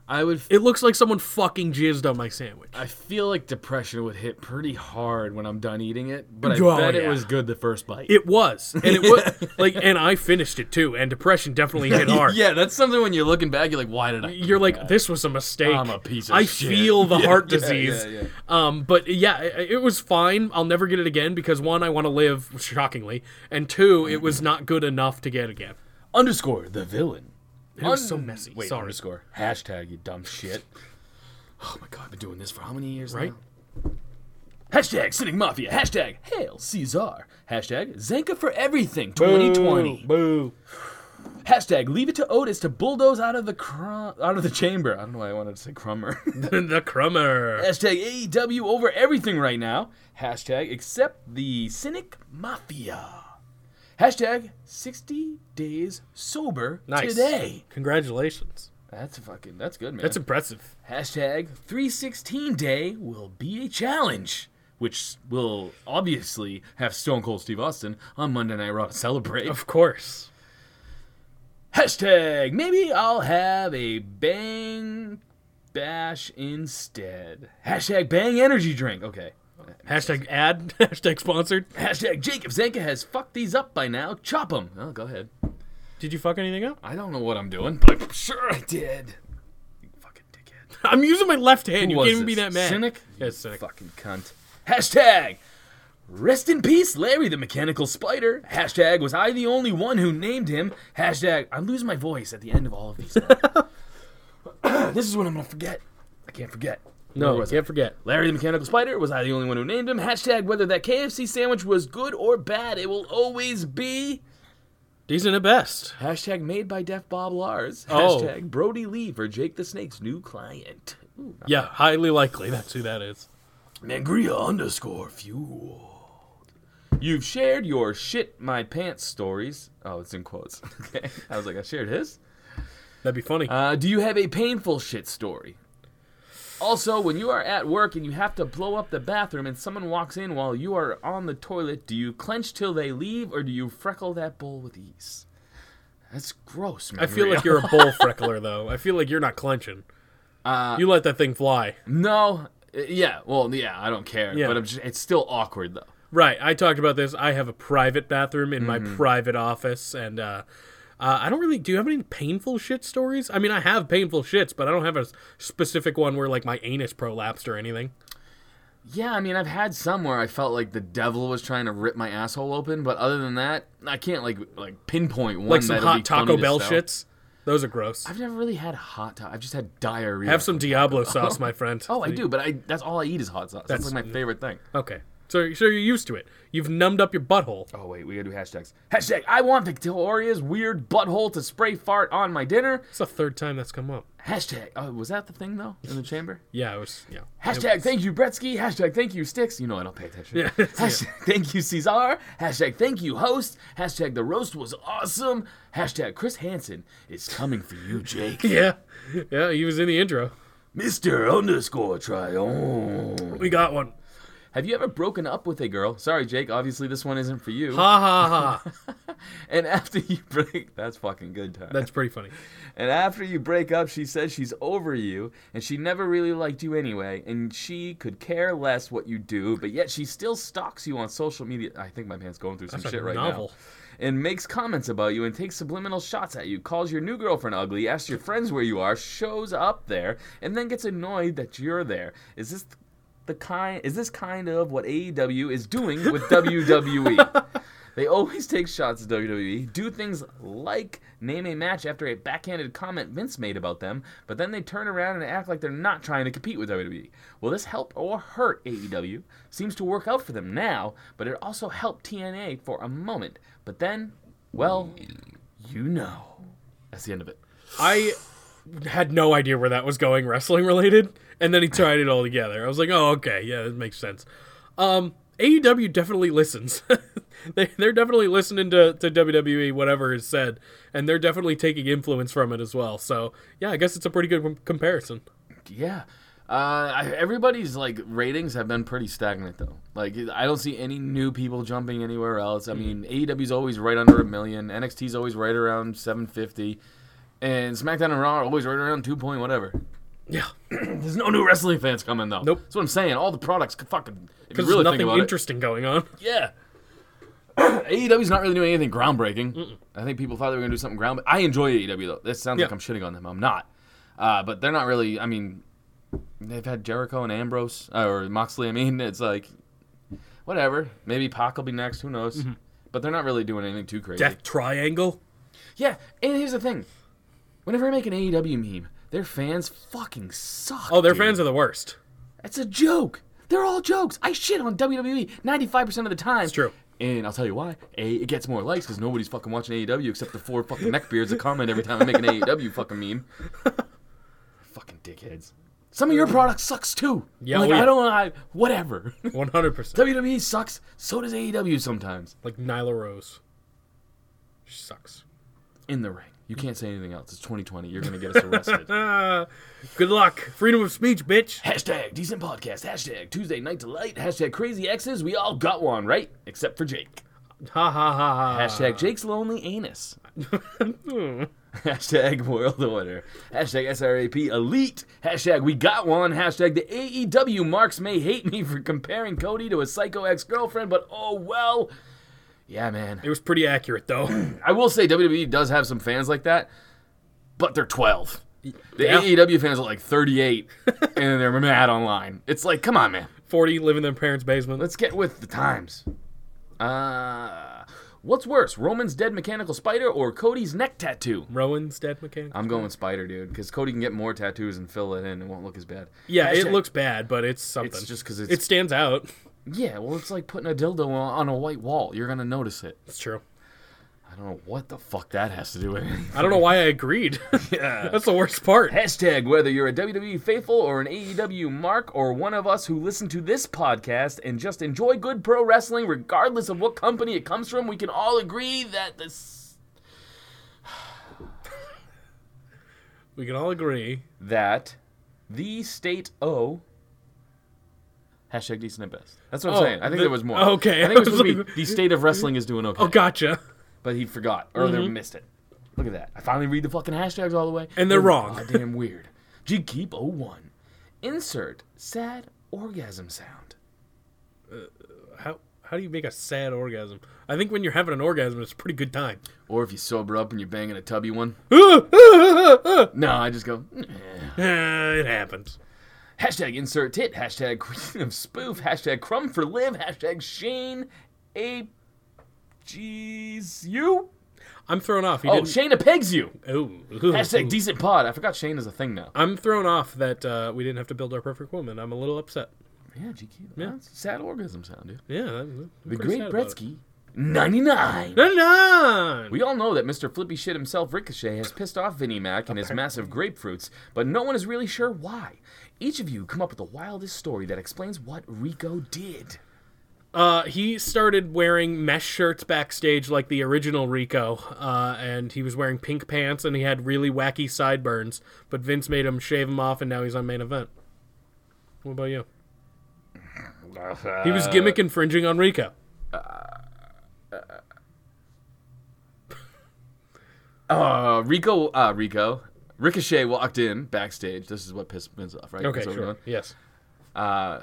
I would It looks like someone fucking jizzed on my sandwich. I feel like depression would hit pretty hard when I'm done eating it, but I Oh, bet yeah. it was good the first bite. It was, and it was like, and I finished it too. And depression definitely hit hard. yeah, that's something when you're looking back, you're like, why did I? You're like, this was a mistake. I'm a piece of I shit. feel the heart yeah, disease. yeah, yeah. Um, but yeah, it, it was fine. I'll never get it again because one, I want to live, shockingly, and two, it was not good enough to get again. underscore the villain. It was so messy. Wait, Sorry. underscore hashtag you dumb shit. Oh my god, I've been doing this for how many years Right? now? Hashtag Sitting Mafia. Hashtag Hail Caesar. Hashtag Zanka for Everything 2020. Boo. Hashtag Leave it to Otis to bulldoze out of the crum- out of the chamber. I don't know why I wanted to say crummer. the crummer. Hashtag AEW over everything right now. Hashtag accept the Cynic Mafia. Hashtag 60 days sober Nice. today. Congratulations. That's fucking, that's good, man. That's impressive. Hashtag 316 day will be a challenge. Which will obviously have Stone Cold Steve Austin on Monday Night Raw to celebrate. Of course. Hashtag maybe I'll have a bang bash instead. Hashtag bang energy drink. Okay. Hashtag ad. Hashtag sponsored. Hashtag Jacob Zanka has fucked these up by now. Chop them. Oh, go ahead. Did you fuck anything up? I don't know what I'm doing, but I'm sure I did. You fucking dickhead. I'm using my left hand. you was can't even be this? that mad. Cynic? Yeah, it's cynic. Fucking cunt. Hashtag. Rest in peace, Larry the Mechanical Spider. Hashtag was I the only one who named him. Hashtag I'm losing my voice at the end of all of these. now. this is what I'm gonna forget. I can't forget. No, Where you was I? can't forget. Larry the Mechanical Spider, was I the only one who named him? Hashtag whether that KFC sandwich was good or bad, it will always be. Decent at best. Hashtag made by Def Bob Lars. Oh. Hashtag Brody Lee for Jake the Snake's new client. Yeah, highly likely. That's who that is. Mangria underscore fuel. You've shared your shit my pants stories. Oh, it's in quotes. Okay. I was like, I shared his. That'd be funny. Uh, do you have a painful shit story? Also, when you are at work and you have to blow up the bathroom and someone walks in while you are on the toilet, do you clench till they leave or do you freckle that bowl with ease? That's gross, man. I feel like you're a bull freckler, though. I feel like you're not clenching. Uh, you let that thing fly. No. uh, Yeah, well, yeah, I don't care. Yeah. But I'm just, it's still awkward, though. Right. I talked about this. I have a private bathroom in Mm-hmm. my private office, and uh, uh, I don't really. Do you have any painful shit stories? I mean, I have painful shits, but I don't have a s- specific one where like my anus prolapsed or anything. Yeah, I mean, I've had some where I felt like the devil was trying to rip my asshole open, but other than that, I can't like like pinpoint one. Like some that'll be hot funny Taco to Bell sell. shits. Those are gross. I've never really had hot. Ta- I've just had diarrhea. have some Diablo sauce, my friend. Oh, I do, but I that's all I eat is hot sauce. That's, like my favorite thing. Okay. So, so you're used to it. You've numbed up your butthole. Oh wait, we gotta do hashtags. Hashtag I want Victoria's weird butthole to spray fart on my dinner. It's the third time that's come up. Hashtag. Oh, was that the thing though in the chamber? Yeah, it was. Yeah. Hashtag thank you Bretsky. Hashtag thank you Sticks. You know I don't pay attention. Hashtag thank you Cesar. Hashtag thank you host. Hashtag the roast was awesome. Hashtag Chris Hansen is coming for you, Jake. Yeah. Yeah, he was in the intro. Mister Underscore Trion. We got one. Have you ever broken up with a girl? Sorry, Jake. Obviously this one isn't for you. Ha ha ha. And after you break, that's fucking good time. That's pretty funny. And after you break up, she says she's over you and she never really liked you anyway, and she could care less what you do, but yet she still stalks you on social media. I think my man's going through some That's a shit right novel. now. And makes comments about you and takes subliminal shots at you, calls your new girlfriend ugly, asks your friends where you are, shows up there, and then gets annoyed that you're there. Is this the kind is this kind of what AEW is doing with E? WWE? They always take shots at WWE, do things like name a match after a backhanded comment Vince made about them, but then they turn around and act like they're not trying to compete with WWE. Will this help or hurt AEW? Seems to work out for them now, but it also helped TNA for a moment. But then, well, you know. That's the end of it. I had no idea where that was going, wrestling related, and then he tied it all together. I was like, oh, okay, yeah, that makes sense. Um, AEW definitely listens. they, they're definitely listening to, to WWE, whatever is said, and they're definitely taking influence from it as well. So, yeah, I guess it's a pretty good com- comparison. Yeah. Uh, I, everybody's like ratings have been pretty stagnant though. Like I don't see any new people jumping anywhere else. I Mm. mean, AEW's always right under a million. NXT's always right around 750, and SmackDown and Raw are always right around 2 point whatever. Yeah, There's no new wrestling fans coming though. Nope. That's what I'm saying. All the products c- fucking. If you because really there's think nothing about interesting going on. it, yeah. AEW's not really doing anything groundbreaking. I think people thought they were gonna do something ground. I enjoy AEW though. This sounds like Yeah. I'm shitting on them. I'm not. Uh, but they're not really. I mean, they've had Jericho and Ambrose uh, or Moxley. I mean, it's like whatever. Maybe Pac will be next. Who knows? Mm-hmm. But they're not really doing anything too crazy. Death Triangle. Yeah. And here's the thing. Whenever I make an AEW meme, their fans fucking suck. Oh, their dude. fans are the worst. It's a joke. They're all jokes. I shit on WWE 95% of the time. It's true. And I'll tell you why. A, it gets more likes because nobody's fucking watching AEW except the four fucking neckbeards that comment every time I make an AEW fucking meme. fucking dickheads. Some of your product sucks too. Yeah, like, oh, yeah. I don't. I, whatever. 100%. WWE sucks. So does AEW sometimes. like Nyla Rose. She sucks. In the ring, you can't say anything else. It's 2020. You're gonna get us arrested. Ah, Good luck. Freedom of speech, bitch. hashtag decent podcast. Hashtag Tuesday night delight. Hashtag crazy exes. We all got one, right? Except for Jake. Ha ha ha ha. Hashtag Jake's lonely anus. Hashtag world order. Hashtag SRAP elite. Hashtag we got one. Hashtag the AEW marks may hate me for comparing Cody to a psycho ex girlfriend, but oh well. Yeah, man. It was pretty accurate, though. E I will say WWE does have some fans like that, but they're 12. The Yeah. AEW fans are like 38, and they're mad online. It's like, come on, man, 40 live in their parents' basement. let's get with the times. Uh, what's worse, Roman's dead mechanical spider or Cody's neck tattoo? Rowan's dead mechanic. I'm going spider, dude, because Cody can get more tattoos and fill it in. It won't look as bad. yeah, it Hashtag- looks bad, but it's something. It's just 'cause it's- it stands out. Yeah, well, it's like putting a dildo on on a white wall. You're gonna notice it. It's true. I don't know what the fuck that has to do with it. I don't know why I agreed. yeah, that's the worst part. Hashtag whether you're a WWE faithful or an AEW mark or one of us who listen to this podcast and just enjoy good pro wrestling, regardless of what company it comes from, we can all agree that this We can all agree. that the state O. Hashtag decent at best. That's what I'm Oh, saying. I think the- there was more. okay, I think it was I was supposed to like- be the state of wrestling is doing okay. Oh, gotcha. But he forgot or they missed it. Look at that. I finally read the fucking hashtags all the way. Mm-hmm. And they're wrong. Goddamn weird. Gkeep 01. Insert sad orgasm sound. How how do you make a sad orgasm? I think when you're having an orgasm, it's a pretty good time. Or if you sober up and you're banging a tubby one. no, I just go. "Mm." Eh, it happens. Hashtag insert tit. Hashtag queen of spoof. Hashtag crumb for live. Hashtag Shane A. G's you. I'm thrown off. He Oh, didn't- Oh, Shane pegs you. Ooh. Hashtag decent pod. I forgot Shane is a thing now. I'm thrown off that uh, we didn't have to build our perfect woman. I'm a little upset. Yeah, GQ. Yeah. That's a sad orgasm sound, dude. Yeah, I'm The Great Bretsky, 99. No, no. We all know that Mr. Flippy Shit himself, Ricochet, has pissed off Vinnie Mac and his massive grapefruits, but no one is really sure why. Each of you come up with the wildest story that explains what Rico did. Uh, he started wearing mesh shirts backstage like the original Rico, uh, and he was wearing pink pants and he had really wacky sideburns. But Vince made him shave them off, and now he's on main event. What about you? He was gimmick infringing on Rico. Uh, Rico, uh, Rico. Ricochet walked in backstage. This is what pissed Vince off, right? Okay, That's what we're sure. doing? Yes. Uh,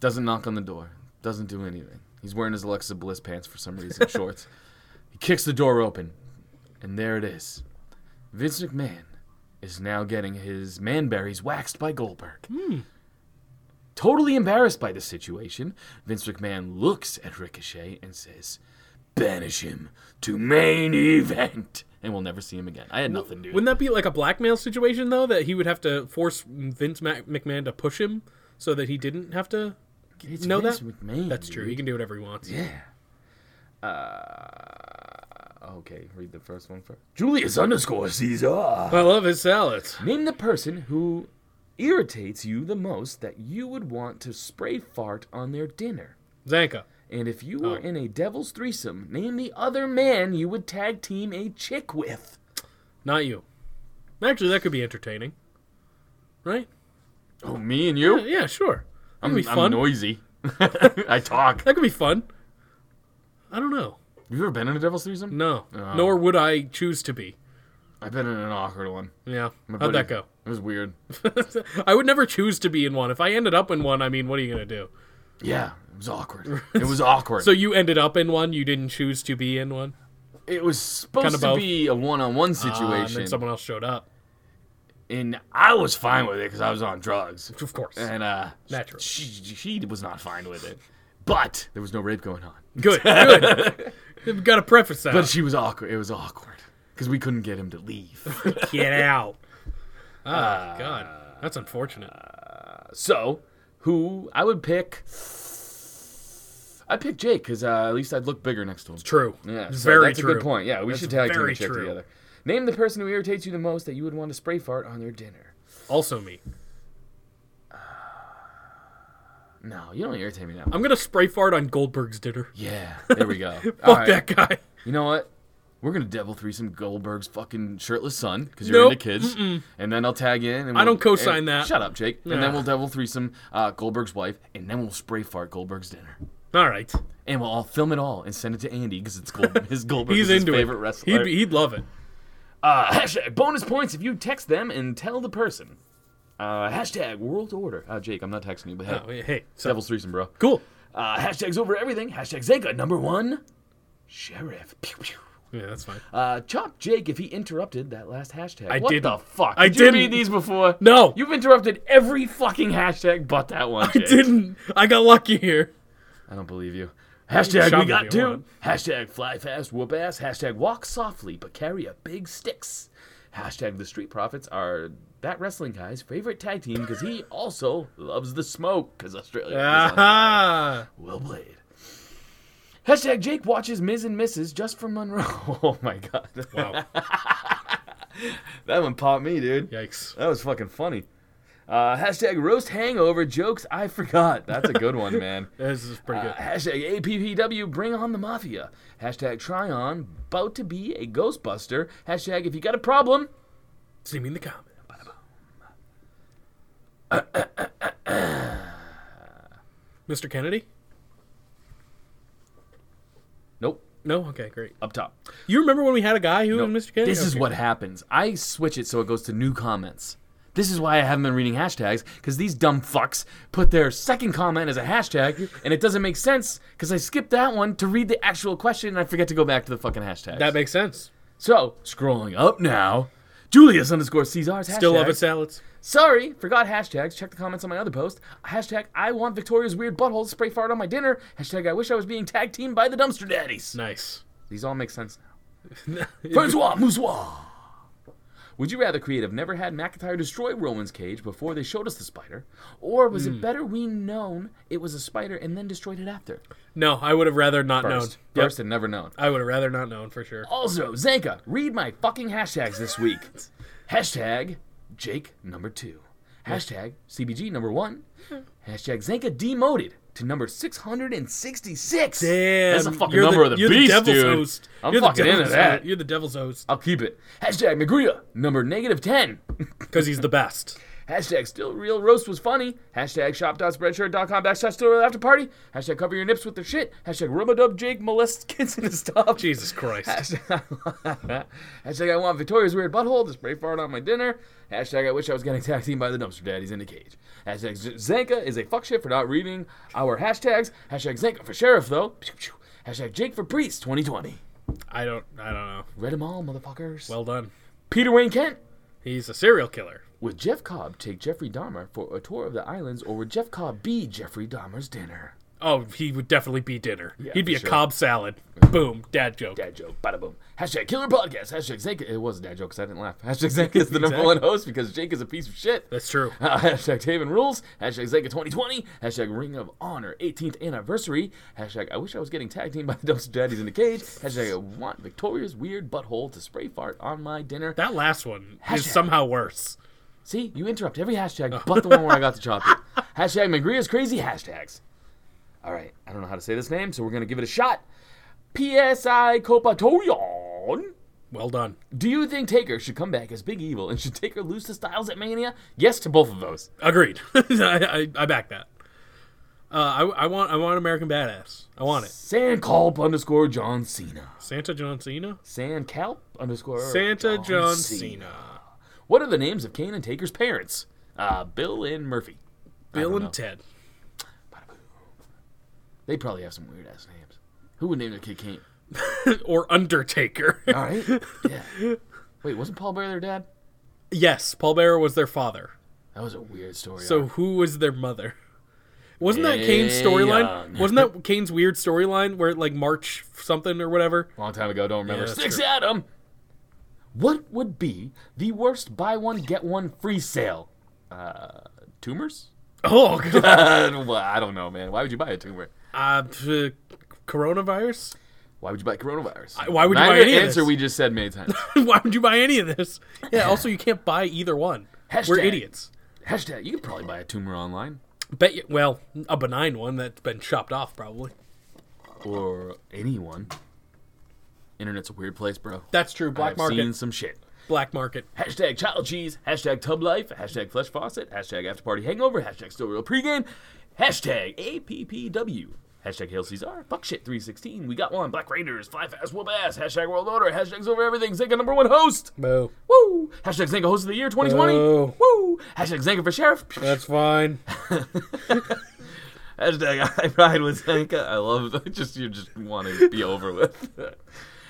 doesn't knock on the door. Doesn't do anything. He's wearing his Alexa Bliss pants for some reason, shorts. He kicks the door open, and there it is. Vince McMahon is now getting his manberries waxed by Goldberg. Hmm. Totally embarrassed by the situation, Vince McMahon looks at Ricochet and says, "Banish him to main event," and we'll never see him again. I had nothing, dude. Wouldn't that be like a blackmail situation though? That he would have to force Vince Mac- McMahon to push him so that he didn't have to. It's know Vince that? McMahon, That's true. dude. He can do whatever he wants. Yeah. Uh, okay, read the first one first. Julius underscore Caesar. I love his salads. Name the person who irritates you the most that you would want to spray fart on their dinner. Zanka. And if you were in a devil's threesome, name the other man you would tag team a chick with. Not you. Actually, that could be entertaining. Right? Oh, me and you? Yeah, sure. Hmm, That could I'm, be I'm fun. noisy. I talk. that could be fun. I don't know. You ever been in a devil's threesome? No. Oh. Nor would I choose to be. I've been in an awkward one. Yeah. My How'd that buddy- go? It was weird. I would never choose to be in one. If I ended up in one, I mean, what are you going to do? Yeah, it was awkward. It was awkward. So you ended up in one, you didn't choose to be in one, It was supposed Kinda to both. be a one-on-one uh, situation, and then someone else showed up. and I was fine with it because I was on drugs, Of course. and uh, Naturally. she, she was not fine with it. But there was no rape going on. Good, good. We've got to preface that. But she was awkward. It was awkward because we couldn't get him to leave. Get out. Oh, Ah. God. That's unfortunate. so, who I would pick? I'd pick Jake because uh, at least I'd look bigger next to him. True. Yeah, so Very that's true. a good point. Yeah, we That's should tag team very and check true. together. Name the person who irritates you the most that you would want to spray fart on their dinner. Also me. No, you don't irritate me now. I'm going to spray fart on Goldberg's dinner. Yeah, there we go. Fuck Fuck that guy. You know what? We're gonna devil through some Goldberg's fucking shirtless son because you're Nope. into kids, and then I'll tag in. And I don't we'll- co-sign and- that. Shut up, Jake. And Nah. then we'll devil through some uh, Goldberg's wife, and then we'll spray fart Goldberg's dinner, All right. and we'll all film it all and send it to Andy because it's Gold- his Goldberg. He's is into his favorite it. wrestler. He'd, be- he'd love it. uh, hashtag bonus points if you text them and tell the person. Uh, hashtag world order. Uh, Jake, I'm not texting you, but hey, Oh, hey, so, devil's threesome, bro. cool. Uh, hashtags over everything. Hashtag Zega number one. Sheriff. Pew, pew. Yeah, that's fine. Uh, Chop Jake, if he interrupted that last hashtag. I what didn't. the fuck? I Did you didn't. read these before? No. You've interrupted every fucking hashtag but that one, I Jake. didn't. I got lucky here. I don't believe you. Hashtag Shove we me got if you dude. want. Hashtag fly fast, whoop ass. Hashtag walk softly, but carry a big sticks. Hashtag the Street Profits are that wrestling guy's favorite tag team because he also loves the smoke because Australia is Ah. on Aha! Will Blade. Hashtag Jake watches Ms. and Mrs. just for Monroe. Oh my god. Wow. That one popped me, dude. Yikes. That was fucking funny. Uh, hashtag roast hangover jokes I forgot. That's a good one, man. This is pretty Uh, good. hashtag APPW, bring on the mafia. Hashtag try on, about to be a Ghostbuster. Hashtag if you got a problem. See me in the comment. Mr. Kennedy? Nope, No? Okay, great. up top. You remember when we had a guy who No, was Mr. Kennedy? This is Okay. what happens. I switch it so it goes to new comments. This is why I haven't been reading hashtags, because these dumb fucks put their second comment as a hashtag, and it doesn't make sense because I skipped that one to read the actual question and I forget to go back to the fucking hashtag. That makes sense. So, scrolling up now, Julius underscore Caesar's hashtag. Still love it, salads. Sorry, forgot hashtags. Check the comments on my other post. Hashtag I want Victoria's weird butthole to spray fart on my dinner. Hashtag I wish I was being tag teamed by the dumpster daddies. Nice. These all make sense now. Francois Moussois. Would you rather creative never had McIntyre destroy Roman's cage before they showed us the spider, or was Hmm. it better we known it was a spider and then destroyed it after? No, I would have rather not First, known. Yep. first and never known. I would have rather not known for sure. Also, Zanka, read my fucking hashtags this week. Hashtag Jake number two. Hashtag CBG number one. Hashtag Zanka demoted to number 666. Damn. That's a fucking you're number of the you're beast, the devil's dude. host. I'm you're fucking the into devil's that. Host. You're the devil's host I'll keep it. Hashtag Magria number negative 10. because he's the best. Hashtag still real roast was funny. Hashtag shop.spreadshirt.com backslash still real after party. Hashtag cover your nips with the shit. Hashtag rubadub Jake molests kids in his stuff. Jesus Christ. Hashtag, hashtag I want Victoria's weird butthole to spray fart on my dinner. Hashtag I wish I was getting taxied by the dumpster daddies in the cage. Hashtag Z- Zanka is a fuck shit for not reading our hashtags. Hashtag Zanka for sheriff though. Pew, pew. Hashtag Jake for priest 2020. I don't. I don't know. Read them all, motherfuckers. Well done. Peter Wayne Kent. He's a serial killer. Would Jeff Cobb take Jeffrey Dahmer for a tour of the islands, or would Jeff Cobb be Jeffrey Dahmer's dinner? Oh, he would definitely be dinner. He'd be for a sure. cob salad. Boom. Dad joke. Dad joke, bada boom. Hashtag killer podcast. Hashtag Zanka. It was a dad joke because I didn't laugh. Hashtag Zanka is the number Exactly. one host because Jake is a piece of shit. That's true. Uh, hashtag Taven rules. Hashtag Zega 2020. Hashtag Ring of Honor 18th anniversary. Hashtag I wish I was getting tag team by the dumpster daddies in the cage. Hashtag I want Victoria's weird butthole to spray fart on my dinner. That last one is Hashtag. somehow worse. See, you interrupt every hashtag but the one where I got to chop it. Hashtag Magria's crazy hashtags. All right, I don't know how to say this name, so we're gonna give it a shot. PSI Copatorion. Well done. Do you think Taker should come back as Big Evil and should Taker lose to Styles at Mania? Yes to both of those. Agreed. I, I, I back that. Uh, I, I want I want American Badass. I want it. Sanculp underscore John Cena. Santa John Cena. San Calp underscore Santa John, Cena. What are the names of Kane and Taker's parents? Uh, Bill and Murphy. Bill don't know. and Ted. They probably have some weird ass names. Who would name their kid Kane? Or Undertaker. All right. yeah. Wait, wasn't Paul Bear their dad? yes, Paul Bearer was their father. That was a weird story. So who was their mother? Wasn't that Kane's Mae storyline? Young. Wasn't that Kane's weird storyline where like March something or whatever? long time ago, don't remember. Yeah, that's Six true. Adam. What would be the worst buy one get one free sale? Uh, tumors? Oh god. well, I don't know, man. Why would you buy a tumor? uh, p- coronavirus? Why would you buy coronavirus? why would you Neither buy any of answer this? we just said many times. Why would you buy any of this? Yeah, also you can't buy either one. We're Hashtag. idiots. Hashtag. You could probably buy a tumor online. Bet you, well, a benign one that's been chopped off probably. or anyone. Internet's a weird place, bro. That's true. Black I've market. seen some shit. Black market. Hashtag child cheese. Hashtag tub life. Hashtag flesh faucet. Hashtag after party hangover. Hashtag still real pregame. Hashtag APPW. Hashtag Hail Caesar. Fuck shit 316. We got one. Black Raiders. Fly fast. Whoop ass. Hashtag world order. Hashtags over everything. Zinka number one host. Boo. Woo. Hashtag Zinka host of the year 2020. Oh. Woo. Hashtag Zinka for sheriff. That's fine. Hashtag I ride with Zanka. I love just you just want to be over with.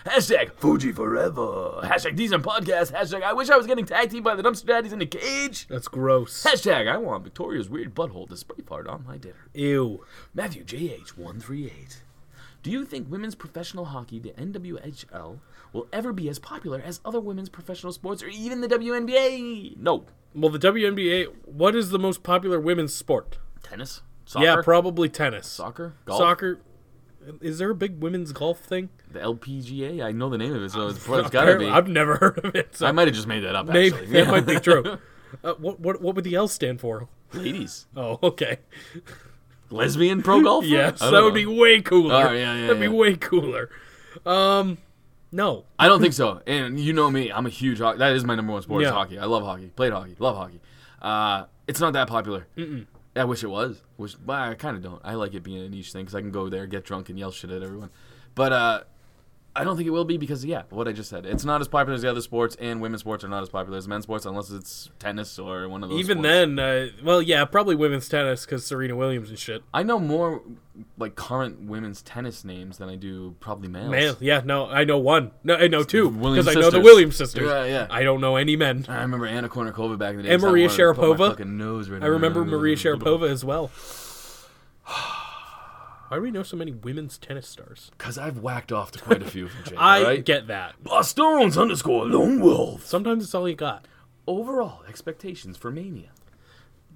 Hashtag Fuji forever. Hashtag these on podcast. Hashtag I wish I was getting tag teamed by the dumpster daddies in the cage. That's gross. Hashtag I want Victoria's weird butthole to spray part on my dinner. Ew. Matthew JH138. Do you think women's professional hockey, the NWHL, will ever be as popular as other women's professional sports or even the WNBA? No. Well, the WNBA. What is the most popular women's sport? Tennis? Soccer? Yeah, probably tennis. Soccer? Golf? Soccer. Is there a big women's golf thing? The LPGA? I know the name of it, so it's, it's gotta be. I've never heard of it. So I might have just made that up, maybe actually. that might be true. Uh, what what what would the L stand for? Ladies. Oh, okay. Lesbian pro golfer? Yes, I that don't would know. be way cooler. Oh, yeah, yeah, That'd yeah. be way cooler. Um, no, I don't think so. And you know me, I'm a huge hockey. That is my number one sport. is Yeah. hockey. I love hockey. Played hockey. Love hockey. Uh, it's not that popular. I wish it was. Which, but I kind of don't. I like it being a niche thing because I can go there, get drunk, and yell shit at everyone. But uh, I don't think it will be because yeah, what I just said. It's not as popular as the other sports, and women's sports are not as popular as men's sports unless it's tennis or one of those. even sports. then, uh, well, yeah, probably women's tennis because Serena Williams and shit. I know more like current women's tennis names than I do probably males. Man, yeah, no, I know one. No, I know two Williams because I know the sisters. Williams sisters. Yeah, yeah. I don't know any men. I remember Anna Kournikova back in the day. And 'cause I Maria wanted to put my Sharapova. fucking nose right I in- remember Maria Sharapova as well. Why do we know so many women's tennis stars? Because I've whacked off to quite a few from Jake. I alright? get that. Boston's underscore lone wolf. Sometimes it's all you got. Overall expectations for Mania.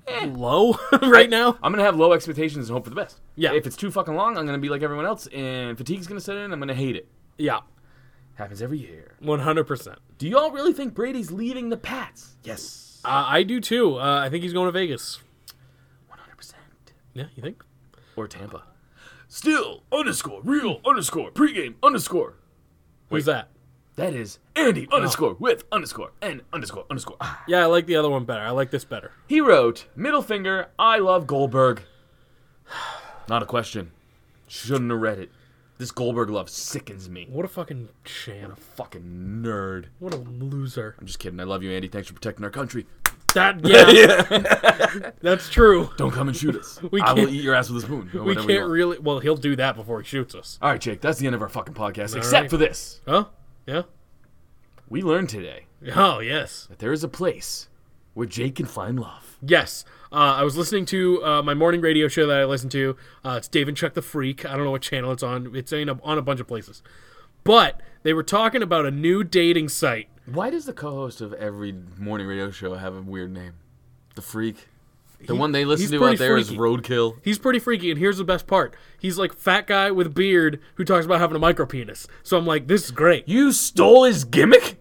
Eh. Low right now. I'm gonna have low expectations and hope for the best. Yeah. If it's too fucking long, I'm gonna be like everyone else, and fatigue's gonna set in. I'm gonna hate it. Yeah, Happens every year. one hundred percent. Do y'all really think Brady's leaving the Pats? Yes. I do too. Uh, I think he's going to Vegas. 100. percent Yeah, you think? Or Tampa. Still underscore real underscore pregame underscore. Who's that? That is Andy underscore with underscore and underscore underscore. Ah. Yeah, I like the other one better. I like this better. He wrote, Middle finger, I love Goldberg. Not a question. Shouldn't have read it. This Goldberg love sickens me. What a fucking sham. Fucking nerd. What a loser. I'm just kidding. I love you, Andy. Thanks for protecting our country. That yeah. That's true. Don't come and shoot us. We I will can't- eat your ass with a spoon. or We whatever you can't want. really well, he'll do that before he shoots us. All right, Jake, that's the end of our fucking podcast, except right. for this. Huh? Yeah? We learned today Oh yes. that there is a place where Jake can find love. Yes. Uh, I was listening to uh, my morning radio show that I listen to. Uh, it's Dave and Chuck the Freak. I don't know what channel it's on. It's in a, on a bunch of places. But they were talking about a new dating site. Why does the co host of every morning radio show have a weird name? The Freak? The one they listen he's to out pretty there is freaky. Roadkill. He's pretty freaky, and here's the best part. He's like fat guy with beard who talks about having a micro penis. So I'm like, this is great. You stole his gimmick?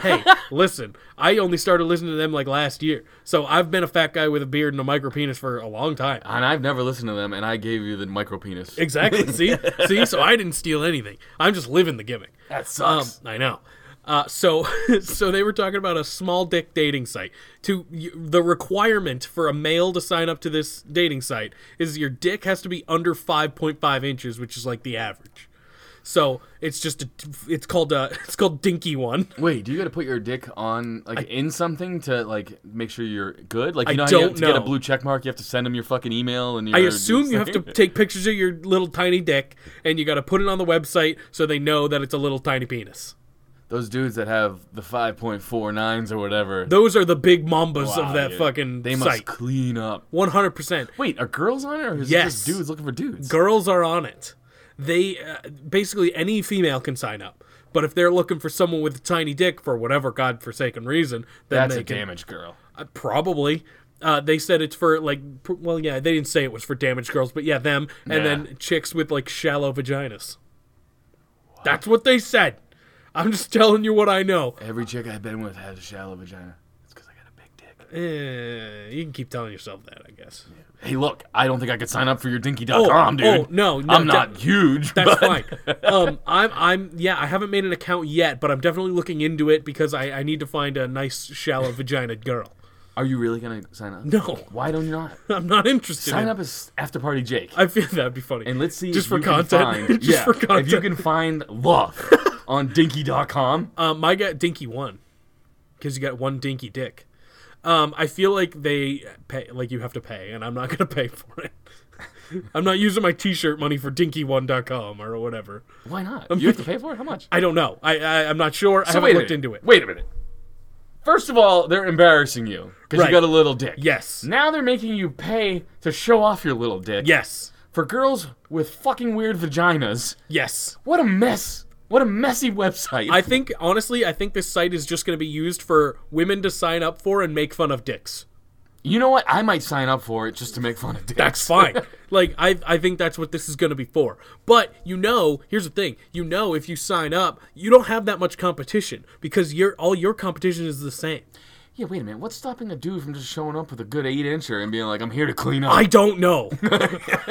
hey, listen, I only started listening to them like last year. So I've been a fat guy with a beard and a micro penis for a long time. and I've never listened to them, and I gave you the micro penis. Exactly. See? See? So I didn't steal anything. I'm just living the gimmick. That Um, sucks. I know. Uh, so, so they were talking about a small dick dating site. To y- the requirement for a male to sign up to this dating site is your dick has to be under five point five inches, which is like the average. So it's just a, it's called uh it's called dinky one. Wait, do you got to put your dick on like in something to like make sure you're good? Like you I know, how you don't have to get a know. blue check mark. You have to send them your fucking email and. Your, I assume you have to take pictures of your little tiny dick, and you got to put it on the website so they know that it's a little tiny penis. Those dudes that have the five point four nines or whatever. Those are the big mambas Wow, of that dude. fucking They must site. clean up. One hundred percent. Wait, are girls on it or is Yes. it just dudes looking for dudes? Girls are on it. They uh, basically any female can sign up, but if they're looking for someone with a tiny dick for whatever godforsaken reason, then That's they a can, damaged girl. Uh, probably. Uh, they said it's for like, pr- well, yeah, they didn't say it was for damaged girls, but yeah, them, and Nah. then chicks with like shallow vaginas. That's what they said. I'm just telling you what I know. Every chick I've been with has a shallow vagina. It's because I got a big dick. Eh, you can keep telling yourself that, I guess. Hey, look, I don't think I could sign up for your Oh, dinky.com, dude. oh, no, no, I'm not that- huge. but- That's fine. Um, I'm, I'm, yeah, I haven't made an account yet, but I'm definitely looking into it because I, I need to find a nice shallow vagina girl. Are you really gonna sign up? No. Why don't you not? I'm not interested. Sign in- up as after party Jake. I feel that'd be funny. and let's see just if for you content. Can find, just yeah, for content. If you can find love on dinky.com. Um, I got dinky one because you got one dinky dick. Um, I feel like they pay, like you have to pay, and I'm not gonna pay for it. I'm not using my T-shirt money for dinky1.com or whatever. Why not? You have to pay for it. How much? I don't know. I, I I'm not sure. I haven't wait a looked minute. into it. Wait a minute. First of all, they're embarrassing you because Right. you got a little dick. Yes. Now they're making you pay to show off your little dick. Yes. For girls with fucking weird vaginas. Yes. What a mess. What a messy website. I think honestly, I think this site is just going to be used for women to sign up for and make fun of dicks. you know what? I might sign up for it just to make fun of dicks. That's fine. like I I think that's what this is going to be for. But you know, here's the thing. You know if you sign up, you don't have that much competition because your all your competition is the same. Yeah, wait a minute. What's stopping a dude from just showing up with a good eight incher and being like, "I'm here to clean up"? I don't know.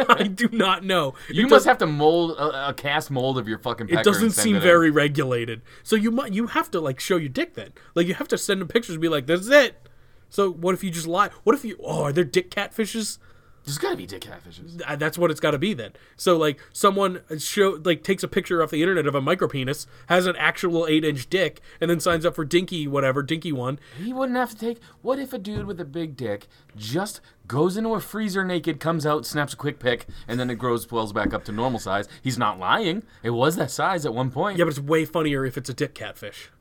I do not know. you It must does- have to mold a, a cast mold of your fucking. pecker and it doesn't send seem in. very regulated. So you might you have to like show your dick then. Like you have to send them pictures and be like, "This is it." So what if you just lie? What if you? Oh, are there dick catfishes? There's gotta be dick catfishes. Uh, that's what it's got to be then. So like someone show like takes a picture off the internet of a micro penis, has an actual eight inch dick, and then signs up for Dinky whatever Dinky one. He wouldn't have to take. What if a dude with a big dick just goes into a freezer naked, comes out, snaps a quick pic, and then it grows, swells back up to normal size? He's not lying. It was that size at one point. Yeah, but it's way funnier if it's a dick catfish.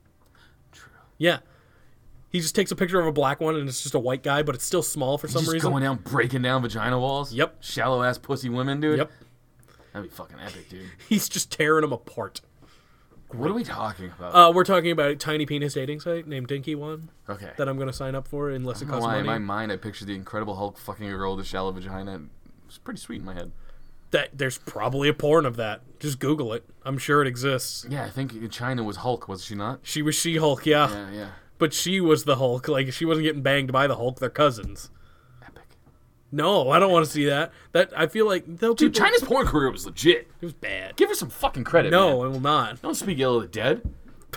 True. Yeah. He just takes a picture of a black one and it's just a white guy, but it's still small for some Just reason. going down, breaking down vagina walls. Yep. Shallow ass pussy women, dude. Yep. That'd be fucking epic, dude. He's just tearing them apart. What are we talking about? Uh, we're talking about a tiny penis dating site named Dinky One okay. that I'm gonna sign up for unless I it don't costs know why in my money. mind I pictured the Incredible Hulk fucking a girl with a shallow vagina. It's pretty sweet in my head. That there's probably a porn of that. Just Google it. I'm sure it exists. Yeah, I think China was Hulk, was she not? She was She Hulk, yeah. Yeah, yeah. But she was the Hulk. Like she wasn't getting banged by the Hulk. They're cousins. Epic. No, I don't want to see that. That I feel like they'll Dude, China's porn career was legit. it was bad. Give her some fucking credit. No, man. I will not. don't speak ill of the dead.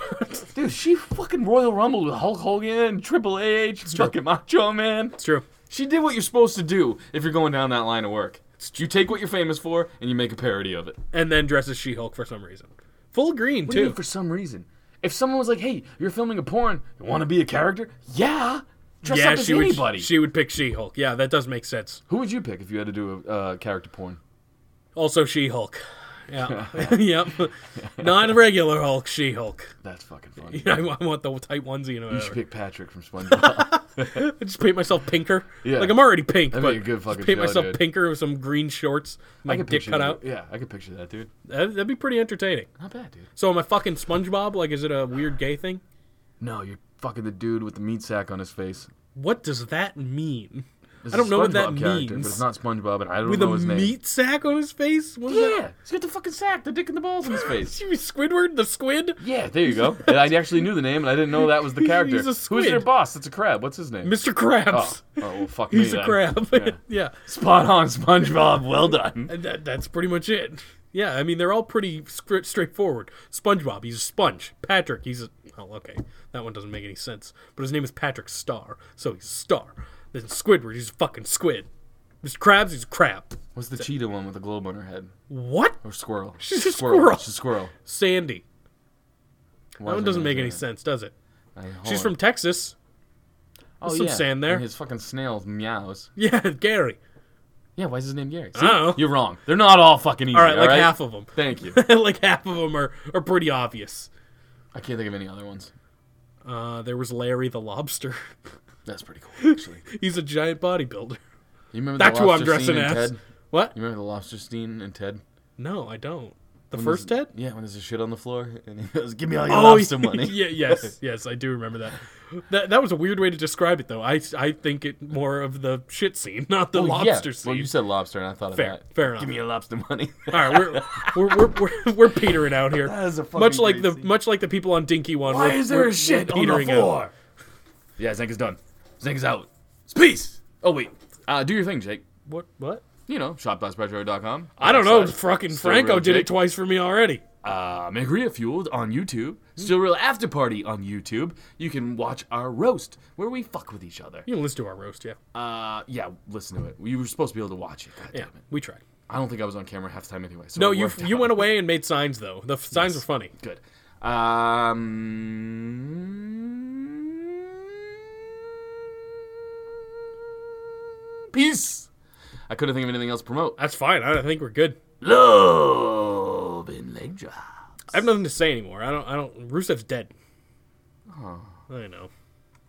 Dude, she fucking Royal Rumbled with Hulk Hogan, Triple H, fucking Macho Man. It's true. She did what you're supposed to do if you're going down that line of work. You take what you're famous for and you make a parody of it. And then dresses She Hulk for some reason. Full green What do you too. mean for some reason? If someone was like, "Hey, you're filming a porn. You want to be a character?" Yeah. Dress yeah, up as she anybody. would. She would pick She Hulk. Yeah, that does make sense. Who would you pick if you had to do a uh, character porn? Also She Hulk. Yeah. yep. Not regular Hulk. She Hulk. That's fucking funny. I wa- I want the tight onesie and You should whatever. pick Patrick from SpongeBob. I just paint myself pinker. Yeah. Like I'm already pink, That'd but be a good fucking just paint show, myself dude. pinker with some green shorts, I my could dick picture cut that. out. Yeah, I could picture that, dude. That'd, that'd be pretty entertaining. Not bad, dude. So am I fucking SpongeBob? Like, is it a weird gay thing? No, you're fucking the dude with the meat sack on his face. What does that mean? It's I a don't know what that SpongeBob character, But means. it's not SpongeBob, and I don't With a know his name. meat sack on his face? What is that? Yeah, he's got the fucking sack, the dick and the balls in his face. You mean Squidward, the squid? yeah, there you go. And I actually knew the name, and I didn't know that was the character. He's a Who's squid. their boss? It's a crab. What's his name? Mr. Oh, Krabs. oh well, fuck me. He's a then. crab. yeah. Spot on, SpongeBob. Well done. And that, that's pretty much it. Yeah, I mean, they're all pretty scr- straightforward. SpongeBob, he's a sponge. Patrick, he's a. Oh, okay. That one doesn't make any sense. But his name is Patrick Star, so he's a star. Then Squidward, he's a fucking squid. Mr. Krabs, he's a crab. What's the cheetah one with the globe on her head? What? Or squirrel? She's a squirrel. squirrel. She's a squirrel. Sandy. Why That is one doesn't make any name sense, does it? there? I- hold She's on. from Texas. oh, some sand there. And his fucking snail meows. Yeah, Gary. Yeah, why is his name Gary? See, don't know. You're wrong. They're not all fucking easy. Oh. All right, like half of them. Thank you. like half of them are, are pretty obvious. I can't think of any other ones. Uh, there was Larry the Lobster. That's pretty cool, actually. you He's a giant bodybuilder. remember That's the who I'm lobster dressing scene in as. Ted? What? You remember the lobster scene in Ted? No, I don't. The first Ted? Yeah, when there's a shit on the floor and he goes, "Give me all your Oh, lobster money." yeah, yes, yes, I do remember that. That that was a weird way to describe it, though. I, I think it more of the shit scene, not the Oh, yeah. lobster Well, you scene. said lobster, and I thought fair, of that. fair enough. Give me your lobster money. All right, we're we're we're, we're, we're petering out here. That is a fucking much like great the scene. much like the people on Dinky One. Why we're- is there we're- a shit we're on the petering out. floor? Yeah, Zank is done. Zank is out. It's peace. Oh wait, uh, do your thing, Jake. What what? You know, shop.spreadrow.com. I don't know. Outside. Fucking Still Franco real did Jake. it twice for me already. Uh, Mangria Fueled on YouTube. Still Real After Party on YouTube. You can watch our roast where we fuck with each other. You can listen to our roast, yeah. Uh, yeah, listen to it. You were supposed to be able to watch it. God Yeah, damn it. we tried. I don't think I was on camera half the time anyway. So No, it you worked you out. went away and made signs though. The f- signs were funny. Good. Um, peace. I couldn't think of anything else to promote. That's fine. I think we're good. Love and leg drive. I have nothing to say anymore. I don't. I don't. Rusev's dead. I know.